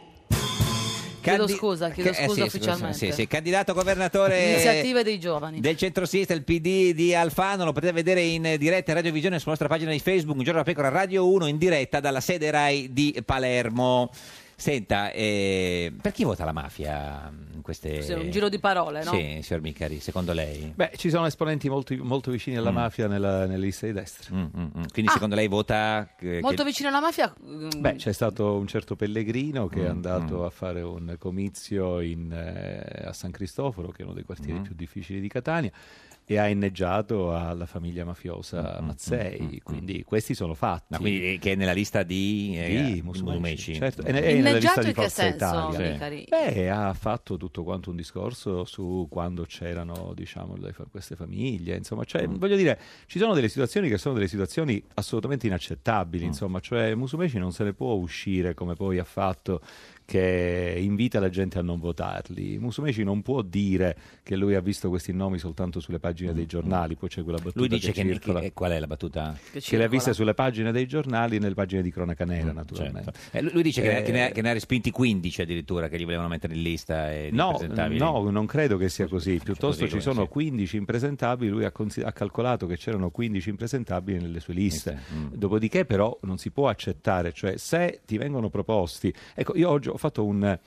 [SPEAKER 3] Chiedo
[SPEAKER 4] Candi-
[SPEAKER 3] scusa, chiedo
[SPEAKER 4] Che- eh, sì,
[SPEAKER 3] scusa ufficialmente.
[SPEAKER 4] Sì, sì, candidato governatore
[SPEAKER 3] Iniziative dei giovani.
[SPEAKER 4] del centrosinistra, il PD di Alfano, lo potete vedere in diretta in radiovisione sulla nostra pagina di Facebook, un giorno da pecora Radio 1 in diretta dalla sede RAI di Palermo. Senta, eh, per chi vota la mafia in queste
[SPEAKER 3] Sì, un giro di parole, no?
[SPEAKER 4] Eh, Sì, signor Micari, secondo lei?
[SPEAKER 15] Beh, ci sono esponenti molto, molto vicini
[SPEAKER 4] Mm.
[SPEAKER 15] alla mafia nella, nelle liste di destra. Ah.
[SPEAKER 4] Quindi secondo lei vota... eh,
[SPEAKER 3] Molto
[SPEAKER 4] che-
[SPEAKER 3] vicino alla mafia. mm,
[SPEAKER 15] Beh, c'è stato un certo Pellegrino che è
[SPEAKER 4] Mm,
[SPEAKER 15] andato a fare un comizio in, eh, a San Cristoforo, che è uno dei quartieri
[SPEAKER 4] Mm.
[SPEAKER 15] più difficili di Catania, e ha inneggiato alla famiglia
[SPEAKER 4] Mm,
[SPEAKER 15] mafiosa Mazzei. Quindi questi sono fatti.
[SPEAKER 4] Ma quindi eh, che è nella lista di, eh, Mm.
[SPEAKER 15] Sì, Musumeci,
[SPEAKER 4] Musumeci.
[SPEAKER 15] certo. E ne- e nella lista di
[SPEAKER 3] in che
[SPEAKER 15] Forza
[SPEAKER 3] senso,
[SPEAKER 15] Italia.
[SPEAKER 3] Micari?
[SPEAKER 15] Beh, ha fatto tutto quanto un discorso su quando c'erano, diciamo, le fa- queste famiglie, insomma, cioè,
[SPEAKER 4] Mm.
[SPEAKER 15] voglio dire, ci sono delle situazioni che sono delle situazioni assolutamente
[SPEAKER 4] Mm.
[SPEAKER 15] inaccettabili, insomma, cioè Musumeci non se ne può uscire come poi ha fatto che invita la gente a non votarli. Musumeci non può dire che lui ha visto questi nomi soltanto sulle pagine dei giornali, poi c'è quella battuta
[SPEAKER 4] Mm, Lui dice
[SPEAKER 15] che,
[SPEAKER 4] che-
[SPEAKER 15] circola.
[SPEAKER 4] che- qual è la battuta?
[SPEAKER 15] Che, le
[SPEAKER 4] circola.
[SPEAKER 15] ha viste sulle pagine dei giornali e nelle pagine di cronaca nera, naturalmente.
[SPEAKER 4] Eh, lui lui dice che, ne ha- che ne ha,
[SPEAKER 15] Eh,
[SPEAKER 4] che ne ha respinti 15 addirittura che gli volevano mettere in lista e di
[SPEAKER 15] No,
[SPEAKER 4] presentabili.
[SPEAKER 15] no, non credo che sia così. Piuttosto
[SPEAKER 4] così,
[SPEAKER 15] ci sono 15 impresentabili. Lui ha, consi- ha calcolato che c'erano 15 impresentabili nelle sue liste. Dopodiché, però, non si può accettare. Cioè, se ti vengono proposti. Ecco, io oggi ho fatto un. eh,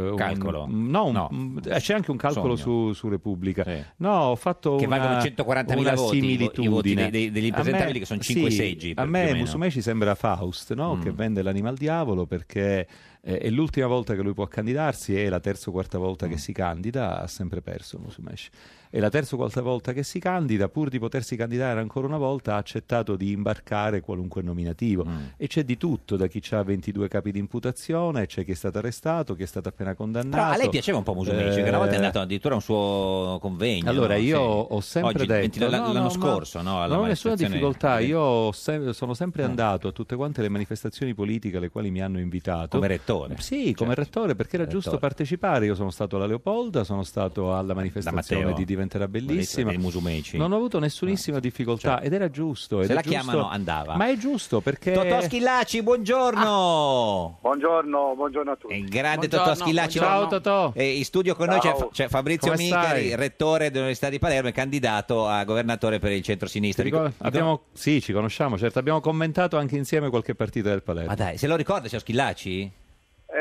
[SPEAKER 15] un-
[SPEAKER 4] calcolo?
[SPEAKER 15] no, un-
[SPEAKER 4] No.
[SPEAKER 15] mm, eh, c'è anche un calcolo su, su Repubblica. No, ho fatto
[SPEAKER 4] Che
[SPEAKER 15] una,
[SPEAKER 4] valgono 140.000
[SPEAKER 15] una
[SPEAKER 4] voti, i vo- i voti
[SPEAKER 15] similitudine.
[SPEAKER 4] dei- dei- degli
[SPEAKER 15] A
[SPEAKER 4] impresentabili
[SPEAKER 15] me-
[SPEAKER 4] che sono
[SPEAKER 15] sì,
[SPEAKER 4] cinque seggi,
[SPEAKER 15] A
[SPEAKER 4] per- più o
[SPEAKER 15] me
[SPEAKER 4] meno. Mm.
[SPEAKER 15] Musumeci sembra Faust, no? che vende l'anima al diavolo perché eh, è l'ultima volta che lui può candidarsi e la terza o quarta volta
[SPEAKER 4] Mm.
[SPEAKER 15] che si candida ha sempre perso Musumeci. E la terza o quarta volta che si candida, pur di potersi candidare ancora una volta, ha accettato di imbarcare qualunque nominativo.
[SPEAKER 4] Mm.
[SPEAKER 15] E c'è di tutto, da chi ha 22 capi di imputazione, c'è chi è stato arrestato, chi è stato appena condannato.
[SPEAKER 4] Però a lei piaceva un po' Musumeci, che una volta è
[SPEAKER 15] Eh,
[SPEAKER 4] andato addirittura a un suo convegno.
[SPEAKER 15] allora,
[SPEAKER 4] no?
[SPEAKER 15] io
[SPEAKER 4] Sì.
[SPEAKER 15] ho sempre
[SPEAKER 4] Oggi, il
[SPEAKER 15] detto
[SPEAKER 4] 22 l'anno
[SPEAKER 15] no, no, ma-
[SPEAKER 4] scorso, no? alla
[SPEAKER 15] non ho nessuna
[SPEAKER 4] manifestazione- eh.
[SPEAKER 15] difficoltà. Io ho se- sono sempre andato a tutte quante le manifestazioni politiche alle quali mi hanno invitato.
[SPEAKER 4] Come rettore. certo.
[SPEAKER 15] Sì, come rettore, perché era
[SPEAKER 4] Rettore.
[SPEAKER 15] giusto partecipare. Io sono stato alla Leopolda, sono stato alla manifestazione
[SPEAKER 4] Matteo.
[SPEAKER 15] di Diventerà Bellissima.
[SPEAKER 4] Dei Musumeci. Cioè,
[SPEAKER 15] Non ho avuto
[SPEAKER 4] Eh.
[SPEAKER 15] nessunissima difficoltà ed era giusto. ed
[SPEAKER 4] Se
[SPEAKER 15] è
[SPEAKER 4] la
[SPEAKER 15] giusto-
[SPEAKER 4] chiamano, andava.
[SPEAKER 15] Ma è giusto perché.
[SPEAKER 4] Totò Schillaci, buongiorno!
[SPEAKER 19] Ah. Buongiorno, buongiorno a tutti. Buongiorno,
[SPEAKER 4] Grande Totò Schillacci.
[SPEAKER 19] buongiorno.
[SPEAKER 4] Ciao, Eh, in studio con noi c'è,
[SPEAKER 19] Ciao.
[SPEAKER 4] c'è Fabrizio
[SPEAKER 19] Come
[SPEAKER 4] Micari,
[SPEAKER 19] stai?
[SPEAKER 4] rettore dell'Università di Palermo e candidato a governatore per il centro-sinistra.
[SPEAKER 15] Ti ricor- abbiamo- sì, ci conosciamo, certo. Abbiamo commentato anche insieme qualche partita del Palermo. Ma
[SPEAKER 4] Ah, dai, se lo ricorda, c'è Schillaci?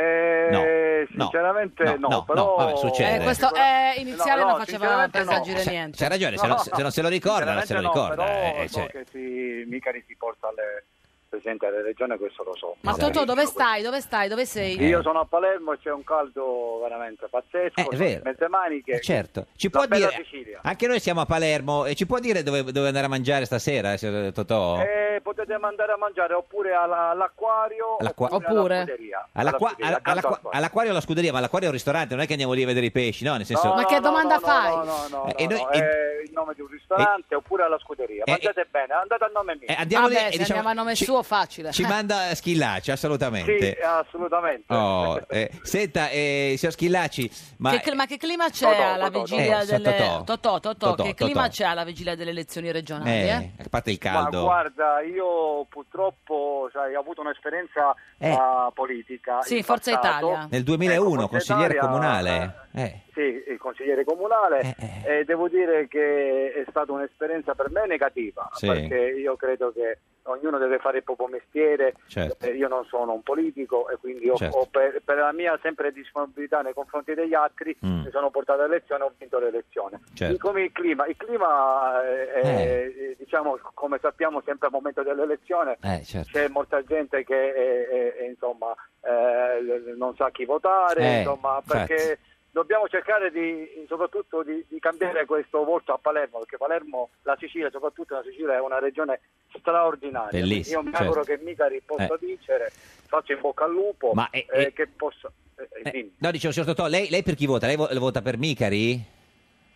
[SPEAKER 19] Eh,
[SPEAKER 4] No, no,
[SPEAKER 19] sinceramente no,
[SPEAKER 4] no, no,
[SPEAKER 19] però...
[SPEAKER 4] vabbè, succede. Cioè,
[SPEAKER 3] Eh, questo eh,
[SPEAKER 19] No,
[SPEAKER 3] iniziale
[SPEAKER 19] no,
[SPEAKER 3] non faceva
[SPEAKER 19] sinceramente no.
[SPEAKER 3] presagire niente.
[SPEAKER 4] C'ha ragione, se, non, se non se lo ricorda, non se lo
[SPEAKER 19] Sinceramente no,
[SPEAKER 4] ricorda.
[SPEAKER 19] però
[SPEAKER 4] eh,
[SPEAKER 19] so
[SPEAKER 4] cioè.
[SPEAKER 19] che si, Micari si porta alle Presidente della Regione, questo lo so.
[SPEAKER 3] Ma
[SPEAKER 19] Esatto.
[SPEAKER 3] Totò, dove stai? Dove stai? Dove sei?
[SPEAKER 19] Io sono a Palermo e c'è un caldo veramente pazzesco, sono
[SPEAKER 4] Eh, vero.
[SPEAKER 19] in mezze maniche.
[SPEAKER 4] Eh, certo. Ci
[SPEAKER 19] La
[SPEAKER 4] può
[SPEAKER 19] bella
[SPEAKER 4] dire- Ah,
[SPEAKER 19] Sicilia.
[SPEAKER 4] Anche noi siamo a Palermo e ci può dire dove, dove andare a mangiare stasera, eh, signor Totò?
[SPEAKER 19] Eh, potete andare a mangiare oppure alla- all'acquario
[SPEAKER 4] All'acqua-
[SPEAKER 19] oppure, alla scuderia.
[SPEAKER 4] Alla qua-
[SPEAKER 19] scuderia,
[SPEAKER 4] alla-
[SPEAKER 19] accanto
[SPEAKER 4] all'acqua-
[SPEAKER 19] al parco.
[SPEAKER 4] all'acquario o alla scuderia, ma l'acquario è un ristorante, non è che andiamo lì a vedere i pesci, no? Nel senso,
[SPEAKER 19] No,
[SPEAKER 3] Ma
[SPEAKER 19] no,
[SPEAKER 3] che
[SPEAKER 19] no,
[SPEAKER 3] domanda
[SPEAKER 19] no, no,
[SPEAKER 3] fai?
[SPEAKER 19] No, no, no,
[SPEAKER 4] Eh, e
[SPEAKER 19] no,
[SPEAKER 4] noi-
[SPEAKER 19] è
[SPEAKER 4] e-
[SPEAKER 19] il nome di un ristorante oppure alla scuderia.
[SPEAKER 4] e-
[SPEAKER 19] Mangiate bene, andate a nome mio.
[SPEAKER 4] Eh, andiamo lì
[SPEAKER 3] Vabbè,
[SPEAKER 4] e
[SPEAKER 3] Ah, se
[SPEAKER 4] diciamo-
[SPEAKER 3] andiamo a nome
[SPEAKER 4] ci-
[SPEAKER 3] suo facile.
[SPEAKER 4] ci manda Schillaci,
[SPEAKER 19] Sì,
[SPEAKER 4] assolutamente.
[SPEAKER 19] assolutamente.
[SPEAKER 4] Oh, eh, senta, eh, signor Schillaci, ma...
[SPEAKER 3] che, cl- ma che clima c'è
[SPEAKER 4] Totò,
[SPEAKER 3] alla
[SPEAKER 4] Totò,
[SPEAKER 3] vigilia
[SPEAKER 4] Totò.
[SPEAKER 3] delle
[SPEAKER 4] Eh, Totò.
[SPEAKER 3] Totò, Totò,
[SPEAKER 4] Totò,
[SPEAKER 3] che clima
[SPEAKER 4] Totò.
[SPEAKER 3] c'è alla vigilia delle elezioni regionali?
[SPEAKER 4] eh,
[SPEAKER 3] eh?
[SPEAKER 4] a parte il
[SPEAKER 19] Ma
[SPEAKER 4] caldo...
[SPEAKER 19] guarda, io purtroppo sai, ho avuto un'esperienza
[SPEAKER 4] Eh.
[SPEAKER 19] eh, politica.
[SPEAKER 3] Sì,
[SPEAKER 19] in
[SPEAKER 3] Forza
[SPEAKER 19] passato.
[SPEAKER 3] Italia.
[SPEAKER 4] Nel 2001,
[SPEAKER 19] Ecco, Forza
[SPEAKER 4] consigliere
[SPEAKER 19] Italia,
[SPEAKER 4] comunale. Eh,
[SPEAKER 19] Sì, il consigliere comunale e devo dire che è stata un'esperienza per me negativa
[SPEAKER 4] Sì.
[SPEAKER 19] perché io credo che ognuno deve fare il proprio mestiere,
[SPEAKER 15] Certo.
[SPEAKER 19] eh, io non sono un politico e quindi ho-
[SPEAKER 15] Certo.
[SPEAKER 19] ho per, per la mia sempre disponibilità nei confronti degli altri
[SPEAKER 15] Mm.
[SPEAKER 19] mi sono portato all'elezione e ho vinto l'elezione.
[SPEAKER 15] Certo.
[SPEAKER 19] Come il clima, il clima eh, è, eh, diciamo, come sappiamo sempre al momento dell'elezione
[SPEAKER 15] Eh, certo.
[SPEAKER 19] c'è molta gente che eh, eh, eh, insomma, eh, l- l- non sa chi votare,
[SPEAKER 15] Eh,
[SPEAKER 19] insomma,
[SPEAKER 15] infatti.
[SPEAKER 19] perché dobbiamo cercare di, soprattutto di, di cambiare questo volto a Palermo, perché Palermo, la Sicilia, soprattutto la Sicilia è una regione straordinaria.
[SPEAKER 4] Bellissimo,
[SPEAKER 19] Io mi auguro
[SPEAKER 4] certo.
[SPEAKER 19] che Micari possa
[SPEAKER 4] Eh.
[SPEAKER 19] vincere, faccio in bocca al lupo,
[SPEAKER 4] Ma, eh,
[SPEAKER 19] eh,
[SPEAKER 4] eh,
[SPEAKER 19] che possa... eh, eh, dimmi.
[SPEAKER 4] No, dicevo, signor Totò, lei, lei per chi vota? Lei vo- vota per Micari?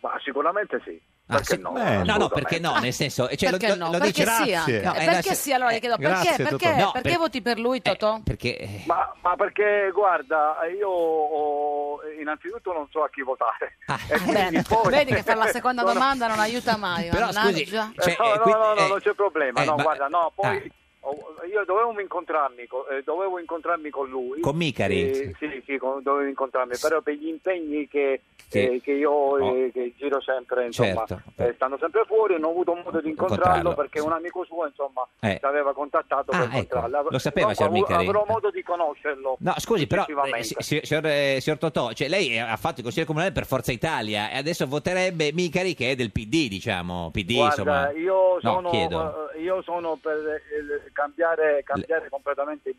[SPEAKER 19] Ma sicuramente sì.
[SPEAKER 4] Perché no? No, no, perché no, nel senso... cioè, lo-
[SPEAKER 3] perché
[SPEAKER 4] lo-
[SPEAKER 3] no?
[SPEAKER 4] lo
[SPEAKER 3] perché
[SPEAKER 4] dice-
[SPEAKER 3] sia?
[SPEAKER 4] No,
[SPEAKER 3] Eh,
[SPEAKER 4] eh,
[SPEAKER 3] perché
[SPEAKER 4] no,
[SPEAKER 3] sia? Allora gli chiedo
[SPEAKER 4] grazie,
[SPEAKER 3] perché,
[SPEAKER 4] Totò.
[SPEAKER 3] perché,
[SPEAKER 4] No,
[SPEAKER 3] perché
[SPEAKER 4] per-
[SPEAKER 3] voti per lui, Totò?
[SPEAKER 4] Perché... eh,
[SPEAKER 19] Ma, ma perché guarda, io ho- innanzitutto non so a chi votare. E
[SPEAKER 4] Eh.
[SPEAKER 19] quindi poi-
[SPEAKER 3] ah, Vedi che fare la seconda
[SPEAKER 19] Sono-
[SPEAKER 3] domanda non aiuta mai.
[SPEAKER 19] Però, scusi,
[SPEAKER 3] mannaggia.
[SPEAKER 19] Eh, no, no, no, no, non c'è problema.
[SPEAKER 4] Cioè, eh,
[SPEAKER 19] no,
[SPEAKER 4] ma-
[SPEAKER 19] guarda, no, poi oh, io dovevo incontrarmi, co- eh, dovevo incontrarmi con lui.
[SPEAKER 4] Con Micari?
[SPEAKER 19] Eh, sì, sì, con- dovevo incontrarmi, però per gli impegni che,
[SPEAKER 4] Che-
[SPEAKER 19] eh, che io ho,
[SPEAKER 4] Oh.
[SPEAKER 19] eh, che giro sempre, insomma,
[SPEAKER 4] Certo.
[SPEAKER 19] eh, stanno sempre fuori, non ho avuto modo di incontrarlo
[SPEAKER 4] Incontrarlo.
[SPEAKER 19] perché un amico suo, insomma,
[SPEAKER 4] Eh.
[SPEAKER 19] ci aveva contattato
[SPEAKER 4] Ah,
[SPEAKER 19] per
[SPEAKER 4] ecco.
[SPEAKER 19] incontrarlo.
[SPEAKER 4] Lo sapeva,
[SPEAKER 19] Comunque,
[SPEAKER 4] signor Micari?
[SPEAKER 19] Avrò modo di conoscerlo.
[SPEAKER 4] No, scusi, però, eh,
[SPEAKER 19] successivamente.
[SPEAKER 4] si- si- signor, eh, signor Totò, cioè, lei ha fatto il consiglio comunale per Forza Italia e adesso voterebbe Micari che è del PD, diciamo, PD,
[SPEAKER 19] Guarda,
[SPEAKER 4] insomma.
[SPEAKER 19] io
[SPEAKER 4] No,
[SPEAKER 19] sono,
[SPEAKER 4] chiedo.
[SPEAKER 19] eh, io sono per eh, cambiare, cambiare completamente il,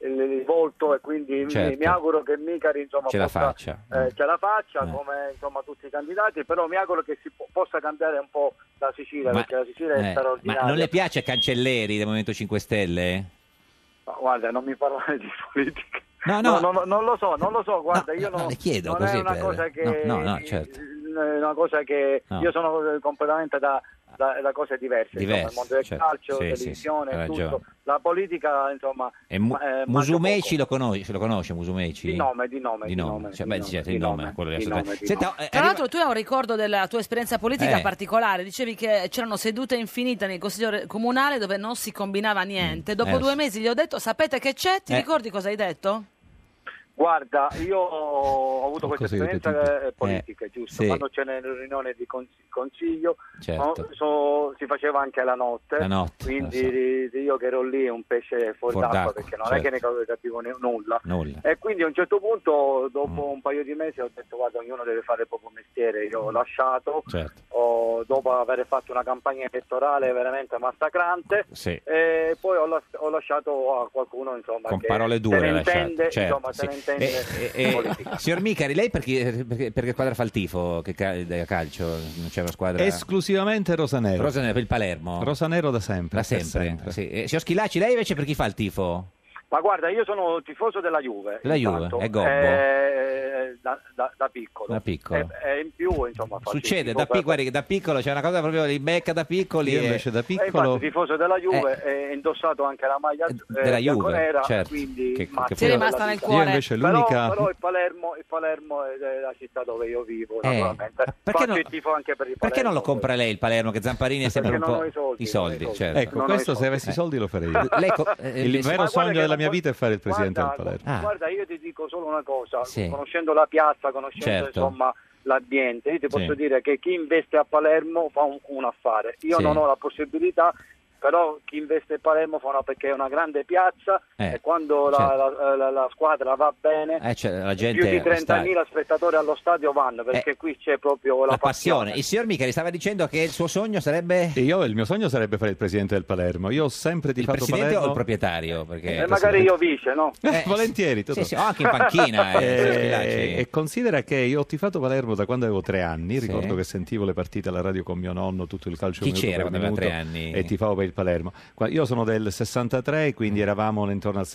[SPEAKER 19] il- il volto e quindi mi-
[SPEAKER 4] Certo.
[SPEAKER 19] mi, auguro che Micari insomma,
[SPEAKER 4] Ce la
[SPEAKER 19] possa,
[SPEAKER 4] faccia.
[SPEAKER 19] eh, ce la faccia
[SPEAKER 4] Eh.
[SPEAKER 19] come insomma, tutti i candidati, però mi auguro che si po- possa cambiare un po' la Sicilia
[SPEAKER 4] Ma-
[SPEAKER 19] perché la Sicilia
[SPEAKER 4] Eh,
[SPEAKER 19] è
[SPEAKER 4] ma
[SPEAKER 19] straordinaria.
[SPEAKER 4] non le piace Cancelleri del Movimento 5 Stelle?
[SPEAKER 19] Ma Guarda, non mi parlare di politica.
[SPEAKER 4] No, no.
[SPEAKER 19] no, non lo so, non lo so, guarda, io non,
[SPEAKER 4] le chiedo
[SPEAKER 19] non
[SPEAKER 4] così
[SPEAKER 19] è una
[SPEAKER 4] per-
[SPEAKER 19] cosa che
[SPEAKER 4] No, no, no, certo.
[SPEAKER 19] è una cosa che
[SPEAKER 4] No.
[SPEAKER 19] io sono eh, completamente da, da, da cose diverse, insomma,
[SPEAKER 4] Diverse,
[SPEAKER 19] il mondo del
[SPEAKER 4] certo.
[SPEAKER 19] calcio,
[SPEAKER 4] Sì,
[SPEAKER 19] televisione,
[SPEAKER 4] sì, sì, hai
[SPEAKER 19] tutto.
[SPEAKER 4] ragione.
[SPEAKER 19] La politica, insomma,
[SPEAKER 4] E Mu-
[SPEAKER 19] ma- eh, manca
[SPEAKER 4] Musumeci
[SPEAKER 19] poco.
[SPEAKER 4] lo conosce, lo conosce Musumeci?
[SPEAKER 19] Di nome, di nome,
[SPEAKER 4] Di
[SPEAKER 19] di
[SPEAKER 4] nome,
[SPEAKER 19] nome,
[SPEAKER 4] cioè,
[SPEAKER 19] di
[SPEAKER 4] beh,
[SPEAKER 19] nome,
[SPEAKER 4] sì, certo,
[SPEAKER 19] di
[SPEAKER 4] il nome,
[SPEAKER 19] nome,
[SPEAKER 4] quello
[SPEAKER 19] di
[SPEAKER 4] assolutamente.
[SPEAKER 19] nome, di
[SPEAKER 4] Senta,
[SPEAKER 19] nome.
[SPEAKER 4] eh,
[SPEAKER 3] Tra l'altro tu hai un ricordo della tua esperienza politica
[SPEAKER 4] Eh.
[SPEAKER 3] particolare, dicevi che c'erano sedute infinite nel consiglio re- comunale dove non si combinava
[SPEAKER 4] Mm,
[SPEAKER 3] niente, dopo
[SPEAKER 19] Eh,
[SPEAKER 3] due
[SPEAKER 19] sì.
[SPEAKER 3] mesi gli ho detto sapete che c'è, ti
[SPEAKER 19] Eh.
[SPEAKER 3] ricordi cosa hai detto?
[SPEAKER 19] Guarda, io ho avuto questa
[SPEAKER 3] Qualcosa che
[SPEAKER 19] esperienza
[SPEAKER 3] ripetete.
[SPEAKER 19] eh, politica, giusto?
[SPEAKER 3] sì.
[SPEAKER 19] Quando c'è la riunione di cons- consiglio,
[SPEAKER 4] Certo.
[SPEAKER 19] no, so- si faceva anche la notte,
[SPEAKER 4] La notte,
[SPEAKER 19] quindi io che ero lì un pesce fuori,
[SPEAKER 4] Fuori
[SPEAKER 19] d'acqua,
[SPEAKER 4] d'acqua,
[SPEAKER 19] perché non è
[SPEAKER 4] certo.
[SPEAKER 19] che ne cap- capivo ne- nulla.
[SPEAKER 4] Nulla.
[SPEAKER 19] E quindi a un certo punto, dopo
[SPEAKER 4] Mm.
[SPEAKER 19] un paio di mesi, ho detto guarda, ognuno deve fare il proprio mestiere, io
[SPEAKER 4] Mm.
[SPEAKER 19] ho lasciato,
[SPEAKER 4] Certo.
[SPEAKER 19] ho- dopo aver fatto una campagna elettorale veramente massacrante,
[SPEAKER 4] Sì.
[SPEAKER 19] e poi ho, las- ho lasciato a qualcuno insomma,
[SPEAKER 4] Con
[SPEAKER 19] che
[SPEAKER 4] parole
[SPEAKER 19] se
[SPEAKER 4] dure
[SPEAKER 19] ne
[SPEAKER 4] lasciate,
[SPEAKER 19] intende,
[SPEAKER 4] certo,
[SPEAKER 19] insomma, se
[SPEAKER 4] sì.
[SPEAKER 19] ne intende
[SPEAKER 4] Eh,
[SPEAKER 19] di
[SPEAKER 4] eh, eh,
[SPEAKER 19] politica.
[SPEAKER 4] signor Micari, lei perché, perché, perché squadra fa il tifo che ca- da calcio? Non c'è una squadra...
[SPEAKER 15] Esclusivamente Rosanero.
[SPEAKER 4] Rosanero per il Palermo.
[SPEAKER 15] Rosanero da sempre.
[SPEAKER 4] Da
[SPEAKER 15] per
[SPEAKER 4] sempre. sì. Eh, signor Schilacci, lei invece per chi fa il tifo?
[SPEAKER 19] Ma guarda, io sono tifoso della Juve.
[SPEAKER 4] Della Juve,
[SPEAKER 19] intanto,
[SPEAKER 4] è gobbo.
[SPEAKER 19] Esatto. eh, da, da- da piccolo.
[SPEAKER 4] Da piccolo.
[SPEAKER 19] E, e in più, insomma, faccio il
[SPEAKER 4] Succede,
[SPEAKER 19] tifo
[SPEAKER 4] da,
[SPEAKER 19] per-
[SPEAKER 4] pic- guardi che da piccolo c'è una cosa proprio li becca da piccoli.
[SPEAKER 15] Io
[SPEAKER 4] e-
[SPEAKER 15] invece da
[SPEAKER 19] E Eh, infatti, tifoso della Juve, e indossato anche la maglia eh,
[SPEAKER 4] Eh. della Juve,
[SPEAKER 19] bianconera,
[SPEAKER 4] certo.
[SPEAKER 19] quindi
[SPEAKER 4] Che- che
[SPEAKER 19] mazza
[SPEAKER 4] poi- Ti è rimasta
[SPEAKER 19] della
[SPEAKER 4] nel
[SPEAKER 19] vita.
[SPEAKER 4] cuore. Io invece
[SPEAKER 19] Però-
[SPEAKER 4] l'unica-
[SPEAKER 19] Però, il, Palermo, il Palermo è la città dove io vivo,
[SPEAKER 4] Eh,
[SPEAKER 19] naturalmente.
[SPEAKER 4] perché
[SPEAKER 19] Faccio
[SPEAKER 4] non-
[SPEAKER 19] il tifo anche per il Palermo.
[SPEAKER 4] Perché non lo compra lei il Palermo? Che Zamparini è sempre
[SPEAKER 19] Perché
[SPEAKER 4] un
[SPEAKER 19] non
[SPEAKER 4] po'
[SPEAKER 19] ho i soldi, non ho i soldi.
[SPEAKER 4] certo.
[SPEAKER 15] Ecco,
[SPEAKER 19] Non ho i
[SPEAKER 15] questo se
[SPEAKER 19] soldi.
[SPEAKER 15] avessi i soldi lo farei io.
[SPEAKER 4] Eh. Lei co- eh,
[SPEAKER 15] il
[SPEAKER 4] Ah, eh,
[SPEAKER 15] vero
[SPEAKER 19] Ma guarda
[SPEAKER 15] sogno
[SPEAKER 19] che
[SPEAKER 15] della
[SPEAKER 19] non
[SPEAKER 15] mia
[SPEAKER 19] puoi-
[SPEAKER 15] vita è fare il presidente
[SPEAKER 19] guarda,
[SPEAKER 15] del Palermo.
[SPEAKER 19] gu- Guarda, io ti dico solo una cosa,
[SPEAKER 15] Sì.
[SPEAKER 19] conoscendo la piazza, conoscendo
[SPEAKER 15] Certo.
[SPEAKER 19] insomma l'ambiente, io ti
[SPEAKER 15] Sì.
[SPEAKER 19] posso dire che chi investe a Palermo fa un, un affare. Io
[SPEAKER 4] Sì.
[SPEAKER 19] non ho la possibilità, però chi investe a Palermo fa una perché è una grande piazza
[SPEAKER 4] Eh,
[SPEAKER 19] e quando la-
[SPEAKER 4] certo.
[SPEAKER 19] la, la- la squadra va bene
[SPEAKER 4] Eh, cioè, la gente
[SPEAKER 19] più di
[SPEAKER 4] sta- Eh.
[SPEAKER 19] 30.000 spettatori allo stadio vanno perché qui c'è proprio la,
[SPEAKER 4] la passione. Il signor Micari stava dicendo che il suo sogno sarebbe
[SPEAKER 15] E Io, il mio sogno sarebbe fare il presidente del Palermo. Io ho sempre
[SPEAKER 4] il
[SPEAKER 15] tifato
[SPEAKER 4] presidente
[SPEAKER 15] Palermo.
[SPEAKER 4] o il proprietario? Perché
[SPEAKER 19] E Eh, magari io vice, no?
[SPEAKER 15] Eh, volentieri, Totò.
[SPEAKER 4] Sì, sì, ho anche in panchina. eh, signor Schilacci.
[SPEAKER 15] Eh, e considera che io ho tifato Palermo da quando avevo tre anni. Ricordo che sentivo le partite alla radio con mio nonno, tutto il calcio.
[SPEAKER 4] Chi
[SPEAKER 15] minuto
[SPEAKER 4] c'era
[SPEAKER 15] per
[SPEAKER 4] quando aveva
[SPEAKER 15] minuto,
[SPEAKER 4] tre anni?
[SPEAKER 15] E tifavo per il Palermo. Qua- Io sono del 63, quindi eravamo intorno al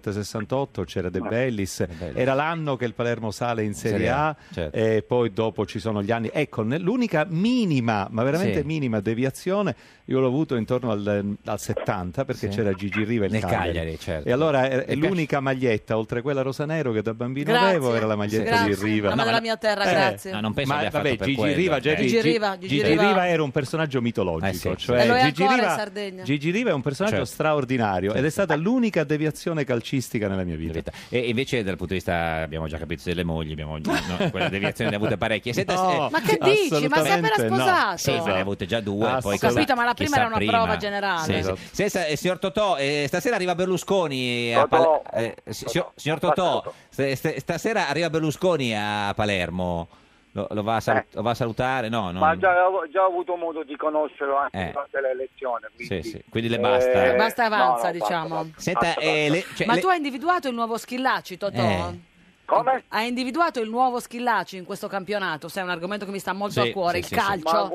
[SPEAKER 15] 67-68. C'era De
[SPEAKER 4] Mm. Ah.
[SPEAKER 15] Bellis. Era l'anno che il Palermo sale in Serie,
[SPEAKER 4] Serie A,
[SPEAKER 15] A,
[SPEAKER 4] certo.
[SPEAKER 15] e poi dopo ci sono gli anni. Ecco, ne- l'unica minima, ma veramente
[SPEAKER 4] Sì.
[SPEAKER 15] minima deviazione, io l'ho avuto intorno al, al 70 perché
[SPEAKER 4] Sì.
[SPEAKER 15] c'era Gigi Riva e il
[SPEAKER 4] Nel Cagliari, certo.
[SPEAKER 15] E allora è, è
[SPEAKER 4] Mi piace.
[SPEAKER 15] l'unica maglietta, oltre quella rosanero che da bambino
[SPEAKER 3] Grazie.
[SPEAKER 15] avevo, era la maglietta
[SPEAKER 3] Grazie.
[SPEAKER 15] di Riva.
[SPEAKER 3] Ah, ma della mia terra, grazie.
[SPEAKER 4] Eh, No, non penso
[SPEAKER 15] ma
[SPEAKER 4] abbia
[SPEAKER 15] vabbè,
[SPEAKER 4] fatto per
[SPEAKER 15] Gigi
[SPEAKER 4] quello.
[SPEAKER 15] Riva, già-
[SPEAKER 4] Eh.
[SPEAKER 15] Gigi, Gigi Riva era un personaggio mitologico,
[SPEAKER 4] Eh sì.
[SPEAKER 15] cioè
[SPEAKER 3] E lo è
[SPEAKER 15] Gigi
[SPEAKER 3] ancora in
[SPEAKER 15] Riva
[SPEAKER 3] Sardegna.
[SPEAKER 15] Gigi Riva è un personaggio
[SPEAKER 4] Certo.
[SPEAKER 15] straordinario ed è stata l'unica deviazione calcistica nella mia vita.
[SPEAKER 4] E invece dal punto di vista, abbiamo già capito, delle mogli, abbiamo no, quella deviazione ne ha avuta parecchie. Senta,
[SPEAKER 15] No,
[SPEAKER 4] eh,
[SPEAKER 3] Ma che dici? Ma se
[SPEAKER 4] assolutamente
[SPEAKER 3] appena
[SPEAKER 4] no.
[SPEAKER 3] sposato?
[SPEAKER 4] Sì, ma ne ha avute già due.
[SPEAKER 3] Ho
[SPEAKER 4] Poi
[SPEAKER 3] capito,
[SPEAKER 4] chissà-
[SPEAKER 3] ma la prima
[SPEAKER 4] chissà
[SPEAKER 3] era una
[SPEAKER 4] prima.
[SPEAKER 3] prova generale.
[SPEAKER 4] Sì, sì.
[SPEAKER 3] Esatto.
[SPEAKER 4] Senta, eh, signor Totò, eh, stasera arriva Berlusconi a
[SPEAKER 19] Totò.
[SPEAKER 4] Pal- eh, si- signor- signor Totò, se- se- stasera arriva Berlusconi a Palermo. Lo, lo va, a salu- lo va a salutare? No, no.
[SPEAKER 19] Eh. Ma già, già ho avuto modo di conoscerlo anche
[SPEAKER 4] Eh.
[SPEAKER 19] durante l'elezione.
[SPEAKER 4] Sì, sì. Quindi le basta.
[SPEAKER 19] Eh,
[SPEAKER 3] Basta e
[SPEAKER 19] no,
[SPEAKER 3] avanza,
[SPEAKER 19] no, basta,
[SPEAKER 3] diciamo.
[SPEAKER 19] basta.
[SPEAKER 4] Senta, eh, le- cioè,
[SPEAKER 3] Ma
[SPEAKER 4] le-
[SPEAKER 3] tu hai individuato il nuovo Schillaci, Totò?
[SPEAKER 4] Eh.
[SPEAKER 19] Come?
[SPEAKER 3] Hai individuato il nuovo Schillaci in questo campionato? Sai, è un argomento che mi sta molto
[SPEAKER 19] Sì,
[SPEAKER 3] a
[SPEAKER 19] sì,
[SPEAKER 3] cuore, il
[SPEAKER 19] sì, sì.
[SPEAKER 3] calcio.
[SPEAKER 19] Ma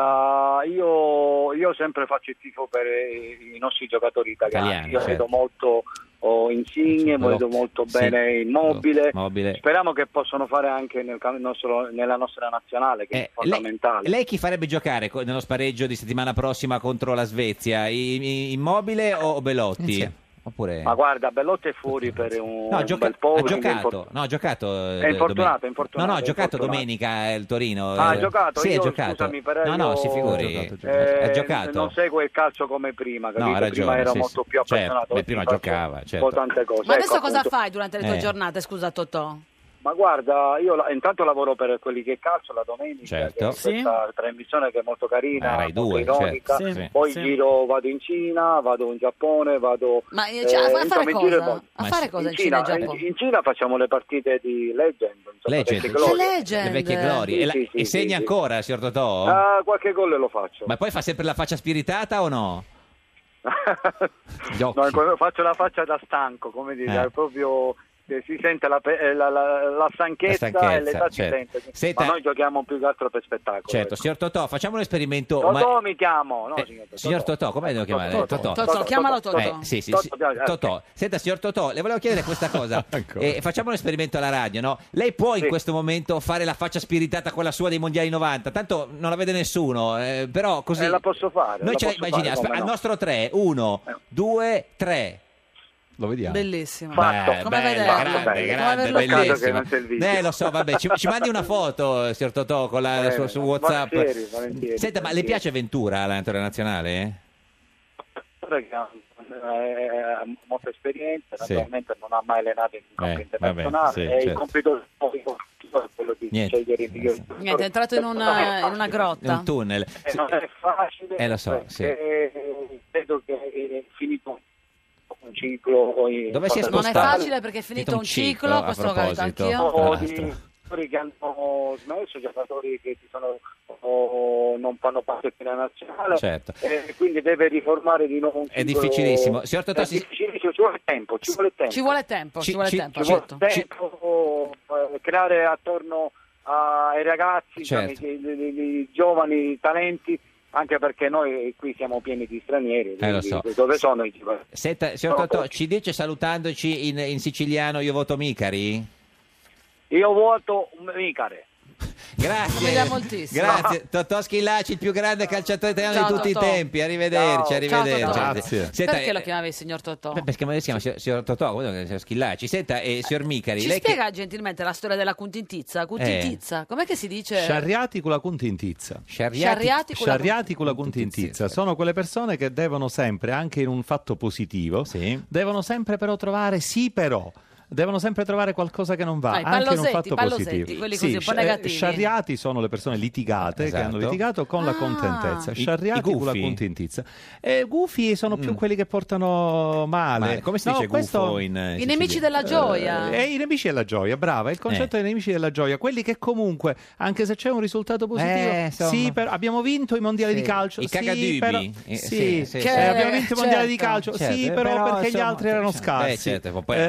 [SPEAKER 19] guarda, io, io sempre faccio il tifo per eh, i nostri giocatori italiani.
[SPEAKER 4] Italiani,
[SPEAKER 19] io
[SPEAKER 4] certo.
[SPEAKER 19] vedo molto oh, Insigne,
[SPEAKER 4] Belotti,
[SPEAKER 19] vedo molto
[SPEAKER 4] sì.
[SPEAKER 19] bene Immobile.
[SPEAKER 4] Mobile.
[SPEAKER 19] Speriamo che possano fare anche nel cam- nostro- nella nostra nazionale, che è fondamentale.
[SPEAKER 4] Eh, Lei chi farebbe giocare co- nello spareggio di settimana prossima contro la Svezia? I- i- immobile o Belotti? Oppure...
[SPEAKER 19] Ma guarda, Bellotti è fuori per un,
[SPEAKER 4] No,
[SPEAKER 19] un
[SPEAKER 4] gioca-
[SPEAKER 19] bel po'.
[SPEAKER 4] ha
[SPEAKER 19] quindi è
[SPEAKER 4] giocato,
[SPEAKER 19] import-
[SPEAKER 4] no, ha giocato. eh,
[SPEAKER 19] È infortunato,
[SPEAKER 4] domen-
[SPEAKER 19] è infortunato,
[SPEAKER 4] No, no, ha
[SPEAKER 19] è
[SPEAKER 4] giocato
[SPEAKER 19] infortunato.
[SPEAKER 4] domenica eh, il Torino.
[SPEAKER 19] Ah, ha
[SPEAKER 4] eh,
[SPEAKER 19] giocato?
[SPEAKER 4] Sì,
[SPEAKER 19] Io,
[SPEAKER 4] ha giocato.
[SPEAKER 19] scusami, però
[SPEAKER 4] no, no,
[SPEAKER 19] io-
[SPEAKER 4] si figuri. Cioè,
[SPEAKER 19] Eh,
[SPEAKER 4] Ha giocato.
[SPEAKER 19] Non segue il calcio come prima, capito?
[SPEAKER 4] No, ha ragione.
[SPEAKER 19] prima ero
[SPEAKER 4] sì,
[SPEAKER 19] molto
[SPEAKER 4] sì.
[SPEAKER 19] più
[SPEAKER 4] Certo,
[SPEAKER 19] appassionato.
[SPEAKER 4] beh, prima
[SPEAKER 19] oggi faccio
[SPEAKER 4] giocava,
[SPEAKER 19] un
[SPEAKER 4] certo.
[SPEAKER 19] po' tante cose.
[SPEAKER 3] Ma adesso
[SPEAKER 19] Ecco,
[SPEAKER 3] cosa
[SPEAKER 19] appunto.
[SPEAKER 3] fai durante le tue
[SPEAKER 19] Eh.
[SPEAKER 3] giornate, scusa Totò?
[SPEAKER 19] Ma guarda, io la- intanto lavoro per quelli che calcio la domenica,
[SPEAKER 4] Certo.
[SPEAKER 19] che è
[SPEAKER 4] Sì.
[SPEAKER 19] questa trasmissione che è molto carina,
[SPEAKER 4] Ah, Rai
[SPEAKER 19] molto
[SPEAKER 4] due,
[SPEAKER 19] ironica.
[SPEAKER 4] certo. Sì,
[SPEAKER 19] Poi
[SPEAKER 4] sì.
[SPEAKER 19] giro, vado in Cina, vado in Giappone, vado
[SPEAKER 3] Ma eh, cioè, a fa- a
[SPEAKER 19] insomma,
[SPEAKER 3] fare
[SPEAKER 19] in giro e
[SPEAKER 3] cosa?
[SPEAKER 19] volta.
[SPEAKER 3] A fare cosa in Cina, e Giappone?
[SPEAKER 19] in Cina facciamo le partite di Legend, insomma,
[SPEAKER 4] Legend.
[SPEAKER 19] vecchie glorie.
[SPEAKER 3] Le Legend.
[SPEAKER 4] Le vecchie glorie.
[SPEAKER 19] Sì,
[SPEAKER 4] e, la-
[SPEAKER 19] sì, sì,
[SPEAKER 4] e segna
[SPEAKER 19] sì, sì.
[SPEAKER 4] ancora, signor Totò?
[SPEAKER 19] Ah, qualche gol lo faccio.
[SPEAKER 4] Ma poi fa sempre la faccia spiritata o no? Gli occhi.
[SPEAKER 19] No, quello- faccio la faccia da stanco, come dire,
[SPEAKER 4] Eh.
[SPEAKER 19] è proprio eh, si sente la, pe- eh, la- la- la stanchezza,
[SPEAKER 4] La stanchezza,
[SPEAKER 19] e l'età si
[SPEAKER 4] certo.
[SPEAKER 19] sente.
[SPEAKER 4] Senta-
[SPEAKER 19] Ma noi giochiamo più che altro per spettacolo.
[SPEAKER 4] Certo, signor Totò, facciamo un esperimento.
[SPEAKER 19] Totò
[SPEAKER 4] ma-
[SPEAKER 19] mi chiamo, no,
[SPEAKER 4] Eh,
[SPEAKER 19] signor Totò.
[SPEAKER 4] Signor Totò, come devo chiamare?
[SPEAKER 19] Totò.
[SPEAKER 4] Totò.
[SPEAKER 3] Totò, chiamalo Totò.
[SPEAKER 4] Eh, sì, sì,
[SPEAKER 3] Totò,
[SPEAKER 4] sì.
[SPEAKER 3] abbiamo-
[SPEAKER 4] Totò. Senta, signor Totò, le volevo chiedere questa cosa. Eh, facciamo un esperimento alla radio, no? Lei può in questo momento fare la faccia spiritata, quella sua dei mondiali 90? Tanto non la vede nessuno, eh, però così...
[SPEAKER 19] Eh, la posso fare.
[SPEAKER 4] Noi
[SPEAKER 19] la
[SPEAKER 4] ce la
[SPEAKER 19] posso fare,
[SPEAKER 4] immaginiamo.
[SPEAKER 19] come no.
[SPEAKER 4] Aspetta,
[SPEAKER 19] Eh.
[SPEAKER 4] Al nostro 3, 1, 2 3. Lo vediamo.
[SPEAKER 3] Bellissimo.
[SPEAKER 4] Beh,
[SPEAKER 3] Come
[SPEAKER 4] bella,
[SPEAKER 3] vederlo?
[SPEAKER 4] grande,
[SPEAKER 3] Come
[SPEAKER 4] grande,
[SPEAKER 3] vederlo?
[SPEAKER 19] Peccato che
[SPEAKER 4] bellissima.
[SPEAKER 19] non c'è il video.
[SPEAKER 4] Eh, lo so, vabbè, ci, ci mandi una foto, signor Totò, con la,
[SPEAKER 19] Eh,
[SPEAKER 4] su, su WhatsApp.
[SPEAKER 19] volentieri, volentieri,
[SPEAKER 4] Senta, ma le
[SPEAKER 19] volentieri.
[SPEAKER 4] piace Ventura, l'allenatore nazionale?
[SPEAKER 19] Guarda che ha eh, ha molta esperienza,
[SPEAKER 4] Sì.
[SPEAKER 19] naturalmente non ha mai allenato in un campo
[SPEAKER 4] Eh,
[SPEAKER 19] internazionale
[SPEAKER 4] vabbè, sì,
[SPEAKER 19] e il
[SPEAKER 4] certo.
[SPEAKER 19] compito è quello di
[SPEAKER 4] Niente.
[SPEAKER 19] scegliere i migliori
[SPEAKER 3] Niente, è entrato in una, in una
[SPEAKER 4] È
[SPEAKER 3] grotta.
[SPEAKER 4] un tunnel.
[SPEAKER 19] Eh, non è facile.
[SPEAKER 4] Eh, lo so, sì.
[SPEAKER 19] perché Vedo che è finito un ciclo. eh,
[SPEAKER 4] Dove si è
[SPEAKER 3] Non è
[SPEAKER 4] spostato?
[SPEAKER 3] facile perché è finito un ciclo, questo lo capito anch'io.
[SPEAKER 20] Oh,
[SPEAKER 19] O di giocatori che hanno smesso, giocatori che si sono, o non fanno parte della nazionale.
[SPEAKER 4] Certo.
[SPEAKER 19] E quindi deve riformare di nuovo un
[SPEAKER 4] È
[SPEAKER 19] ciclo.
[SPEAKER 4] difficilissimo. Signor Totò,
[SPEAKER 19] È
[SPEAKER 4] si-
[SPEAKER 19] difficilissimo, ci vuole tempo, ci vuole tempo.
[SPEAKER 3] Ci vuole tempo, ci,
[SPEAKER 19] Ci-
[SPEAKER 3] vuole
[SPEAKER 19] ci-
[SPEAKER 3] tempo.
[SPEAKER 19] ci vuole
[SPEAKER 3] certo.
[SPEAKER 19] tempo, eh, creare attorno ai ragazzi,
[SPEAKER 4] Certo.
[SPEAKER 19] insomma, i- i- i- i giovani talenti, anche perché noi qui siamo pieni di stranieri.
[SPEAKER 4] Eh, lo
[SPEAKER 19] quindi
[SPEAKER 4] so.
[SPEAKER 19] Dove sono i giovani?
[SPEAKER 4] Senta, signor
[SPEAKER 19] Sono
[SPEAKER 4] Totò,
[SPEAKER 19] pochi.
[SPEAKER 4] ci dice salutandoci in, in siciliano io voto Micari?
[SPEAKER 19] Io voto un Micare.
[SPEAKER 4] Grazie. Grazie. Totò Schillacci, il più grande calciatore italiano
[SPEAKER 3] Ciao,
[SPEAKER 4] di tutti
[SPEAKER 3] Totò.
[SPEAKER 4] i tempi. Arrivederci,
[SPEAKER 3] Ciao.
[SPEAKER 4] arrivederci.
[SPEAKER 3] Ciao, Totò.
[SPEAKER 4] Grazie. Senta,
[SPEAKER 3] Perché
[SPEAKER 4] eh,
[SPEAKER 3] lo chiamavi signor Totò?
[SPEAKER 4] Beh, Perché come si chiama signor, signor Totò? Come si chiama? Schillacci. Senta, eh, signor Micari,
[SPEAKER 3] Ci
[SPEAKER 4] lei che-
[SPEAKER 3] spiega gentilmente la storia della
[SPEAKER 4] Eh.
[SPEAKER 3] Cuntintizza? Cuntintizza, com'è che si dice?
[SPEAKER 15] Sciarriati con la cuntintizza.
[SPEAKER 3] Sciarriati con la
[SPEAKER 15] Sciarriati con la cuntintizza. Sono quelle persone che devono sempre, anche in un fatto positivo, devono sempre però trovare sì però. Devono sempre trovare qualcosa che non va,
[SPEAKER 3] Ah, i
[SPEAKER 15] anche in un
[SPEAKER 3] pallosetti,
[SPEAKER 15] fatto
[SPEAKER 3] pallosetti,
[SPEAKER 15] positivo.
[SPEAKER 3] quelli così un po'
[SPEAKER 15] sci- eh,
[SPEAKER 3] negativi.
[SPEAKER 15] Sciarriati sono le persone litigate che hanno litigato
[SPEAKER 3] Ah.
[SPEAKER 15] con la contentezza.
[SPEAKER 4] Esatto. I-
[SPEAKER 15] Sciarriati
[SPEAKER 4] i
[SPEAKER 15] con la
[SPEAKER 4] gufi. Mm.
[SPEAKER 15] contentezza. E gufi sono più quelli che portano male.
[SPEAKER 4] Ma come si
[SPEAKER 15] No,
[SPEAKER 4] dice
[SPEAKER 15] questo-
[SPEAKER 4] gufo in, eh,
[SPEAKER 3] I nemici della gioia.
[SPEAKER 15] eh, i nemici della gioia, brava, il
[SPEAKER 4] Eh.
[SPEAKER 15] concetto dei nemici della gioia, quelli che comunque, anche se c'è un risultato positivo,
[SPEAKER 4] Eh, insomma.
[SPEAKER 15] sì, però abbiamo vinto i mondiali
[SPEAKER 4] Sì.
[SPEAKER 15] di calcio,
[SPEAKER 4] I
[SPEAKER 15] sì,
[SPEAKER 4] cagadubi.
[SPEAKER 15] però- sì,
[SPEAKER 4] Eh, sì, sì,
[SPEAKER 15] eh,
[SPEAKER 4] sì.
[SPEAKER 15] abbiamo vinto i mondiali di
[SPEAKER 4] Certo.
[SPEAKER 15] calcio, sì,
[SPEAKER 4] Certo,
[SPEAKER 15] però,
[SPEAKER 4] però,
[SPEAKER 15] perché gli
[SPEAKER 4] insomma,
[SPEAKER 15] altri erano scarsi.
[SPEAKER 4] Eh, certo, poi
[SPEAKER 15] Eh,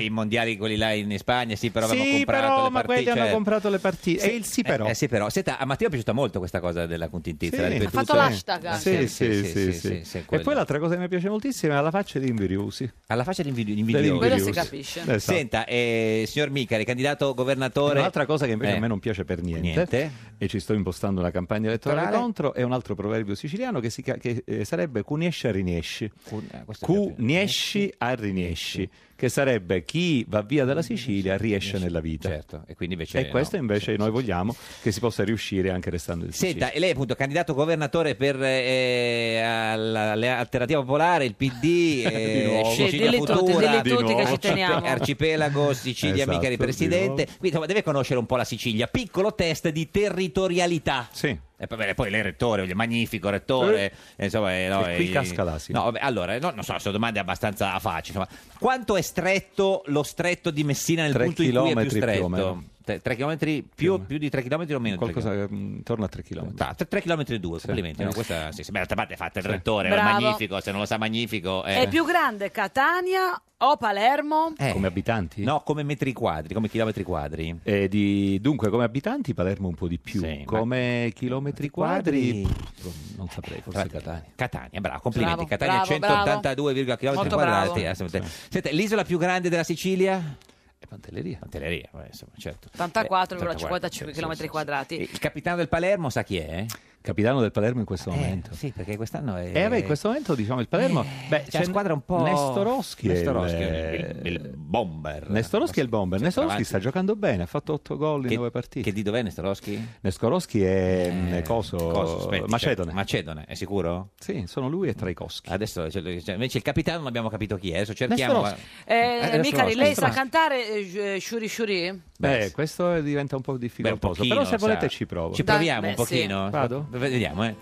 [SPEAKER 4] eh, i mondiali quelli là in Spagna, sì, però avevamo
[SPEAKER 15] sì,
[SPEAKER 4] comprato
[SPEAKER 15] però,
[SPEAKER 4] le
[SPEAKER 15] ma
[SPEAKER 4] partite,
[SPEAKER 15] quelli hanno
[SPEAKER 4] cioè-
[SPEAKER 15] comprato le partite.
[SPEAKER 4] Sì,
[SPEAKER 15] e il sì, però.
[SPEAKER 4] Eh, eh, sì, però. Senta, a Matteo è piaciuta molto questa cosa della puntintizza.
[SPEAKER 15] Sì.
[SPEAKER 4] l'ha
[SPEAKER 15] Ha
[SPEAKER 4] ripetuta.
[SPEAKER 3] fatto
[SPEAKER 4] Eh,
[SPEAKER 3] l'hashtag anche.
[SPEAKER 15] Sì, sì, sì, sì, E
[SPEAKER 4] quello.
[SPEAKER 15] poi l'altra cosa che mi piace moltissimo è la faccia di Inviriusi.
[SPEAKER 4] Alla faccia di invidio-
[SPEAKER 15] Degli
[SPEAKER 4] invidiosi.
[SPEAKER 15] Quello si capisce. Esatto.
[SPEAKER 4] Senta, eh, signor Micari, candidato governatore.
[SPEAKER 15] Un'altra cosa che invece
[SPEAKER 4] Eh,
[SPEAKER 15] a me non piace per niente,
[SPEAKER 4] Niente.
[SPEAKER 15] e ci sto impostando una campagna elettorale,
[SPEAKER 4] Elettorale.
[SPEAKER 15] contro, è un altro proverbio siciliano che, si ca- che, eh, sarebbe cuniesci a riniesci.
[SPEAKER 4] eh,
[SPEAKER 15] Cuniesci a riniesci, che sarebbe chi va via dalla Sicilia riesce nella vita.
[SPEAKER 4] Certo. E, quindi invece no.
[SPEAKER 15] questo invece noi vogliamo che si possa riuscire anche restando in Sicilia.
[SPEAKER 4] Senta, e lei appunto candidato governatore per eh, alla la- l'alternativa popolare, il PD, eh,
[SPEAKER 15] Di nuovo.
[SPEAKER 4] Sicilia
[SPEAKER 15] Dilli tutti,
[SPEAKER 4] Futura,
[SPEAKER 15] dilli tutti Di che nuovo. ci teniamo.
[SPEAKER 4] Arcipelago, Sicilia,
[SPEAKER 15] Esatto,
[SPEAKER 4] mica di
[SPEAKER 15] di
[SPEAKER 4] presidente.
[SPEAKER 15] nuovo.
[SPEAKER 4] Quindi insomma, deve conoscere un po' la Sicilia. Piccolo test di territorialità. E poi, beh, poi lei è rettore, voglio dire, magnifico rettore. eh, Insomma, eh, no,
[SPEAKER 15] E qui
[SPEAKER 4] eh,
[SPEAKER 15] casca l'asino.
[SPEAKER 4] No, vabbè, allora, no, non so, sono domande abbastanza facili. Insomma, quanto è stretto lo stretto di Messina nel
[SPEAKER 15] Tre
[SPEAKER 4] punto in cui è più
[SPEAKER 15] chilometri più o
[SPEAKER 4] stretto?
[SPEAKER 15] meno.
[SPEAKER 4] 3 km più, più di 3 km o meno?
[SPEAKER 15] Qualcosa intorno a 3 km.
[SPEAKER 4] 3 km e 2, complimenti.
[SPEAKER 15] Eh.
[SPEAKER 4] No, questa, sì, sì, beh, d'altra parte è fatta il rettore,
[SPEAKER 3] Bravo.
[SPEAKER 4] era magnifico, se non lo sa magnifico. eh.
[SPEAKER 3] È più grande Catania o Palermo?
[SPEAKER 4] Come
[SPEAKER 15] abitanti?
[SPEAKER 4] No, come metri quadri, come chilometri quadri.
[SPEAKER 15] Eh, di- dunque, come abitanti Palermo un po' di più, come chilometri quadri, pff, non saprei, forse Catania.
[SPEAKER 4] Catania, bravo, complimenti.
[SPEAKER 15] Bravo,
[SPEAKER 4] Catania
[SPEAKER 15] bravo,
[SPEAKER 4] 182, km
[SPEAKER 15] Molto
[SPEAKER 4] quadrati.
[SPEAKER 15] bravo.
[SPEAKER 4] assolutamente. Senta, l'isola più grande della Sicilia? È Pantelleria. Pantelleria, beh, insomma, certo.
[SPEAKER 3] 84,55 km quadrati.
[SPEAKER 4] Il capitano del Palermo sa chi è?
[SPEAKER 15] Capitano del Palermo in questo momento.
[SPEAKER 4] Eh, Sì, perché quest'anno è... Eh,
[SPEAKER 15] E vabbè, in questo momento diciamo il Palermo... beh,
[SPEAKER 4] c'è la squadra un po'...
[SPEAKER 15] Nestorowski,
[SPEAKER 4] Nestorowski,
[SPEAKER 15] è il,
[SPEAKER 4] bomber.
[SPEAKER 15] Nestorowski è il bomber. Nestorowski sta giocando bene, ha fatto 8 gol in 9 partite.
[SPEAKER 4] Che di dov'è Nestorowski?
[SPEAKER 15] Nestorowski è mh, coso,
[SPEAKER 4] Cosa? Aspetti, cioè,
[SPEAKER 15] Eh, Macedone.
[SPEAKER 4] Macedone, è sicuro?
[SPEAKER 15] Sì, sono lui e Traikowski.
[SPEAKER 4] Adesso cioè, cioè, invece il capitano non abbiamo capito chi è, adesso cerchiamo.
[SPEAKER 15] Nestorowski.
[SPEAKER 3] Eh,
[SPEAKER 4] Eh,
[SPEAKER 3] Micari,
[SPEAKER 4] Rossi,
[SPEAKER 3] lei sa
[SPEAKER 4] Rossi.
[SPEAKER 3] cantare eh, Shuri Shuri?
[SPEAKER 15] Beh, questo è- diventa un po' difficoltoso,
[SPEAKER 4] pochino,
[SPEAKER 15] però se
[SPEAKER 4] sa.
[SPEAKER 15] volete ci provo.
[SPEAKER 4] Ci proviamo
[SPEAKER 3] Dai,
[SPEAKER 4] un
[SPEAKER 3] beh, sì.
[SPEAKER 4] pochino.
[SPEAKER 15] Vado?
[SPEAKER 4] Vediamo, eh.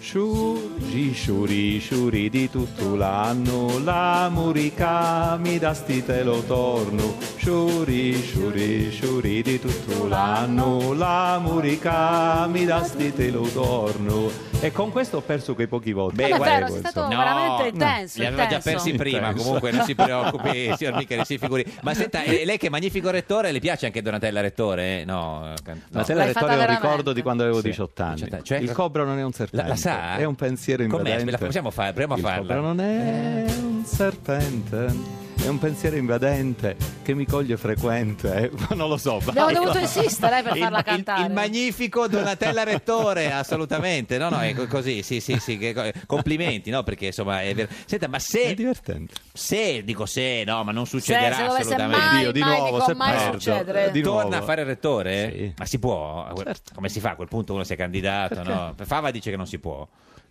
[SPEAKER 15] Sciuri, sciuri, sciuri di tutto l'anno, la murica mi da sti te lo torno. Sciuri, sciuri, sciuri di tutto l'anno, la murica mi da sti te lo torno. E con questo ho perso quei pochi voti.
[SPEAKER 3] Beh, guarda- davvero, Ah, sei stato veramente intenso,
[SPEAKER 4] Li aveva già
[SPEAKER 3] intenso.
[SPEAKER 4] persi prima,
[SPEAKER 15] Intenso.
[SPEAKER 4] comunque non si preoccupi, Eh, signor Michele, si figuri. Ma senta, eh, lei che è magnifico rettore, le piace anche Donatella Rettore? eh? No, can- no.
[SPEAKER 15] Ma se la rettore è un ricordo di quando avevo 18 anni. il cobra non è un serpente,
[SPEAKER 4] La- la sa?
[SPEAKER 15] è un pensiero
[SPEAKER 4] Cioè, Com'è?
[SPEAKER 15] invadente.
[SPEAKER 4] La possiamo fare? Proviamo a
[SPEAKER 15] il
[SPEAKER 4] farla.
[SPEAKER 15] cobra non è un serpente. È un pensiero invadente che mi coglie frequente, ma non lo so.
[SPEAKER 3] Abbiamo
[SPEAKER 15] basta.
[SPEAKER 3] dovuto insistere per
[SPEAKER 15] Il-
[SPEAKER 3] farla
[SPEAKER 15] il-
[SPEAKER 3] cantare.
[SPEAKER 4] Il magnifico Donatella Rettore, assolutamente. No, no, è co- così, sì, sì, sì. che co- complimenti, no? Perché insomma è vero. Senta, ma se. È
[SPEAKER 15] divertente.
[SPEAKER 4] Se, dico se, no, ma non succederà
[SPEAKER 3] se dovesse
[SPEAKER 4] assolutamente.
[SPEAKER 3] mai, Dio, di mai, nuovo, dico, se mai perdo, succedere. eh, di
[SPEAKER 4] Torna
[SPEAKER 15] nuovo. Certo.
[SPEAKER 4] a fare il rettore? Ma si può? Come si fa? A quel punto uno si è candidato, no? Fava dice che non si può.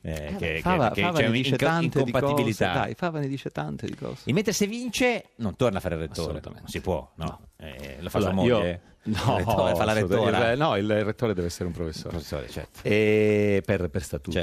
[SPEAKER 4] Eh, che- che-
[SPEAKER 15] Fava,
[SPEAKER 4] che
[SPEAKER 15] Fava
[SPEAKER 4] c'è
[SPEAKER 15] ne dice
[SPEAKER 4] un'inco-
[SPEAKER 15] tante di cose.
[SPEAKER 4] incompatibilità.
[SPEAKER 15] Dai, Fava ne dice tante di cose.
[SPEAKER 4] E mentre se vince, non torna a fare il rettore. Non si può, no. Eh, lo fa sua
[SPEAKER 15] Allora, io-
[SPEAKER 4] moglie.
[SPEAKER 15] No,
[SPEAKER 4] Il rettore, certo. fa la
[SPEAKER 15] assolutamente.
[SPEAKER 4] rettora.
[SPEAKER 15] Il- no, il rettore deve essere un professore. E per, per statuto.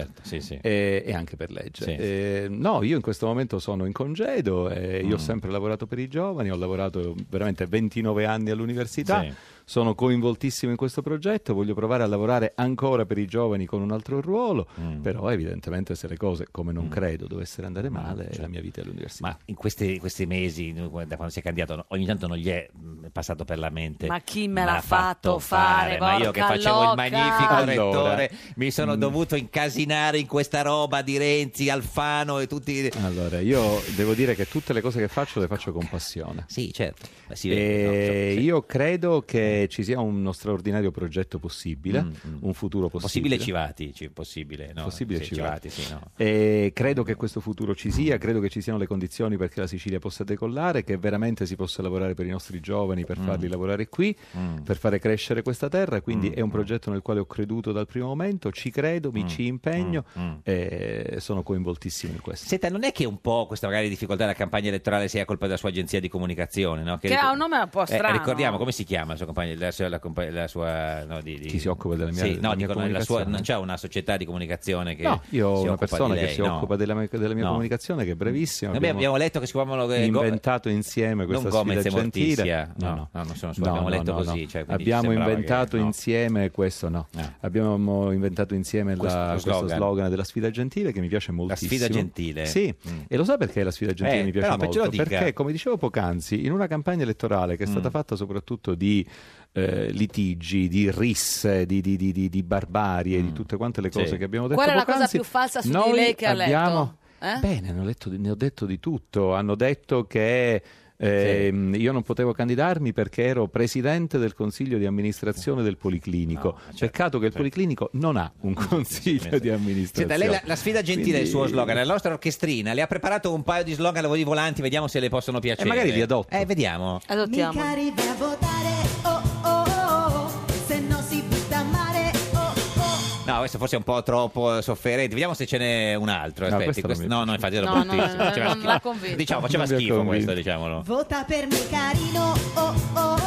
[SPEAKER 15] E, e anche per legge.
[SPEAKER 4] Certo, Sì.
[SPEAKER 15] E, no, io in questo momento sono in congedo, e io ho
[SPEAKER 4] Mm.
[SPEAKER 15] sempre lavorato per i giovani, ho lavorato veramente 29 anni all'università.
[SPEAKER 4] Sì.
[SPEAKER 15] Sono coinvoltissimo in questo progetto, voglio provare a lavorare ancora per i giovani con un altro ruolo,
[SPEAKER 4] Mm.
[SPEAKER 15] però evidentemente se le cose, come non credo, dovessero andare male, la mia vita è all'università.
[SPEAKER 4] certo. Ma in questi, questi mesi, da quando si è candidato, ogni tanto non gli è mh, passato per la mente.
[SPEAKER 3] Ma chi me l'ha
[SPEAKER 4] ha
[SPEAKER 3] fatto fare,
[SPEAKER 4] Ma io che
[SPEAKER 3] porca
[SPEAKER 4] facevo
[SPEAKER 3] loca!"
[SPEAKER 4] il magnifico
[SPEAKER 15] Allora. mm.
[SPEAKER 4] rettore, mi sono dovuto incasinare in questa roba di Renzi, Alfano e tutti.
[SPEAKER 15] Allora, io devo dire che tutte le cose che faccio le faccio con passione.
[SPEAKER 4] Sì, certo. Ma si
[SPEAKER 15] E
[SPEAKER 4] vede, no? Insomma, sì.
[SPEAKER 15] Io credo che ci sia uno straordinario progetto possibile,
[SPEAKER 4] Mm, mm.
[SPEAKER 15] un futuro
[SPEAKER 4] Possibile
[SPEAKER 15] possibile.
[SPEAKER 4] Civati, ci- possibile, no?
[SPEAKER 15] Possibile
[SPEAKER 4] Sì,
[SPEAKER 15] Civati.
[SPEAKER 4] sì, no.
[SPEAKER 15] E credo che questo futuro ci sia, credo che ci siano le condizioni perché la Sicilia possa decollare, che veramente si possa lavorare per i nostri giovani, per
[SPEAKER 4] Mm.
[SPEAKER 15] farli lavorare qui, per fare crescere questa terra.
[SPEAKER 4] Mm.
[SPEAKER 15] Quindi è un progetto nel quale ho creduto dal primo momento, ci credo, mi ci impegno e sono coinvoltissimo in questo.
[SPEAKER 4] Mm. Senta, non è che un po' questa magari difficoltà della campagna elettorale sia colpa della sua agenzia di comunicazione, no?
[SPEAKER 3] Che ha un nome un po'
[SPEAKER 4] Eh,
[SPEAKER 3] strano.
[SPEAKER 4] ricordiamo come si chiama la sua compagna, la sua, la compa- la sua- no, di, di-
[SPEAKER 15] Chi si occupa della mia-
[SPEAKER 4] Sì,
[SPEAKER 15] della
[SPEAKER 4] no,
[SPEAKER 15] mia
[SPEAKER 4] dico, no, la sua,
[SPEAKER 15] comunicazione?
[SPEAKER 4] non c'è una società di comunicazione che
[SPEAKER 15] No, io ho
[SPEAKER 4] si
[SPEAKER 15] una
[SPEAKER 4] occupa
[SPEAKER 15] persona
[SPEAKER 4] di
[SPEAKER 15] che
[SPEAKER 4] lei,
[SPEAKER 15] si
[SPEAKER 4] no.
[SPEAKER 15] occupa della mia, della mia
[SPEAKER 4] No.
[SPEAKER 15] comunicazione, che è brevissima.
[SPEAKER 4] Noi abbiamo, abbiamo letto che si chiamano eh, Go-
[SPEAKER 15] inventato insieme questa
[SPEAKER 4] non Gomez
[SPEAKER 15] sfida
[SPEAKER 4] e Mortizia.
[SPEAKER 15] gentile.
[SPEAKER 4] No, no, non sono solo- abbiamo letto così, cioè, quindi ci
[SPEAKER 15] abbiamo
[SPEAKER 4] sembrava
[SPEAKER 15] inventato
[SPEAKER 4] che- no. Eh.
[SPEAKER 15] insieme questo, no. Abbiamo inventato insieme la-
[SPEAKER 4] Questo-
[SPEAKER 15] questo,
[SPEAKER 4] lo slogan.
[SPEAKER 15] slogan. della sfida gentile che mi piace moltissimo.
[SPEAKER 4] sfida gentile.
[SPEAKER 15] Sì,
[SPEAKER 4] Mm.
[SPEAKER 15] e lo sa perché la sfida gentile
[SPEAKER 4] Eh,
[SPEAKER 15] mi piace
[SPEAKER 4] però, perché
[SPEAKER 15] molto?
[SPEAKER 4] lo dica.
[SPEAKER 15] Perché, come dicevo poc'anzi, in una campagna elettorale che è stata
[SPEAKER 4] Mm.
[SPEAKER 15] fatta soprattutto di eh, litigi, di risse, di, di, di- di- di barbarie, di tutte quante le cose
[SPEAKER 4] Mm. Sì.
[SPEAKER 15] che abbiamo detto
[SPEAKER 3] Qual è la cosa
[SPEAKER 15] poc'anzi,
[SPEAKER 3] più falsa su di
[SPEAKER 15] noi
[SPEAKER 3] lei che ha
[SPEAKER 15] abbiamo...
[SPEAKER 3] letto? Eh?
[SPEAKER 15] Bene, ne ho, letto di- ne ho detto di tutto. Hanno detto che ehm, io non potevo candidarmi perché ero presidente del consiglio di amministrazione del Policlinico.
[SPEAKER 4] certo,
[SPEAKER 15] Peccato che il Policlinico non ha un consiglio di amministrazione.
[SPEAKER 4] Senta, lei la, la sfida gentile è il suo
[SPEAKER 15] Quindi-
[SPEAKER 4] slogan, la nostra orchestrina le ha preparato un paio di slogan voli volanti, vediamo se le possono piacere.
[SPEAKER 15] magari li adotto.
[SPEAKER 4] Eh, vediamo.
[SPEAKER 3] Adottiamo.
[SPEAKER 11] Mi arrivi a votare, oh oh oh, oh, se no si butta a mare, oh oh.
[SPEAKER 4] No, questo forse è un po' troppo eh, sofferente. Vediamo se ce n'è un altro. Aspetti,
[SPEAKER 15] questo non
[SPEAKER 4] questo- no, no, infatti era
[SPEAKER 15] No, no,
[SPEAKER 4] bruttissimo.
[SPEAKER 15] no, no,
[SPEAKER 4] Faceva
[SPEAKER 15] non
[SPEAKER 4] schifo.
[SPEAKER 15] l'ha convinto.
[SPEAKER 4] Diciamo, faceva
[SPEAKER 15] Non mi ha
[SPEAKER 4] schifo questo,
[SPEAKER 15] convinto.
[SPEAKER 4] diciamolo.
[SPEAKER 11] Vota per me carino, oh oh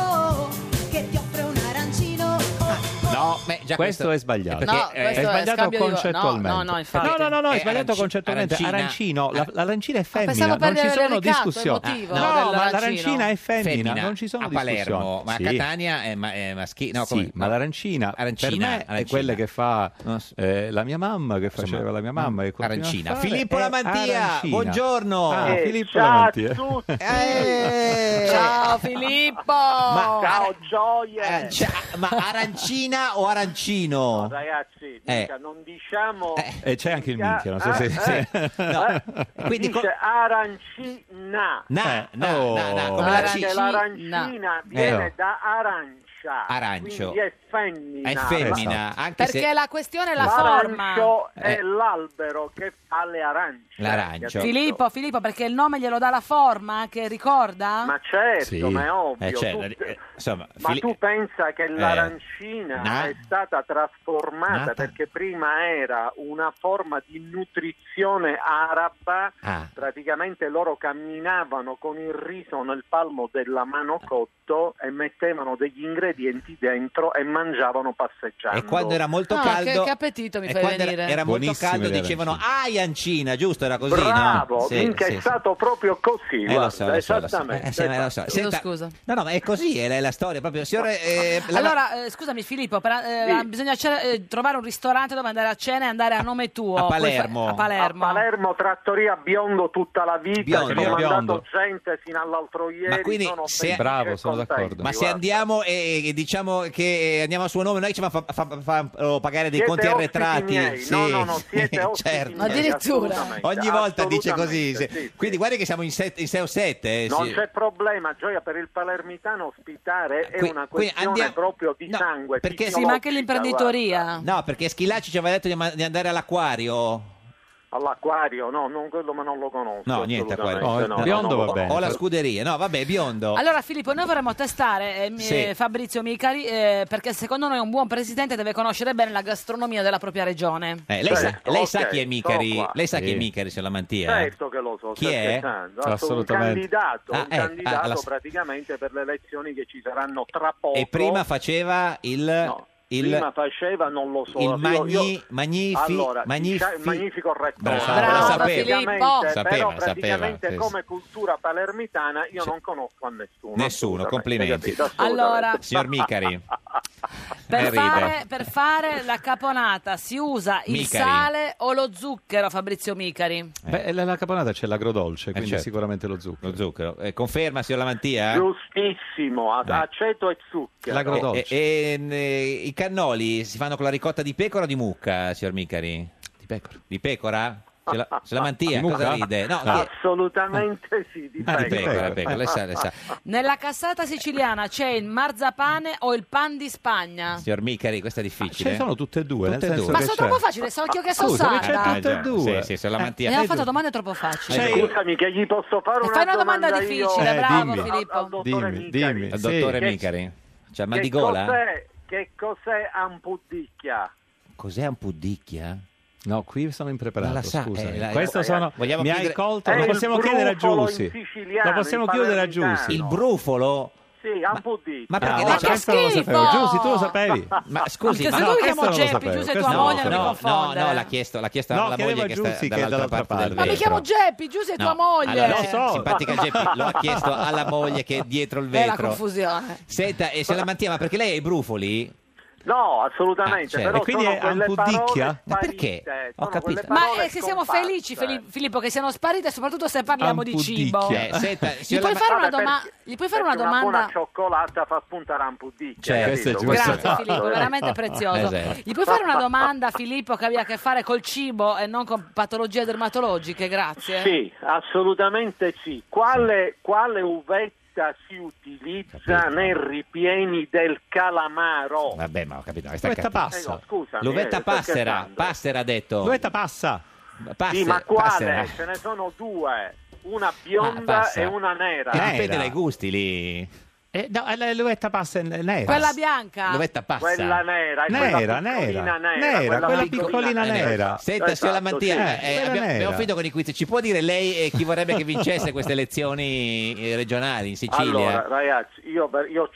[SPEAKER 11] oh, che ti offre un arancino, oh
[SPEAKER 4] No, beh, già questo,
[SPEAKER 15] Questo è sbagliato.
[SPEAKER 4] Perché,
[SPEAKER 15] No,
[SPEAKER 4] eh,
[SPEAKER 15] questo è sbagliato
[SPEAKER 3] scambio di-
[SPEAKER 15] concettualmente.
[SPEAKER 3] no, no, no, infatti.
[SPEAKER 15] No, no, no, no, è,
[SPEAKER 3] È
[SPEAKER 15] sbagliato
[SPEAKER 3] aranci-
[SPEAKER 15] concettualmente.
[SPEAKER 4] arancina. Eh.
[SPEAKER 15] Arancino, la- l'arancina è femmina,
[SPEAKER 3] pensavo
[SPEAKER 15] non
[SPEAKER 3] per
[SPEAKER 15] ci sono
[SPEAKER 3] il ricatto,
[SPEAKER 15] discussioni.
[SPEAKER 3] il motivo
[SPEAKER 15] Ah,
[SPEAKER 3] del
[SPEAKER 15] no, ma
[SPEAKER 3] arancino.
[SPEAKER 15] l'arancina è femmina,
[SPEAKER 4] Femmina,
[SPEAKER 15] non ci sono
[SPEAKER 4] a Palermo,
[SPEAKER 15] discussioni.
[SPEAKER 4] ma a
[SPEAKER 15] Sì.
[SPEAKER 4] Catania è, ma- è maschile. No,
[SPEAKER 15] Sì,
[SPEAKER 4] come-
[SPEAKER 15] ma
[SPEAKER 4] no.
[SPEAKER 15] l'arancina, per
[SPEAKER 4] Arancina,
[SPEAKER 15] me è
[SPEAKER 4] arancina.
[SPEAKER 15] quella che fa eh, la mia mamma, che faceva la mia mamma. e continua a
[SPEAKER 4] mm, arancina.
[SPEAKER 15] fare,
[SPEAKER 4] Filippo
[SPEAKER 15] è
[SPEAKER 4] Lamantia,
[SPEAKER 15] arancina.
[SPEAKER 4] buongiorno.
[SPEAKER 15] Ah,
[SPEAKER 4] Eh,
[SPEAKER 15] Filippo
[SPEAKER 4] ciao a
[SPEAKER 15] Lamantia.
[SPEAKER 4] Eh.
[SPEAKER 3] Ciao Filippo!
[SPEAKER 20] Ciao gioia!
[SPEAKER 4] eh, ma arancina o arancino?
[SPEAKER 20] No, ragazzi, eh,
[SPEAKER 4] Eh.
[SPEAKER 20] mica, non diciamo
[SPEAKER 15] E c'è anche il minchia, non so se... se-
[SPEAKER 20] si eh. dice arancina.
[SPEAKER 4] Na, na,
[SPEAKER 15] Oh.
[SPEAKER 4] na, na, come
[SPEAKER 20] Come
[SPEAKER 4] la
[SPEAKER 20] Perché
[SPEAKER 4] cici.
[SPEAKER 20] l'arancina viene
[SPEAKER 4] Eh.
[SPEAKER 20] da arancia.
[SPEAKER 4] Arancio.
[SPEAKER 20] Quindi è femmina.
[SPEAKER 4] È femmina,
[SPEAKER 20] Esatto.
[SPEAKER 4] anche
[SPEAKER 3] Perché la questione è la forma.
[SPEAKER 20] L'arancio è
[SPEAKER 4] Eh.
[SPEAKER 20] l'albero che fa le arance.
[SPEAKER 4] L'arancio.
[SPEAKER 3] Filippo, Filippo, perché il nome glielo dà la forma che ricorda?
[SPEAKER 20] Ma certo,
[SPEAKER 4] Sì.
[SPEAKER 20] ma è ovvio.
[SPEAKER 4] Eh, certo,
[SPEAKER 20] tu-
[SPEAKER 4] eh, insomma,
[SPEAKER 20] ma
[SPEAKER 4] Fili- Eh,
[SPEAKER 20] tu pensa che l'arancina
[SPEAKER 4] Na-
[SPEAKER 20] è stata trasformata
[SPEAKER 4] Nata.
[SPEAKER 20] perché prima era una forma di nutrizione araba,
[SPEAKER 4] Ah.
[SPEAKER 20] praticamente loro camminavano con il riso nel palmo della mano cotto e mettevano degli ingredienti dentro e mangiavano passeggiando.
[SPEAKER 4] E quando era molto
[SPEAKER 3] Ah, che-
[SPEAKER 4] caldo...
[SPEAKER 3] che, appetito mi
[SPEAKER 4] e
[SPEAKER 3] fai
[SPEAKER 4] eh, quando era,
[SPEAKER 3] venire.
[SPEAKER 4] era molto
[SPEAKER 15] Buonissime
[SPEAKER 4] caldo
[SPEAKER 15] le
[SPEAKER 4] dicevano ai ancina, giusto? Era così,
[SPEAKER 20] Bravo,
[SPEAKER 4] no? Sì,
[SPEAKER 20] minchia,
[SPEAKER 4] sì,
[SPEAKER 20] è
[SPEAKER 4] sì.
[SPEAKER 20] stato proprio così,
[SPEAKER 4] Eh,
[SPEAKER 20] guarda,
[SPEAKER 4] lo so, lo so, lo so.
[SPEAKER 20] esattamente.
[SPEAKER 4] Eh, sì, ma lo so.
[SPEAKER 20] Chiedo
[SPEAKER 4] Senta-
[SPEAKER 3] scusa.
[SPEAKER 4] No, no, ma è così, è la, è la storia proprio. Signore, eh, la-
[SPEAKER 3] Allora, eh, scusami Filippo, per- eh, bisogna ce- eh, trovare un ristorante dove andare a cena e andare a nome tuo.
[SPEAKER 4] a
[SPEAKER 3] Puoi fa-
[SPEAKER 4] Palermo.
[SPEAKER 3] a Palermo.
[SPEAKER 20] A Palermo trattoria biondo tutta la vita,
[SPEAKER 4] Biondo,
[SPEAKER 20] ci ho mandato
[SPEAKER 4] Biondo.
[SPEAKER 20] gente fino all'altro ieri.
[SPEAKER 4] Ma quindi
[SPEAKER 20] sono
[SPEAKER 4] se-
[SPEAKER 20] felice
[SPEAKER 4] Bravo,
[SPEAKER 20] e
[SPEAKER 4] sono
[SPEAKER 20] contento,
[SPEAKER 4] Ma se
[SPEAKER 20] guarda.
[SPEAKER 4] andiamo e, e diciamo che andiamo a suo nome, noi ci fa, fa- fa- fa- oh, pagare dei
[SPEAKER 20] Siete
[SPEAKER 4] conti
[SPEAKER 20] ospiti
[SPEAKER 4] arretrati.
[SPEAKER 20] miei.
[SPEAKER 4] Sì,
[SPEAKER 20] No, no, no, siete
[SPEAKER 4] sì,
[SPEAKER 20] ospiti
[SPEAKER 4] certo.
[SPEAKER 20] miei, Addirittura. assolutamente,
[SPEAKER 4] Ogni volta dice così.
[SPEAKER 20] assolutamente,
[SPEAKER 4] sì.
[SPEAKER 20] sì, sì.
[SPEAKER 4] Quindi guarda che siamo in 6 o eh, 7.
[SPEAKER 20] Non c'è problema, Gioia, per il palermitano ospitare è
[SPEAKER 4] Qui-
[SPEAKER 20] una
[SPEAKER 4] quindi
[SPEAKER 20] questione
[SPEAKER 4] andiamo-
[SPEAKER 20] proprio di sangue.
[SPEAKER 4] perché-
[SPEAKER 3] Sì, ma anche l'imprenditoria.
[SPEAKER 4] No, perché Schilacci ci aveva detto di, ma- di andare all'acquario.
[SPEAKER 20] All'acquario, no, non quello, ma non lo conosco.
[SPEAKER 4] No, niente acquario.
[SPEAKER 20] assolutamente, no, no,
[SPEAKER 15] biondo
[SPEAKER 20] non lo
[SPEAKER 15] va bene.
[SPEAKER 4] O la scuderia. No, vabbè, biondo.
[SPEAKER 3] Allora Filippo, noi vorremmo testare eh, mi-
[SPEAKER 4] Ah. Sì.
[SPEAKER 3] eh, Fabrizio Micari eh, perché secondo noi un buon presidente deve conoscere bene la gastronomia della propria regione. Cioè,
[SPEAKER 4] Eh, lei, sa,
[SPEAKER 20] Certo,
[SPEAKER 4] lei
[SPEAKER 20] ok,
[SPEAKER 4] sa chi è
[SPEAKER 20] sono
[SPEAKER 4] Micari?
[SPEAKER 20] qua.
[SPEAKER 4] Lei sa chi è
[SPEAKER 20] Sì.
[SPEAKER 4] Micari sulla mantia?
[SPEAKER 20] Certo che lo so,
[SPEAKER 4] Chi
[SPEAKER 20] sto
[SPEAKER 4] è?
[SPEAKER 20] scherzando. Ha stato
[SPEAKER 4] Assolutamente.
[SPEAKER 20] Un candidato,
[SPEAKER 4] Ah,
[SPEAKER 20] un
[SPEAKER 4] eh,
[SPEAKER 20] candidato
[SPEAKER 4] ah, alla-
[SPEAKER 20] praticamente per le elezioni che ci saranno tra poco.
[SPEAKER 4] E prima faceva il. il
[SPEAKER 20] Prima faceva, non lo so.
[SPEAKER 4] il
[SPEAKER 20] io-
[SPEAKER 4] magni-
[SPEAKER 20] io-
[SPEAKER 4] magnifi-
[SPEAKER 20] allora,
[SPEAKER 4] magnifi-
[SPEAKER 20] dicia- magnifico rettore.
[SPEAKER 4] Bravo, Bravo, boh. lo sapeva.
[SPEAKER 20] Praticamente,
[SPEAKER 4] Filippo.
[SPEAKER 20] però
[SPEAKER 4] Sapeva,
[SPEAKER 20] praticamente
[SPEAKER 4] sapeva,
[SPEAKER 20] come cultura palermitana io non conosco a nessuno.
[SPEAKER 4] Nessuno, complimenti. Ah,
[SPEAKER 20] Capito, assolutamente.
[SPEAKER 3] Allora,
[SPEAKER 4] Signor Micari.
[SPEAKER 3] per,
[SPEAKER 4] Eh, ride.
[SPEAKER 3] fare, per fare la caponata si usa il
[SPEAKER 15] Micari.
[SPEAKER 3] sale o lo zucchero, Fabrizio Micari?
[SPEAKER 15] eh. Beh, la, la caponata c'è l'agrodolce, quindi
[SPEAKER 4] certo.
[SPEAKER 15] sicuramente lo zucchero.
[SPEAKER 4] Lo zucchero. Eh, conferma, signor Lamantia?
[SPEAKER 20] Giustissimo, a-
[SPEAKER 4] Eh.
[SPEAKER 20] aceto e zucchero. Eh,
[SPEAKER 4] E, e- e- eh, ehm, I cannoli si fanno con la ricotta di pecora o di mucca, signor Micari? Di pecora. Di pecora? Se la, se la mantia,
[SPEAKER 20] Di
[SPEAKER 4] cosa
[SPEAKER 20] mucca?
[SPEAKER 4] ride? No,
[SPEAKER 20] Ah.
[SPEAKER 4] chi-
[SPEAKER 20] Assolutamente sì, di eh,
[SPEAKER 4] Ah, di pecora,
[SPEAKER 20] pecora.
[SPEAKER 3] Eh,
[SPEAKER 4] pecora, lei sa, lei sa.
[SPEAKER 3] Nella cassata siciliana c'è il marzapane o il pan di Spagna?
[SPEAKER 4] Signor Micari, questa è
[SPEAKER 15] Ce
[SPEAKER 4] difficile.
[SPEAKER 15] ne sono tutte e due,
[SPEAKER 4] Tutte e
[SPEAKER 15] nel senso
[SPEAKER 4] due.
[SPEAKER 3] Ma
[SPEAKER 15] che
[SPEAKER 3] sono
[SPEAKER 15] c'è-
[SPEAKER 3] troppo facile, so che io sono
[SPEAKER 15] Scusa, ma c'è
[SPEAKER 3] sarda.
[SPEAKER 15] tutte e
[SPEAKER 4] già,
[SPEAKER 15] due.
[SPEAKER 4] sì, sì, sulla
[SPEAKER 15] Eh,
[SPEAKER 4] mantia.
[SPEAKER 3] Mi hanno fatto domande troppo facili.
[SPEAKER 4] Cioè,
[SPEAKER 20] Scusami che gli posso fare
[SPEAKER 3] E
[SPEAKER 20] una
[SPEAKER 3] fai una domanda
[SPEAKER 20] domanda
[SPEAKER 3] difficile,
[SPEAKER 20] io?
[SPEAKER 3] Eh, bravo, dimmi. Filippo.
[SPEAKER 20] Al- al dottore
[SPEAKER 4] dimmi,
[SPEAKER 20] Micari.
[SPEAKER 4] Al dottore
[SPEAKER 20] Che-
[SPEAKER 4] Micari. Cioè, mal
[SPEAKER 20] che
[SPEAKER 4] di gola?
[SPEAKER 20] Cos'è, che cos'è ampudicchia?
[SPEAKER 4] Cos'è un pudicchia?
[SPEAKER 15] No, qui sono impreparato,
[SPEAKER 4] Ma la sa-
[SPEAKER 15] scusa.
[SPEAKER 4] eh, la-
[SPEAKER 15] Questo
[SPEAKER 4] eh,
[SPEAKER 15] sono... Mi
[SPEAKER 4] vogliamo
[SPEAKER 15] hai
[SPEAKER 4] chiudere-
[SPEAKER 15] colto?
[SPEAKER 4] Eh,
[SPEAKER 15] Lo
[SPEAKER 4] il
[SPEAKER 15] possiamo chiedere a
[SPEAKER 4] brufolo
[SPEAKER 15] Giusi.
[SPEAKER 4] in
[SPEAKER 20] siciliano,
[SPEAKER 15] Lo possiamo
[SPEAKER 20] il
[SPEAKER 15] chiedere a
[SPEAKER 20] palermitano.
[SPEAKER 15] Giusi.
[SPEAKER 4] Il brufolo?
[SPEAKER 20] Sì, ampudicchia.
[SPEAKER 4] Ma perché
[SPEAKER 15] Ah,
[SPEAKER 4] lei-
[SPEAKER 15] no, questo non lo sapevo. Giusi,
[SPEAKER 3] Eh,
[SPEAKER 15] tu lo sapevi?
[SPEAKER 4] Ma scusi,
[SPEAKER 15] Anche
[SPEAKER 4] ma
[SPEAKER 15] se
[SPEAKER 4] no,
[SPEAKER 15] noi
[SPEAKER 4] questo
[SPEAKER 15] chiamo
[SPEAKER 4] non lo
[SPEAKER 15] Geppi,
[SPEAKER 4] sapevo,
[SPEAKER 15] Giusi è
[SPEAKER 4] questo
[SPEAKER 15] tua
[SPEAKER 4] non lo
[SPEAKER 15] moglie,
[SPEAKER 4] sapevo.
[SPEAKER 15] non mi
[SPEAKER 4] No,
[SPEAKER 15] confondere.
[SPEAKER 4] no, l'ha chiesto, l'ha chiesto
[SPEAKER 15] No,
[SPEAKER 4] alla
[SPEAKER 15] chiedevo
[SPEAKER 4] moglie
[SPEAKER 15] a
[SPEAKER 4] che
[SPEAKER 15] Giussi
[SPEAKER 4] sta
[SPEAKER 15] che è
[SPEAKER 4] dall'altra
[SPEAKER 15] dall'altra
[SPEAKER 4] parte del
[SPEAKER 15] parte.
[SPEAKER 3] Ma mi
[SPEAKER 4] vetro.
[SPEAKER 3] chiamo Geppi, Giusy è tua moglie. Eh,
[SPEAKER 4] Allora,
[SPEAKER 15] Lo so.
[SPEAKER 4] simpatica Geppi, lo ha chiesto alla moglie che è dietro il
[SPEAKER 3] È la
[SPEAKER 4] vetro.
[SPEAKER 3] confusione.
[SPEAKER 4] Senta, e se la mantiene, ma perché lei ha i brufoli?
[SPEAKER 20] No, assolutamente.
[SPEAKER 4] Ah, certo.
[SPEAKER 20] però
[SPEAKER 4] E quindi
[SPEAKER 20] sono
[SPEAKER 4] è
[SPEAKER 20] quelle
[SPEAKER 4] ampudicchia?
[SPEAKER 20] parole
[SPEAKER 4] Ma perché?
[SPEAKER 20] sparite,
[SPEAKER 4] Ho
[SPEAKER 20] sono quelle
[SPEAKER 4] capito.
[SPEAKER 3] Ma
[SPEAKER 20] parole
[SPEAKER 3] è che siamo
[SPEAKER 20] scomparse.
[SPEAKER 3] felici, Fili- Filippo, che siano sparite, soprattutto se parliamo di cibo.
[SPEAKER 4] Eh, senta,
[SPEAKER 3] Gli
[SPEAKER 4] signora
[SPEAKER 3] puoi
[SPEAKER 4] Ma-
[SPEAKER 3] fare una,
[SPEAKER 20] Vabbè,
[SPEAKER 3] doma-
[SPEAKER 20] perché-
[SPEAKER 3] gli puoi fare una
[SPEAKER 20] perché
[SPEAKER 3] domanda?
[SPEAKER 20] buona cioccolata fa spuntare ampudicchia.
[SPEAKER 4] Certo,
[SPEAKER 20] capito?
[SPEAKER 4] questo è giusto.
[SPEAKER 20] Questo
[SPEAKER 4] Grazie,
[SPEAKER 20] fatto,
[SPEAKER 3] Filippo,
[SPEAKER 20] eh.
[SPEAKER 3] veramente prezioso.
[SPEAKER 4] Esatto.
[SPEAKER 3] Gli puoi fare una domanda, Filippo, che abbia a che fare col cibo e non con patologie dermatologiche? Grazie.
[SPEAKER 20] Sì, assolutamente sì. Quale, quale uvetta si utilizza nei ripieni del calamaro?
[SPEAKER 4] Vabbè, ma ho capito. ma
[SPEAKER 20] Uvetta
[SPEAKER 4] capendo.
[SPEAKER 20] passa. Eh no, scusami,
[SPEAKER 4] L'uvetta
[SPEAKER 20] eh, sto
[SPEAKER 4] passera,
[SPEAKER 20] scherzando.
[SPEAKER 4] passera ha detto.
[SPEAKER 15] Dov'è passa?
[SPEAKER 4] Passer-
[SPEAKER 20] sì, ma quale?
[SPEAKER 4] passera.
[SPEAKER 20] Ce ne sono due, una
[SPEAKER 4] eh. Ah,
[SPEAKER 20] bionda
[SPEAKER 4] passa.
[SPEAKER 20] e una nera.
[SPEAKER 4] Eh, dipende dai gusti lì.
[SPEAKER 15] Eh, no, è la l'uvetta passa in- nera.
[SPEAKER 3] Quella bianca.
[SPEAKER 15] L'uvetta passa.
[SPEAKER 19] Quella nera, è
[SPEAKER 15] nera,
[SPEAKER 19] quella
[SPEAKER 15] nera,
[SPEAKER 19] piccolina nera,
[SPEAKER 15] nera,
[SPEAKER 19] quella
[SPEAKER 15] quella
[SPEAKER 19] piccolina
[SPEAKER 15] piccolina
[SPEAKER 19] nera.
[SPEAKER 15] nera.
[SPEAKER 4] Senta, signora
[SPEAKER 20] Esatto,
[SPEAKER 4] Mattia, eh,
[SPEAKER 15] Quella
[SPEAKER 4] abbiamo,
[SPEAKER 15] nera.
[SPEAKER 4] abbiamo finito con i quiz. Ci può dire lei eh, chi vorrebbe che vincesse queste elezioni eh, regionali in Sicilia?
[SPEAKER 19] Allora, ragazzi, io, io ho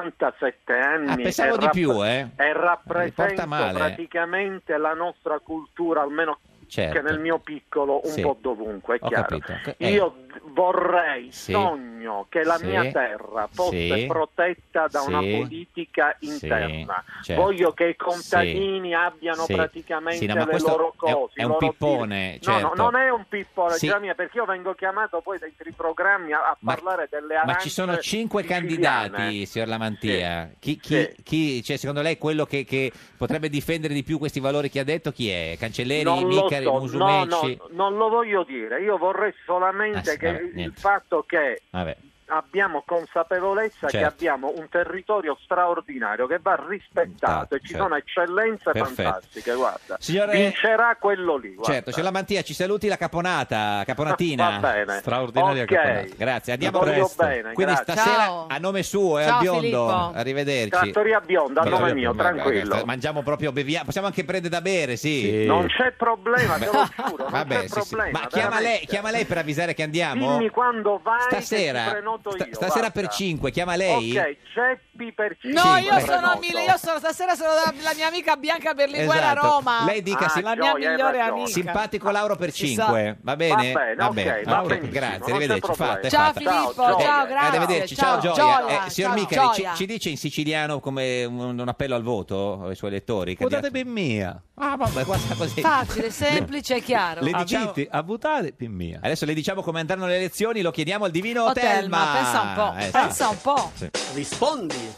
[SPEAKER 19] 57 anni
[SPEAKER 4] Ah, pensavo
[SPEAKER 19] e
[SPEAKER 4] di più, eh.
[SPEAKER 19] e
[SPEAKER 4] Mi porta
[SPEAKER 19] rappresento
[SPEAKER 4] male.
[SPEAKER 19] praticamente la nostra cultura, almeno
[SPEAKER 4] Certo.
[SPEAKER 19] che nel mio piccolo un
[SPEAKER 4] Sì.
[SPEAKER 19] po' dovunque, è
[SPEAKER 4] Ho
[SPEAKER 19] chiaro.
[SPEAKER 4] capito. Eh.
[SPEAKER 19] Io vorrei,
[SPEAKER 4] Sì.
[SPEAKER 19] sogno che la
[SPEAKER 4] Sì.
[SPEAKER 19] mia terra fosse
[SPEAKER 4] Sì.
[SPEAKER 19] protetta da una
[SPEAKER 4] Sì.
[SPEAKER 19] politica
[SPEAKER 4] Sì.
[SPEAKER 19] interna.
[SPEAKER 4] Certo.
[SPEAKER 19] Voglio che i contadini abbiano
[SPEAKER 4] Sì.
[SPEAKER 19] praticamente
[SPEAKER 4] Sì, no, ma
[SPEAKER 19] le
[SPEAKER 4] questo
[SPEAKER 19] loro
[SPEAKER 4] è-
[SPEAKER 19] cose.
[SPEAKER 4] è
[SPEAKER 19] i
[SPEAKER 4] un
[SPEAKER 19] loro
[SPEAKER 4] pippone,
[SPEAKER 19] diritti. No, no,
[SPEAKER 4] certo.
[SPEAKER 19] non è un pippone,
[SPEAKER 4] Sì.
[SPEAKER 19] Gianni, perché io vengo chiamato poi dai dai programmi a, a
[SPEAKER 4] Ma-
[SPEAKER 19] parlare delle
[SPEAKER 4] Ma
[SPEAKER 19] arance
[SPEAKER 4] ci sono cinque
[SPEAKER 19] siciliane.
[SPEAKER 4] candidati, signor Lamantia. Chi, chi, chi- cioè, secondo lei quello che, che potrebbe difendere di più questi valori che ha detto chi è? Cancelleri,
[SPEAKER 19] Non lo
[SPEAKER 4] Micari,
[SPEAKER 19] so, no,
[SPEAKER 4] Musumeci?
[SPEAKER 19] no, non lo voglio dire. Io vorrei solamente
[SPEAKER 4] Ah, sì,
[SPEAKER 19] che
[SPEAKER 4] vabbè,
[SPEAKER 19] il
[SPEAKER 4] niente.
[SPEAKER 19] fatto che
[SPEAKER 4] Vabbè.
[SPEAKER 19] abbiamo consapevolezza che
[SPEAKER 4] Certo.
[SPEAKER 19] abbiamo un territorio straordinario che va rispettato e ci
[SPEAKER 4] certo.
[SPEAKER 19] sono eccellenze
[SPEAKER 4] Perfetto.
[SPEAKER 19] fantastiche. Guarda,
[SPEAKER 4] Signore-
[SPEAKER 19] vincerà quello lì. guarda.
[SPEAKER 4] Certo, signor Lamantia, ci saluti la caponata, caponatina.
[SPEAKER 19] Va bene.
[SPEAKER 4] Straordinaria
[SPEAKER 19] Ok.
[SPEAKER 4] caponata. Grazie, andiamo
[SPEAKER 19] Vi voglio
[SPEAKER 4] presto.
[SPEAKER 19] bene,
[SPEAKER 4] Quindi
[SPEAKER 19] grazie.
[SPEAKER 4] stasera
[SPEAKER 19] Ciao.
[SPEAKER 4] a nome suo e
[SPEAKER 19] Ciao,
[SPEAKER 4] a biondo.
[SPEAKER 19] Filippo.
[SPEAKER 4] Arrivederci.
[SPEAKER 19] Trattoria bionda, a nome
[SPEAKER 4] Trattoria
[SPEAKER 19] mio,
[SPEAKER 4] bionda,
[SPEAKER 19] tranquillo.
[SPEAKER 4] ragazzi, Mangiamo proprio, beviamo, possiamo anche prendere da bere, sì.
[SPEAKER 19] Non c'è problema, te lo giuro. Non
[SPEAKER 4] Vabbè,
[SPEAKER 19] c'è
[SPEAKER 4] sì, sì.
[SPEAKER 19] problema.
[SPEAKER 4] Ma chiama
[SPEAKER 19] veramente.
[SPEAKER 4] lei, chiama lei per avvisare che andiamo.
[SPEAKER 19] Dimmi quando vai che ti
[SPEAKER 4] Stasera,
[SPEAKER 19] prenoto
[SPEAKER 4] sta-
[SPEAKER 19] io.
[SPEAKER 4] stasera
[SPEAKER 19] guarda.
[SPEAKER 4] per 5, chiama lei.
[SPEAKER 19] Ok, Geppi per 5.
[SPEAKER 3] No, io
[SPEAKER 4] Cinque.
[SPEAKER 3] sono a Mille, io sono stasera sono la, la mia amica Bianca Berlinguer a
[SPEAKER 4] Esatto.
[SPEAKER 3] Roma.
[SPEAKER 4] Lei dica
[SPEAKER 3] Ah,
[SPEAKER 4] sì.
[SPEAKER 3] la
[SPEAKER 4] Gioia,
[SPEAKER 3] mia
[SPEAKER 4] hai
[SPEAKER 3] migliore
[SPEAKER 4] ragione.
[SPEAKER 3] amica.
[SPEAKER 4] Simpatico Lauro per
[SPEAKER 3] Si
[SPEAKER 4] 5,
[SPEAKER 3] sa.
[SPEAKER 4] va bene?
[SPEAKER 19] Va bene, ok, va benissimo, non
[SPEAKER 4] Lauro,
[SPEAKER 19] c'è
[SPEAKER 4] grazie, arrivederci.
[SPEAKER 19] problema.
[SPEAKER 4] fatta, è
[SPEAKER 3] Ciao
[SPEAKER 4] fatta.
[SPEAKER 3] Filippo, ciao,
[SPEAKER 4] Eh,
[SPEAKER 3] grazie,
[SPEAKER 4] Arrivederci,
[SPEAKER 3] ciao,
[SPEAKER 4] ciao, Gioia.
[SPEAKER 3] Gioia,
[SPEAKER 4] Eh, signor
[SPEAKER 3] ciao,
[SPEAKER 4] Micari, ci-
[SPEAKER 3] Gioia.
[SPEAKER 4] Ci, dice in siciliano come un, un appello al voto ai suoi elettori?
[SPEAKER 15] Votate
[SPEAKER 4] per mia. Ah, vabbè, guarda così.
[SPEAKER 3] Facile, semplice e chiaro. Ah,
[SPEAKER 4] Le diciamo-
[SPEAKER 15] a votare per mia.
[SPEAKER 4] Adesso le diciamo come andranno le elezioni, lo chiediamo al divino
[SPEAKER 3] Oh,
[SPEAKER 4] Telma.
[SPEAKER 3] Telma, pensa un po',
[SPEAKER 4] Eh, sì.
[SPEAKER 3] pensa un po'.
[SPEAKER 21] Rispondi,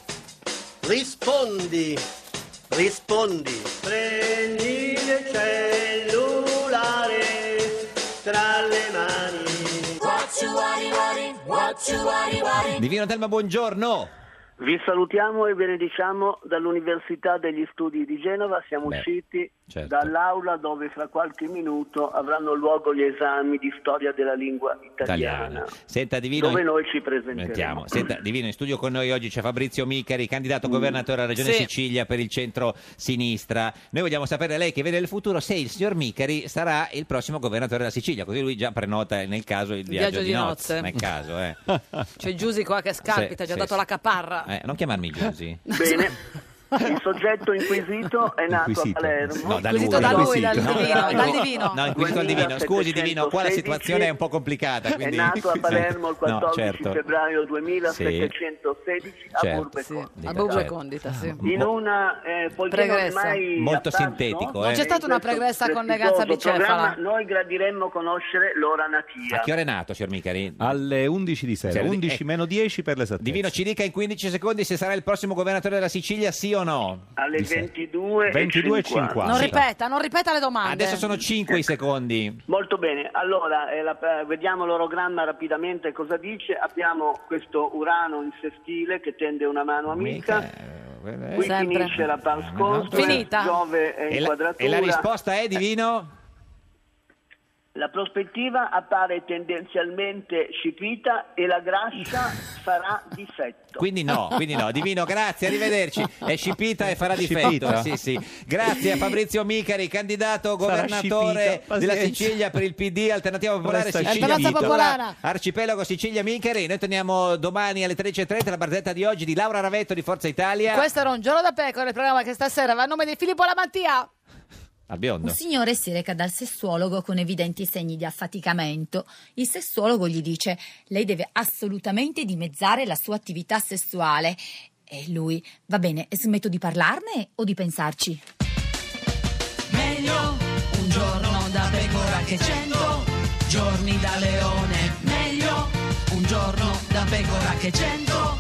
[SPEAKER 21] rispondi, rispondi. Prendi il cellulare tra le mani.
[SPEAKER 2] What you worry, worry, what you worry, worry.
[SPEAKER 4] Divino Telma, buongiorno.
[SPEAKER 21] Vi salutiamo e benediciamo dall'Università degli Studi di Genova. Siamo
[SPEAKER 4] Beh,
[SPEAKER 21] usciti
[SPEAKER 4] certo.
[SPEAKER 21] dall'aula dove fra qualche minuto avranno luogo gli esami di storia della lingua italiana.
[SPEAKER 4] Italiana. Senta, Divino...
[SPEAKER 21] Dove noi ci
[SPEAKER 4] Sentiamo.
[SPEAKER 21] presenteremo.
[SPEAKER 4] Senta, Divino, in studio con noi oggi c'è Fabrizio Micari, candidato
[SPEAKER 3] Mm.
[SPEAKER 4] governatore alla Regione
[SPEAKER 21] Sì.
[SPEAKER 4] Sicilia per il centro-sinistra. Noi vogliamo sapere, lei che vede il futuro, se il signor Micari sarà il prossimo governatore della Sicilia, così lui già prenota nel caso il viaggio,
[SPEAKER 3] viaggio di nozze.
[SPEAKER 4] Nel caso, eh.
[SPEAKER 3] C'è Giusy qua che scarpita,
[SPEAKER 4] Sì,
[SPEAKER 3] ci ha
[SPEAKER 4] sì,
[SPEAKER 3] dato
[SPEAKER 4] sì.
[SPEAKER 3] la caparra.
[SPEAKER 4] Eh, non chiamarmi Giusy.
[SPEAKER 21] Bene, il soggetto inquisito è nato
[SPEAKER 4] Inquisito.
[SPEAKER 21] a Palermo.
[SPEAKER 4] No, da
[SPEAKER 3] Inquisito
[SPEAKER 4] lui,
[SPEAKER 3] da
[SPEAKER 4] inquisito.
[SPEAKER 3] lui, dal
[SPEAKER 4] No,
[SPEAKER 3] divino,
[SPEAKER 4] no,
[SPEAKER 3] dal
[SPEAKER 4] no,
[SPEAKER 3] divino.
[SPEAKER 4] No, inquisito al divino. Scusi divino, qua la
[SPEAKER 21] 2716
[SPEAKER 4] situazione è un po' complicata. Quindi...
[SPEAKER 21] È nato a Palermo il
[SPEAKER 4] No,
[SPEAKER 21] 14
[SPEAKER 4] certo.
[SPEAKER 21] febbraio
[SPEAKER 4] Sì.
[SPEAKER 21] 2716 a
[SPEAKER 4] Certo. Ah, boh.
[SPEAKER 21] Burbe
[SPEAKER 3] Sì, a
[SPEAKER 21] Condita.
[SPEAKER 3] Burbe Condita, sì.
[SPEAKER 21] In una eh, poiché non è
[SPEAKER 3] Pregressa.
[SPEAKER 21] mai
[SPEAKER 4] Molto
[SPEAKER 21] apparso
[SPEAKER 4] sintetico,
[SPEAKER 3] Non
[SPEAKER 4] eh.
[SPEAKER 3] c'è stata una pregressa
[SPEAKER 21] questo
[SPEAKER 3] con Neganza
[SPEAKER 21] prestigioso
[SPEAKER 3] Bicefala.
[SPEAKER 21] programma, Noi gradiremmo conoscere l'ora natia.
[SPEAKER 4] A che ora è nato, signor Micari?
[SPEAKER 15] Alle 11 di sera,
[SPEAKER 4] Sera di-
[SPEAKER 15] 11
[SPEAKER 4] eh.
[SPEAKER 15] meno 10 per l'esattezza.
[SPEAKER 4] Divino ci dica in 15 secondi se sarà il prossimo governatore della Sicilia, sì o no?
[SPEAKER 21] Alle 22
[SPEAKER 4] 22
[SPEAKER 3] Non ripeta, non ripeta le domande.
[SPEAKER 4] Adesso sono 5 i secondi.
[SPEAKER 21] Molto bene, allora eh, la- eh, vediamo l'orogramma rapidamente cosa dice. Abbiamo questo Urano in sestile che tende una mano amica. Qui
[SPEAKER 4] eh, Sempre.
[SPEAKER 21] finisce la pars contra,
[SPEAKER 4] Finita.
[SPEAKER 21] Giove è
[SPEAKER 4] E
[SPEAKER 21] in
[SPEAKER 4] la,
[SPEAKER 21] quadratura.
[SPEAKER 4] e la risposta è Divino?
[SPEAKER 21] La prospettiva appare tendenzialmente scipita e la grascia farà difetto.
[SPEAKER 4] Quindi no, quindi no. Divino, grazie, arrivederci. È scipita e farà difetto.
[SPEAKER 15] Scipita.
[SPEAKER 4] Sì, sì. Grazie a Fabrizio Micari, candidato
[SPEAKER 15] Sarà
[SPEAKER 4] governatore
[SPEAKER 15] scipita,
[SPEAKER 4] della
[SPEAKER 15] pazienza.
[SPEAKER 4] Sicilia per il PD, Alternativa Popolare
[SPEAKER 15] Resta
[SPEAKER 4] Sicilia.
[SPEAKER 15] scipita. Alternativa
[SPEAKER 3] Popolare.
[SPEAKER 4] Arcipelago Sicilia Micari. Noi torniamo domani alle 13.30 la barzetta di oggi di Laura Ravetto di Forza Italia.
[SPEAKER 3] Questo era un giorno da pecora, il programma che stasera va a nome di Filippo Lamantia.
[SPEAKER 4] Al biondo.
[SPEAKER 22] Un signore si reca dal sessuologo con evidenti segni di affaticamento. Il sessuologo gli dice: Lei deve assolutamente dimezzare la sua attività sessuale. E lui: Va bene, smetto di parlarne o di pensarci?
[SPEAKER 23] Meglio un giorno da pecora che cento giorni da leone. Meglio un giorno da pecora che cento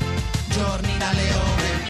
[SPEAKER 23] giorni da leone.